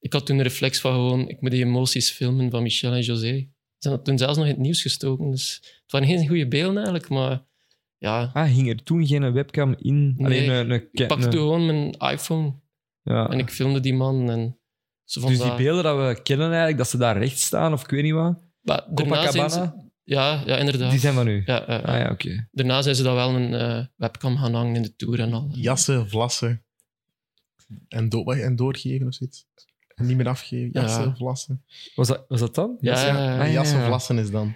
ik had toen een reflex van gewoon, ik moet die emoties filmen van Michel en José. Ze hadden toen zelfs nog in het nieuws gestoken. Dus het waren geen goede beelden eigenlijk, maar ja, Ah, ging er toen geen webcam in? Nee, Alleen een... een, ik pakte een- gewoon mijn iPhone ja. en ik filmde die man. En ze vond Dus die dat- beelden dat we kennen eigenlijk, dat ze daar rechts staan of ik weet niet wat. Maar daarna zijn Copacabana, ze- ja, ja, inderdaad. die zijn van u. ja, ja, ja. Ah ja, oké. Daarna zijn ze dan wel een eh, webcam gaan hangen in de tour en al. Jassen, vlassen. En, do en doorgeven of zoiets. En niet meer afgeven. Jassen, Ja. vlassen. Was dat, was dat dan? Ja, Jassen, ja, ja. en jassen Ah, ja. vlassen is dan.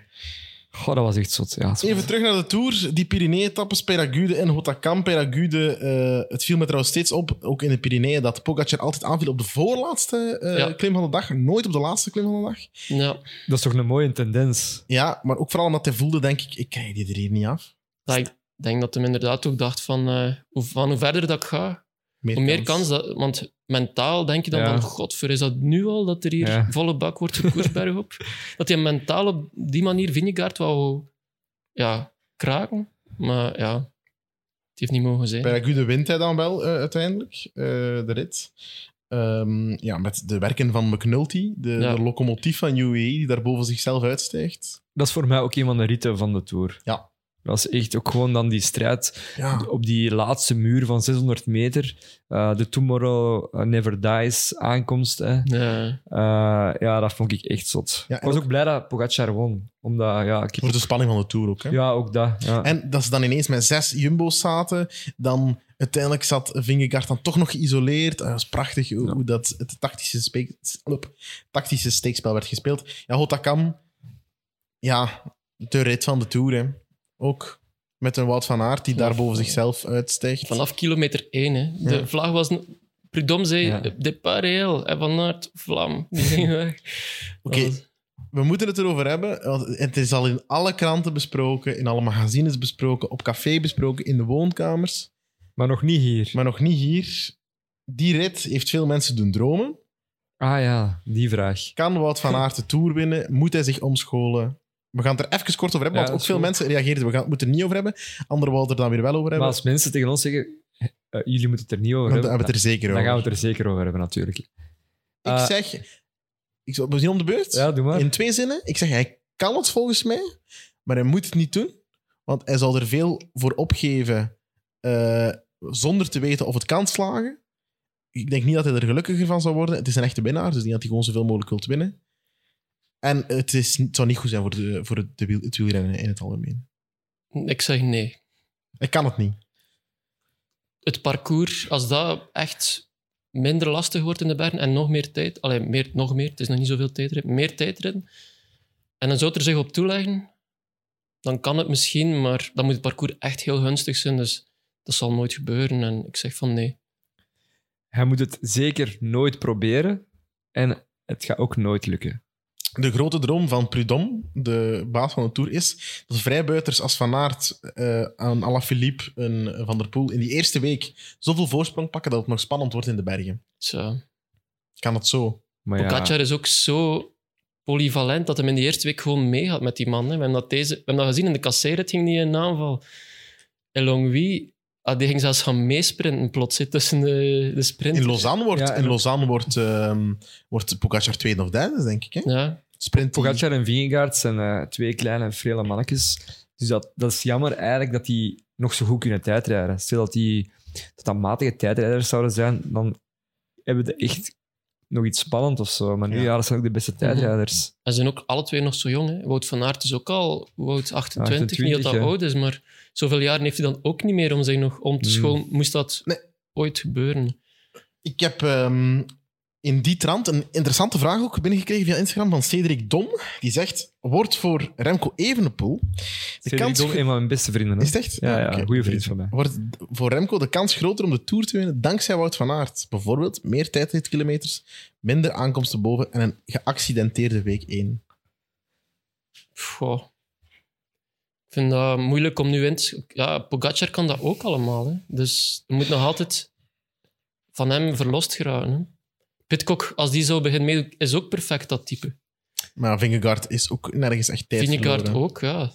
Goh, dat was echt zot. Ja, zot. Even terug naar de Tour. Die Pyrenee-etappes, Peragude en Hotakam. Peragude, eh, het viel me trouwens steeds op, ook in de Pyreneeën, dat Pogacar altijd aanviel op de voorlaatste eh, Ja. klim van de dag. Nooit op de laatste klim van de dag. Ja, Dat is toch een mooie tendens. Ja, maar ook vooral omdat hij voelde, denk ik, ik krijg die er hier niet af. dat ik denk dat hem inderdaad ook dacht van, eh, hoe, van hoe verder dat ik ga, Meer Hoe meer kans, dat, want mentaal denk je dan Ja. van, godver, is dat nu al dat er hier Ja. (laughs) volle bak wordt gekoerst bergop? dat je mentaal op die manier Vinegaard wou ja, kraken. Maar ja, het heeft niet mogen zijn. Peragude wint hij dan wel eh, uiteindelijk, eh, de rit. Ehm, ja, met de werken van McNulty, de, Ja. de locomotief van UAE, die daar boven zichzelf uitstijgt. Dat is voor mij ook een van de ritten van de Tour. Ja. Ah. Dat is echt ook gewoon dan die strijd Ja, op die laatste muur van 600 meter, eh, de Tomorrow Never Dies aankomst. Hè. Ja. Eh, ja, dat vond ik echt zot. Ja, en ik was ook blij dat Pogacar won. Omdat, ja, ik, voor de spanning van de Tour ook. Hè? ja ook dat. Ja. En dat ze dan ineens met zes jumbo's zaten, dan het Uiteindelijk zat Vingegaard dan toch nog geïsoleerd. Ah, Dat was prachtig hoe, hoe dat, het tactische, spe- op, tactische steekspel werd gespeeld. Ja, Hotakam, ja, de rit van de Tour. Hè. Ook met een Wout van Aert die daar Vanaf- boven zichzelf uitstijgt. Vanaf kilometer 1. Hè. De Ja. vlag was... een- Prudhomme zei, Ja. départ heel. En Van Aert, (laughs) vlam. Die ging weg. Oké. Dat was- We moeten het erover hebben. want Het is al in alle kranten besproken, in alle magazines besproken, op café besproken, in de woonkamers. Maar nog niet hier. Maar nog niet hier. Die rit heeft veel mensen doen dromen. Ah ja, die vraag. Kan Wout van Aert de Tour winnen? Moet hij zich omscholen? We gaan het er even kort over hebben, want Ja, dat ook is veel goed. mensen reageerden. We gaan het moeten er niet over hebben. Anderen wilden er dan weer wel over Maar hebben. als mensen tegen ons zeggen, eh, jullie moeten het er niet over Dan hebben hebben, we het er zeker dan, over. dan gaan we het er zeker over hebben natuurlijk. Ik Eh, zeg... Ik zal misschien om de beurt. Ja, doe maar. In twee zinnen. Ik zeg, hij kan het volgens mij, maar hij moet het niet doen. Want hij zal er veel voor opgeven eh, zonder te weten of het kan slagen. Ik denk niet dat hij er gelukkiger van zal worden. Het is een echte winnaar, dus ik denk dat hij gewoon zoveel mogelijk wilt winnen. En het, is, het zou niet goed zijn voor, de, voor het, de wiel, het wielrennen in het algemeen. Ik zeg nee. Hij kan het niet. Het parcours, als dat echt minder lastig wordt in de bergen en nog meer tijd... Allee, meer, nog meer. Het is nog niet zoveel tijdrit. Meer tijdrit. En dan zou het er zich op toeleggen. Dan kan het misschien, maar dan moet het parcours echt heel gunstig zijn. Dus dat zal nooit gebeuren. En ik zeg van nee. Hij moet het zeker nooit proberen en het gaat ook nooit lukken. De grote droom van Prudhomme, de baas van de Tour, is dat vrijbuiters als Van Aert eh, aan Alaphilippe en Van der Poel in die eerste week zoveel voorsprong pakken dat het nog spannend wordt in de bergen. Zo. Kan het zo? Maar ja, Dus, eh, Pogacar is ook zo polyvalent dat hij in de eerste week gewoon meegaat met die man. Hè. We, hebben dat deze, we hebben dat gezien in de kasseerit, ging die een aanval. En Longwy, ah, die ging zelfs gaan meesprinten plots hè, tussen de, de sprint. In Lausanne wordt, Ja, en in ook- Lausanne wordt, ehm, wordt Pogacar tweede of derde, denk ik. Hè? Ja, Sprint die- Pogacar en Vingegaard zijn eh, twee kleine en frele mannetjes. Dus dat, dat is jammer eigenlijk dat die nog zo goed kunnen tijdrijden. Stel dat die dat, dat matige tijdrijders zouden zijn, dan hebben we echt nog iets spannend of zo. Maar nu, Ja. Mhm. ja, dat zijn ook de beste tijdrijders. en ze zijn ook alle twee nog zo jong. Hè. Wout van Aert is ook al hoe oud, 28, niet dat dat 28, oud is, maar zoveel jaren heeft hij dan ook niet meer om zich nog om te Mm. scholen. Moest dat Nee. ooit gebeuren? Ik heb ehm, in die trant een interessante vraag ook binnengekregen via Instagram van Cedric Dom. Die zegt, wordt voor Remco Evenepoel... De Cedric kans Dom, gro- een van mijn beste vrienden. Hè? Is het echt? Ah, Ja, ja, oké. een goede vriend van mij. Wordt voor Remco de kans groter om de Tour te winnen dankzij Wout van Aert? Bijvoorbeeld meer tijdritkilometers, minder aankomsten boven en een geaccidenteerde week 1. Pff, goh. Ik vind dat moeilijk om nu in te... Ja, Pogacar kan dat ook allemaal. Hè. Dus je moet nog altijd van hem verlost geraken. Hè. Pitcock, als die zou beginnen meedoen, is ook perfect dat type. Maar Vingegaard is ook nergens echt tijd Vingegaard verloren. ook, ja.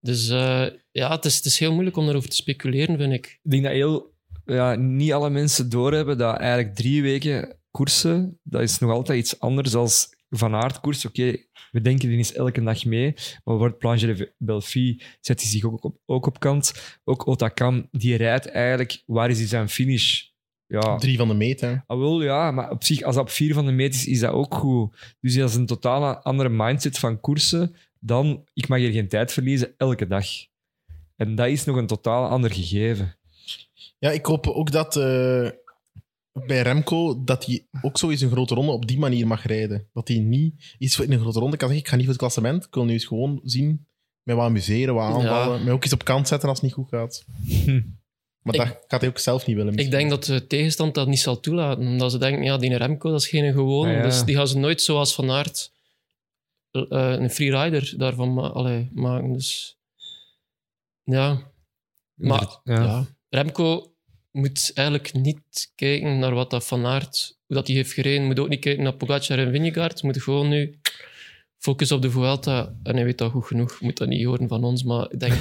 Dus eh, ja, het is, het is heel moeilijk om daarover te speculeren, vind ik. Ik denk dat heel, ja, niet alle mensen doorhebben dat eigenlijk drie weken koersen, dat is nog altijd iets anders dan van aard koers. Oké, we denken die is elke dag mee, maar wordt Plancher de Belfi, zet hij zich ook op, ook op kant. Ook Otakam, die rijdt eigenlijk, waar is hij zijn finish? Ja, Drie van de meet, hè. ah, wel, ja, maar op zich, als dat op vier van de meet is, is dat ook goed. Dus dat is een totaal andere mindset van koersen dan, ik mag hier geen tijd verliezen, elke dag. En dat is nog een totaal ander gegeven. Ja, ik hoop ook dat eh, bij Remco dat hij ook zo eens een grote ronde op die manier mag rijden. Dat hij niet iets voor- in een grote ronde kan zeggen: ik ga niet voor het klassement. Ik wil nu eens gewoon zien, mij wat amuseren, wat aanvallen. Ja. Mij ook iets op kant zetten als het niet goed gaat. Hm. Maar Ik- dat gaat hij ook zelf niet willen. Ik denk dat de tegenstand dat niet zal toelaten. Omdat ze denken, ja, die Remco, dat is geen gewoon. Ah, ja. Dus die gaan ze nooit zoals Van Aert eh, een freerider daarvan ma- allee, maken. Dus ja, maar ja. Remco moet eigenlijk niet kijken naar wat dat Van Aert, hoe dat hij heeft gereden. Moet ook niet kijken naar Pogacar en Vingegaard. Moet gewoon nu focussen op de Vuelta. En hij weet dat goed genoeg. Moet dat niet horen van ons, maar ik denk...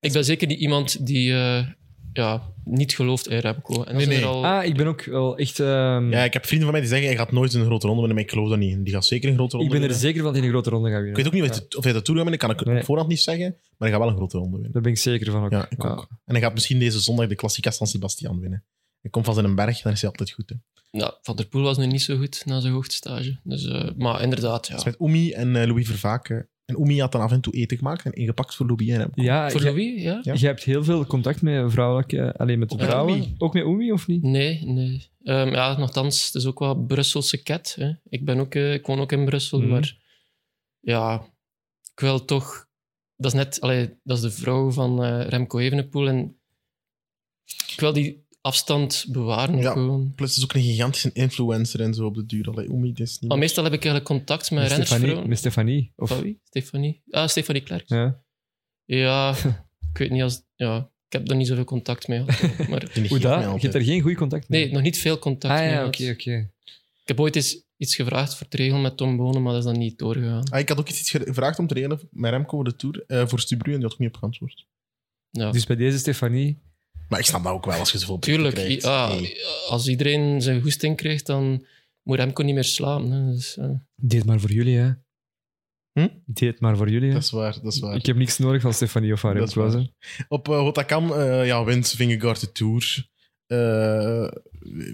ik ben zeker niet iemand die... eh, ja, niet gelooft in Remco. En dat Nee, zijn er nee. al- Ah, ik ben ook wel echt. ehm, Ja, ik heb vrienden van mij die zeggen: hij gaat nooit een grote ronde winnen. Maar ik geloof dat niet. Die gaat zeker een grote ik ronde ben er winnen. zeker van dat hij een grote ronde gaat winnen. Ik weet ook niet of hij- of hij dat toe gaat winnen. Kan ik Nee. op voorhand niet zeggen. Maar hij gaat wel een grote ronde winnen. Daar ben ik zeker van ook. Ja, ik ook. En hij gaat misschien deze zondag de Klassica San Sebastian winnen. Hij komt van zijn berg, dan is hij altijd goed. Hè. Ja, Van der Poel was nu niet zo goed na zijn hoogtestage. Dus, eh, maar inderdaad, ja. Dat is met Oemi en eh, Louis Vervaken En Oemi had dan af en toe eten gemaakt en ingepakt voor Louis en hem. Ja, Voor je, Louis, ja? Ja. je hebt heel veel contact met vrouwelijke, alleen met de Ook met vrouwen. Oemi. Ook met Oemi, of niet? Nee, nee. Ehm, ja, nogthans, het is ook wel Brusselse cat. Hè. Ik, ben ook, eh, ik woon ook in Brussel, Mhm. maar ja, ik wil toch... Dat is net... Allee, dat is de vrouw van eh, Remco Evenepoel en ik wil die afstand bewaren Ja. Mhm. gewoon. Plus, het is ook een gigantische influencer en zo op de duur. Allee, Oemi, het is niet... Maar meestal heb ik eigenlijk contact met Met Stefanie. rennersvrouwen. Met Stefanie. Of, Van wie? Stefanie? Ah, Stefanie Klerk. Ja, ja. (laughs) ik weet niet als... Ja, ik heb daar niet zoveel contact mee (laughs) gehad. maar, Die Hoe negeert dat? mij Je altijd. hebt daar geen goed contact mee. nee, nog niet veel contact Ah mee ja, gehad. oké, oké. Ik heb ooit eens iets gevraagd voor het regel met Tom Bonen, maar dat is dan niet doorgegaan. Ah, ik had ook iets gevraagd om te regelen met Remco voor de Tour, eh, voor Stubru, en die had ook niet op geantwoord. Ja. Dus bij deze Stefanie. Maar ik snap dat ook wel, als je zoveel berichten Tuurlijk, krijgt. i- ah, Hey. als iedereen zijn goesting krijgt, dan moet Remco niet meer slapen. Hè. Dus, eh, Deed maar voor jullie, hè? Hm? Deed maar voor jullie. Hè? Dat is waar, dat is waar. Ik heb niks nodig van Stefanie of haar Dat is Remco's, waar. hè. Op eh, Rotterdam eh, ja, wint Vingegaard de Tour. Eh,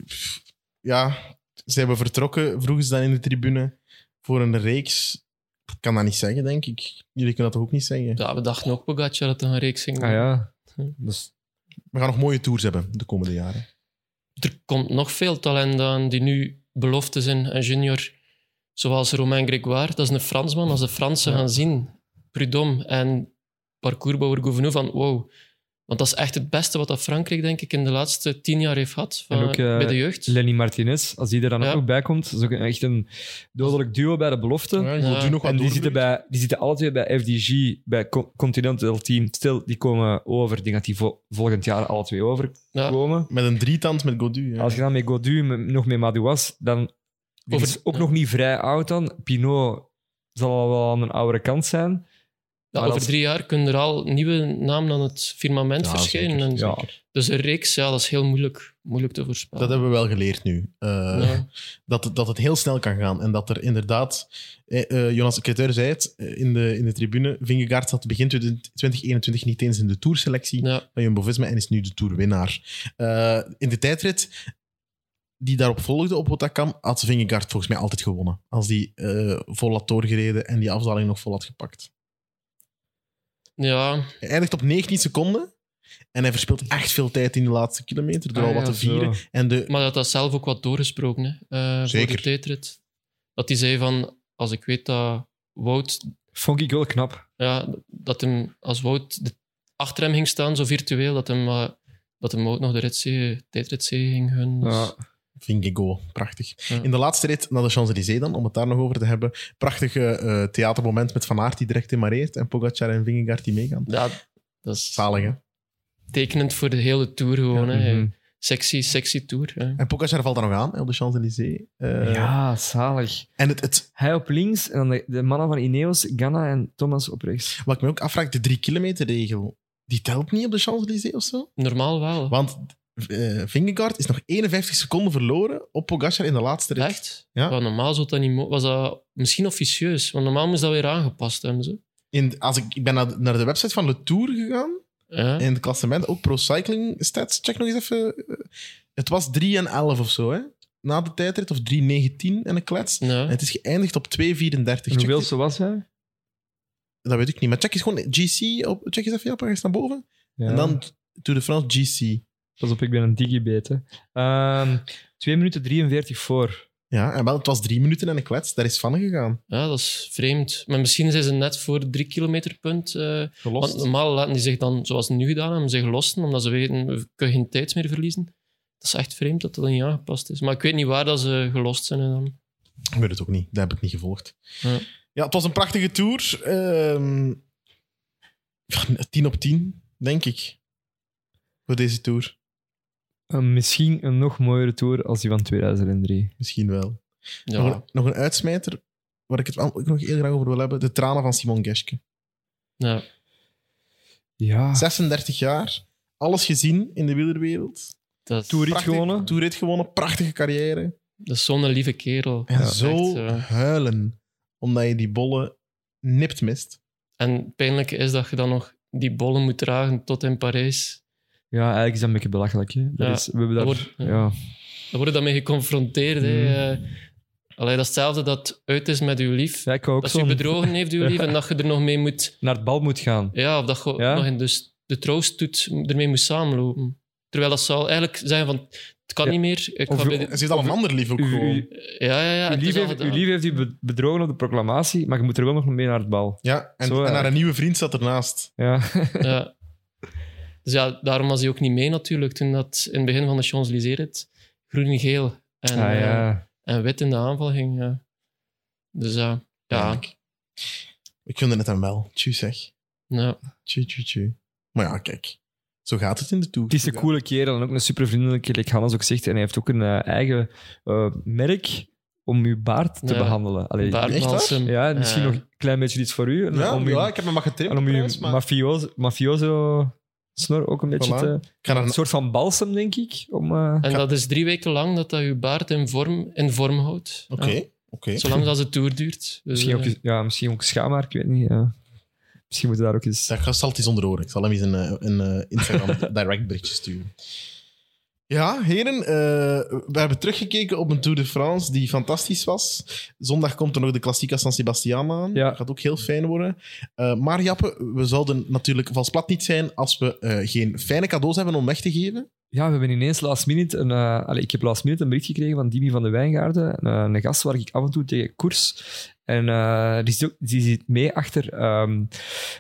pff, ja, ze hebben vertrokken, vroegen ze dan in de tribune, voor een reeks. Ik kan dat niet zeggen, denk ik. Jullie kunnen dat toch ook niet zeggen? ja, we dachten ook Pogacar dat er een reeks ging. Ah ja. Hm. Dus, We gaan nog mooie tours hebben de komende jaren. Er komt nog veel talent aan die nu belofte zijn. Een junior, zoals Romain Grégoire, dat is een Fransman. Als de Fransen Ja. gaan zien, Prudhomme en parcoursbouwer Gouvenou, van wow. Want dat is echt het beste wat dat Frankrijk, denk ik, in de laatste tien jaar heeft gehad van, En ook, eh, bij de jeugd. Lenny Martinez, als die er dan Ja. ook bij komt, is ook een- echt een dodelijk duo bij de belofte. Ja, je wilt Ja. doen nog wat En die door. zitten, bij, die zitten alle twee bij FDG, bij Co- Continental Team. Stil, die komen over. Ik denk dat die vol- volgend jaar alle twee Ja. overkomen. Met een drietand met Godu. Ja. Als je dan met Godu, m- nog met Madouas, dan die Over- is ook ja. nog niet vrij oud dan. Pinot zal al wel aan een oudere kant zijn. Ja, Maar over als- drie jaar kunnen er al nieuwe namen aan het firmament Ja, verschijnen. zeker. En Ja, Dus een reeks, ja, dat is heel moeilijk, moeilijk te Dat voorspellen. hebben we wel geleerd nu. Eh, Ja. dat, het- dat het heel snel kan gaan. En dat er inderdaad, eh, eh, Jonas Kreteur zei het eh, in de, in de tribune, Vingegaard zat begin 2021 niet eens in de tourselectie Ja, van Jumbo-Visma en is nu de tourwinnaar. Eh, in de tijdrit die daarop volgde op Rotterdam, had Vingegaard volgens mij altijd gewonnen. Als die eh, vol had doorgereden en die afdaling nog vol had gepakt. ja, Hij eindigt op 19 seconden en hij verspilt echt veel tijd in de laatste kilometer door Ah, al wat ja, te vieren. zo. En de maar dat had zelf ook wat doorgesproken hè, eh, Zeker. voor de tijdrit. Dat hij zei van, als ik weet dat Wout, Vond ik wel knap. ja, dat hem, als Wout de- achter hem ging staan, zo virtueel, dat hem, eh, dat hem Wout nog de ritzee, tijdritzee ging gunnen. Dus Ja. Vingigo, prachtig. Ja. In de laatste rit naar de Champs-Élysées dan, om het daar nog over te hebben. Prachtig eh, eh, theatermoment met Van Aert die direct demareert en Pogacar en Vingegaard die meegaan. dat, Dus dat is Zalig, hè? tekenend voor de hele tour gewoon. hè. Mhm. Sexy, sexy tour. Hè. En Pogacar valt daar nog aan hè, op de Champs-Élysées. Eh, ja, zalig. En het, het, Hij op links en dan de, de mannen van Ineos, Ganna en Thomas op rechts. wat ik me ook afvraag, de drie kilometer regel, die telt niet op de Champs-Élysées of zo? Normaal wel. Want eh Vingegaard is nog 51 seconden verloren op Pogacar in de laatste rit. Echt? Ja. Ja, normaal zou dat niet mo- was dat misschien officieus, want normaal moest dat weer aangepast hebben. Zo. In, als ik, ik ben naar, de- naar de website van Le Tour gegaan Ja. in het klassement, ook pro cycling stats. Check nog eens even. eh, Het was 3 en 11 of zo, hè? Na de tijdrit, of 3,19 en een klets. En Ja. het is geëindigd op 2,34. En Check hoeveel eens- zo was hij? Dat weet ik niet, maar check eens gewoon GC. Op, check eens even, ja, eens naar boven. Ja. En dan Tour de France GC. Pas op, ik ben een digibet. Hè. Ehm 2 minuten 43 voor. Ja, en wel, het was drie minuten en een klets. Daar is van gegaan. ja, dat is vreemd. Maar misschien zijn ze net voor het drie kilometer punt. eh, want normaal laten die zich dan, zoals ze nu gedaan hebben, zich lossen, omdat ze weten, we kunnen geen tijd meer verliezen. Dat is echt vreemd dat dat dan niet aangepast is. Maar ik weet niet waar dat ze gelost zijn. en Dan. Ik weet het ook niet. Dat heb ik niet gevolgd. Ja. Ja, het was een prachtige tour. Ehm, ja, 10 op 10, denk ik. Voor deze tour. Een- Eh, misschien een nog mooiere tour als die van 2003. Misschien wel. Nog, Ja. een, nog een uitsmijter waar ik het wel ook nog heel graag over wil hebben. De tranen van Simon Geschke. Ja. Ja. 36 jaar, alles gezien in de wielerwereld. Dat, Tour- Prachtig- gewonnen. Toerrit gewonnen, prachtige carrière. dat is zo'n lieve kerel. En Ja, zo echt, eh. huilen, omdat je die bolle nipt mist. En pijnlijk is dat je dan nog die bollen moet dragen tot in Parijs. ja, eigenlijk is dat een beetje belachelijk. Hè. Dat Ja. is, we hebben daar, Wordt- ja. Daar worden dan mee geconfronteerd. hè. Mm. Eh, Allee, dat is hetzelfde dat het uit is met uw lief. Ja, ik wou ook dat zo je bedrogen heeft, uw lief, en dat je er nog mee moet... naar het bal moet gaan. Ja, of dat je Ja. Hm. nog in dus de trouwstoet ermee moet samenlopen. Terwijl dat zou eigenlijk zeggen van, het kan Ja. niet meer. Ik Of- ga bij de- En ze heeft al een ander lief ook U, gewoon. u, Ja, ja, ja. uw het is lief al heeft, uw gedaan. lief heeft u be- bedrogen op de proclamatie, maar je moet er wel nog mee naar het bal. ja, en, Zo, en haar eigenlijk. nieuwe vriend zat ernaast. Ja. Ja. Dus ja, daarom was hij ook niet mee natuurlijk toen dat in het begin van de Champs-Élysées rit groen en geel en, (laughs) ah, eh, ja. en wit in de aanval ging. ja. Dus ja, ja, Ik gunde het hem wel. Tjoe zeg. ja. Tjoe, tjoe, tjoe. Maar ja, kijk. Zo gaat het in de tour. Het is een coole kerel en ook een supervriendelijke, like Hannes ook zegt. En hij heeft ook een eh, eigen eh, merk om uw baard te Ja. behandelen. Allee, Baardbalsem. ja, misschien Eh, nog een klein beetje iets voor u. En Ja, om uw, ja, ik heb hem maar getipt. en om uw trouwens, maar- mafioso, mafioso snor ook een beetje Voilà. te... Ik ga naar Een een- soort van balsem, denk ik. Om, eh, En dat is drie weken lang dat dat je baard in vorm, in vorm houdt. Oké, Ja. oké. Zolang dat de tour duurt. Dus, misschien, eh, ook, eens- ja, misschien ook schaamhaar, ik weet niet. ja. Misschien moeten we daar ook eens... Dat gast zal het eens onder oren. Ik zal hem eens een, eh, een eh, (laughs) Instagram direct berichtje sturen. Ja, heren, eh, we hebben teruggekeken op een Tour de France die fantastisch was. Zondag komt er nog de Klassica San Sebastian aan. Ja. Dat gaat ook heel fijn worden. Eh, maar Jappe, we zouden natuurlijk vals plat niet zijn als we eh, geen fijne cadeaus hebben om weg te geven. Ja, we hebben ineens last minute een, eh, allee, ik heb last minute een bericht gekregen van Dimi van de Wijngaarden, een, eh, een gast waar ik af en toe tegen koers. En eh, die, zit ook- die zit mee achter ehm,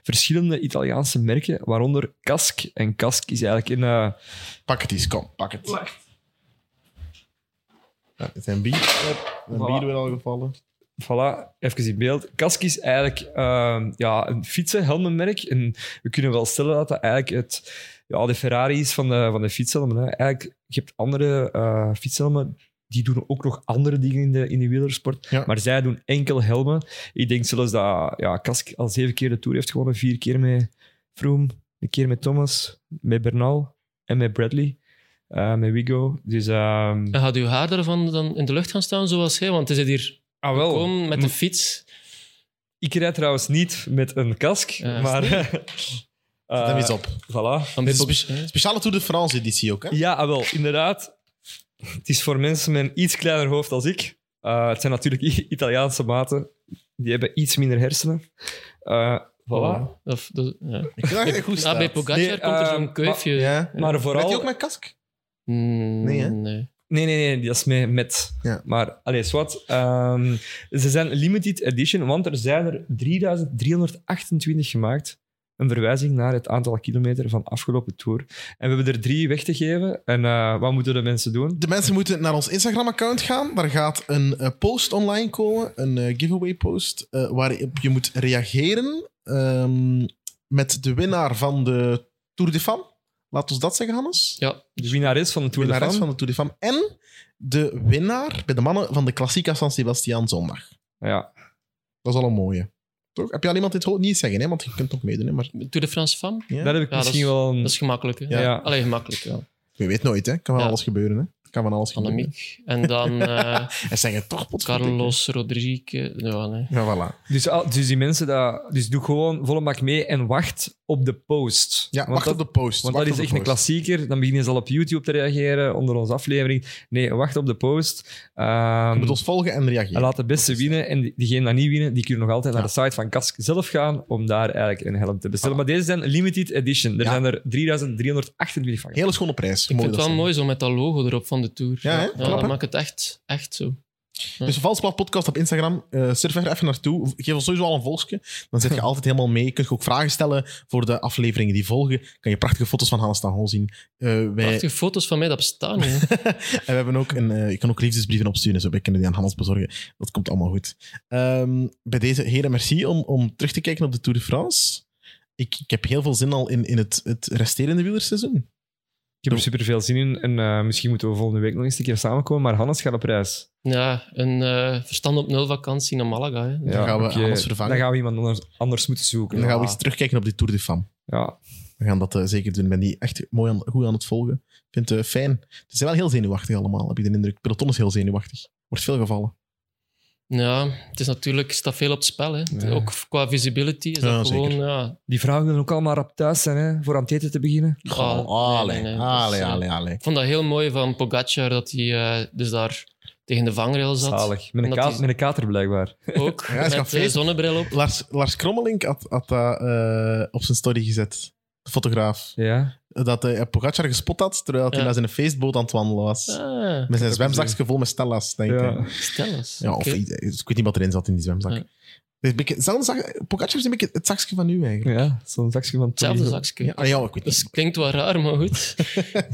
verschillende Italiaanse merken, waaronder Kask. En Kask is eigenlijk een... eh, Pak het eens, kom, pak het. Ja, zijn bier, yep, zijn Voilà. bier weer al gevallen. Voilà, even in beeld. Kask is eigenlijk ehm, ja, een fietsenhelmenmerk. En we kunnen wel stellen dat dat eigenlijk het, ja, de Ferrari is van de, van de fietshelmen. Hè. Eigenlijk, je hebt andere eh fietshelmen, die doen ook nog andere dingen in de, in de wielersport. Ja. Maar zij doen enkel helmen. Ik denk zelfs dat ja, Kask al zeven keer de Tour heeft gewonnen. Vier keer met Froome, een keer met Thomas, met Bernal en met Bradley. eh, met Wigo. Dus, ehm, En gaat uw haar daarvan dan in de lucht gaan staan zoals hij? Want hij zit hier ah, Oh. gekomen met de fiets. Ik rijd trouwens niet met een kask, Ja. maar... Zet eh, hem eens op. Voilà. Van Dit is Bob- spe- eh, speciale Tour de France editie ook, hè? Ja, ah, wel, inderdaad. Het is voor mensen met een iets kleiner hoofd als ik. Eh, het zijn natuurlijk I- Italiaanse maten. Die hebben iets minder hersenen. Eh, voilà. Of, dat- ja. Ik vind dat echt goed Ah, bij staat. Pogacar Nee, komt er ehm, zo'n kuifje. Ja. Rijdt Maar hij ook vooral... met kask? Mm, Nee, hè? nee. Nee, nee, nee, dat is mee met. Ja. Maar, allee, zwart. ehm, ze zijn limited edition, want er zijn er 3328 gemaakt. Een verwijzing naar het aantal kilometer van afgelopen tour. En we hebben er drie weg te geven. En eh, wat moeten de mensen doen? De mensen moeten naar ons Instagram-account gaan. Daar gaat een eh, post online komen, een eh, giveaway-post, eh, waarop je moet reageren ehm, met de winnaar van de Tour de Femme. Laat ons dat zeggen, Hannes. Ja, De winnares van de De Tour de winnares France. van de Tour de Femme. En de winnaar bij de mannen van de Klassica San Sebastian zondag. Ja. Dat is al een mooie. Toch? Heb je al iemand dit hoort niet zeggen, hè? want je kunt nog meedoen. Hè? Maar Tour de France Femme, ja. Daar heb ik Ja, dat misschien is- wel een... dat is gemakkelijk. Hè? ja. ja. Allee, gemakkelijk, ja. Je weet nooit, hè? Kan van Ja. alles gebeuren, hè? Kan van alles gebeuren. Annemiek. En (laughs) dan eh, En zeggen toch potverdikke. Carlos Rodriguez. Ja, nee. Ja, voilà. Dus, al- dus die mensen, dat, dus doe gewoon volle mak mee en wacht op de post. Ja, Want wacht dat- op de post. Want Wacht dat op is de echt een post. klassieker. Dan beginnen ze al op YouTube te reageren onder onze aflevering. Nee, wacht op de post. Ehm, Je moet ons volgen en en reageren. laat de beste winnen. En die- diegenen die niet winnen, die kunnen nog altijd naar Ja. de site van Kask zelf gaan om daar eigenlijk een helm te bestellen. Maar deze zijn limited edition. Er Ja. zijn er 3328 van. Hele schone prijs. Ik mogen vind het we dat wel zeggen. mooi zo met dat logo erop van de Tour. Ja, hè? Knap, dat hè? maakt het echt, echt zo. Dus Valsplat Podcast op Instagram. eh surf er even naartoe. Geef ons sowieso al een volksje. Dan zit je altijd helemaal mee. Kun je ook vragen stellen voor de afleveringen die volgen. Kan je prachtige foto's van Hannes Tanghol zien. Eh, wij, Prachtige foto's van mij, dat bestaan niet. (laughs) hè. en we hebben ook een, eh, je kan ook liefdesbrieven opsturen. en Zo. Wij kunnen die aan Hannes bezorgen. Dat komt allemaal goed. Ehm, bij deze heren, merci om, om terug te kijken op de Tour de France. Ik, ik heb heel veel zin al in, in het, het resterende wielerseizoen. Ik heb er super veel zin in. En eh, misschien moeten we volgende week nog eens een keer samenkomen. Maar Hannes gaat op reis. Ja, een eh, verstand op nul vakantie naar Malaga. Hè. Ja, gaan we oké. Hannes vervangen. Dan gaan we iemand anders, anders moeten zoeken. En dan gaan we Ja. eens terugkijken op die Tour de Femme. ja. We gaan dat eh, zeker doen. Ik ben die echt mooi aan, goed aan het volgen. Ik vind het eh, fijn. Ze zijn wel heel zenuwachtig allemaal, heb ik de indruk. Het peloton is heel zenuwachtig. Wordt veel gevallen. Ja, het is natuurlijk, staat veel op het spel. Hè. Ja. Ook qua visibility is dat Ja, zeker. gewoon... Ja, Die vrouwen willen ook allemaal rap thuis zijn, hè, voor aan het eten te beginnen. Oh, Ah, nee, nee, nee. Dat is, eh, Ik vond dat heel mooi van Pogacar, dat hij eh, dus daar tegen de vangrail zat. Zalig. Met een, Omdat ka- die- met een kater (laughs) blijkbaar. Ook, hij is gaan met de feesten. zonnebril (laughs) op. Lars, Lars Krommelink had, had dat eh, op zijn story gezet. De fotograaf. Ja. Dat hij Pogacar gespot had, terwijl hij Ja. naar zijn feestboot aan het wandelen was. Ah, Met zijn heb het zwemzakje vol met Stella's, denk ik. ja. stel eens. Ja, of, Oké. iets- ik weet niet wat erin zat in die zwemzak. Ja. Het is een beetje- hetzelfde zak- Pogacar is een beetje het zakje van nu, eigenlijk. ja zo'n zakje van Hetzelfde Torigo. zakje. Ja, ah, ja ik weet niet. (laughs) Dus klinkt wel raar, maar goed. (laughs)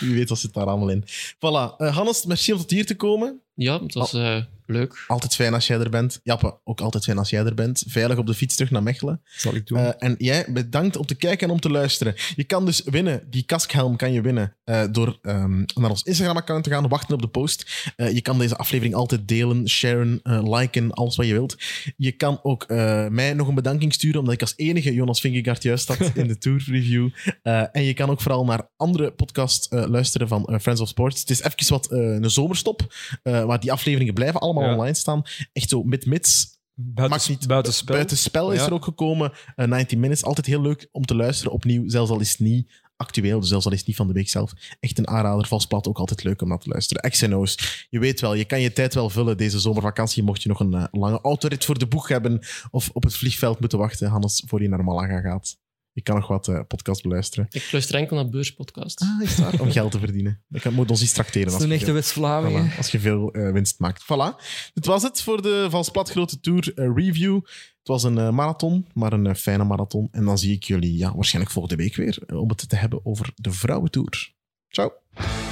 U weet wat zit daar allemaal in. Voilà. Eh, Hannes, merci om tot hier te komen. Ja, het was eh, leuk. Altijd fijn als jij er bent. Jappe, ook altijd fijn als jij er bent. Veilig op de fiets terug naar Mechelen. Zal ik doen. Eh, en jij, bedankt om te kijken en om te luisteren. Je kan dus winnen, die kaskhelm kan je winnen, eh, door ehm, naar ons Instagram-account te gaan, wachten op de post. Eh, je kan deze aflevering altijd delen, sharen, eh, liken, alles wat je wilt. Je kan ook eh, mij nog een bedanking sturen, omdat ik als enige Jonas Vingegaard juist had in (laughs) de Tour Review. Eh, en je kan ook vooral naar andere podcasts eh, luisteren van eh, Friends of Sports. Het is even wat eh, een zomerstop, eh, maar die afleveringen blijven allemaal Ja. online staan. Echt zo mid-mid, buiten, mag niet- buitenspel. Buitenspel is Ja. er ook gekomen. Eh, 90 Minutes, altijd heel leuk om te luisteren. Opnieuw, zelfs al is het niet actueel, dus zelfs al is het niet van de week zelf. Echt een aanrader, vals plat, ook altijd leuk om naar te luisteren. XNO's, je weet wel, je kan je tijd wel vullen deze zomervakantie, mocht je nog een eh, lange autorit voor de boeg hebben of op het vliegveld moeten wachten, Hannes, voor je naar Malaga gaat. Je kan nog wat eh podcast beluisteren. Ik luister enkel naar beurspodcasts. Ah, is waar? Om geld te verdienen. Dat moet ons iets tracteren. Dat als is een je echte wil. West-Vlaming. Voilà, als je veel eh, winst maakt. Voilà. Dit was het voor de Vals Plat Grote Tour eh, review. Het was een eh, marathon, maar een eh, fijne marathon. En dan zie ik jullie ja, waarschijnlijk volgende week weer eh, om het te hebben over de Vrouwentour. Ciao.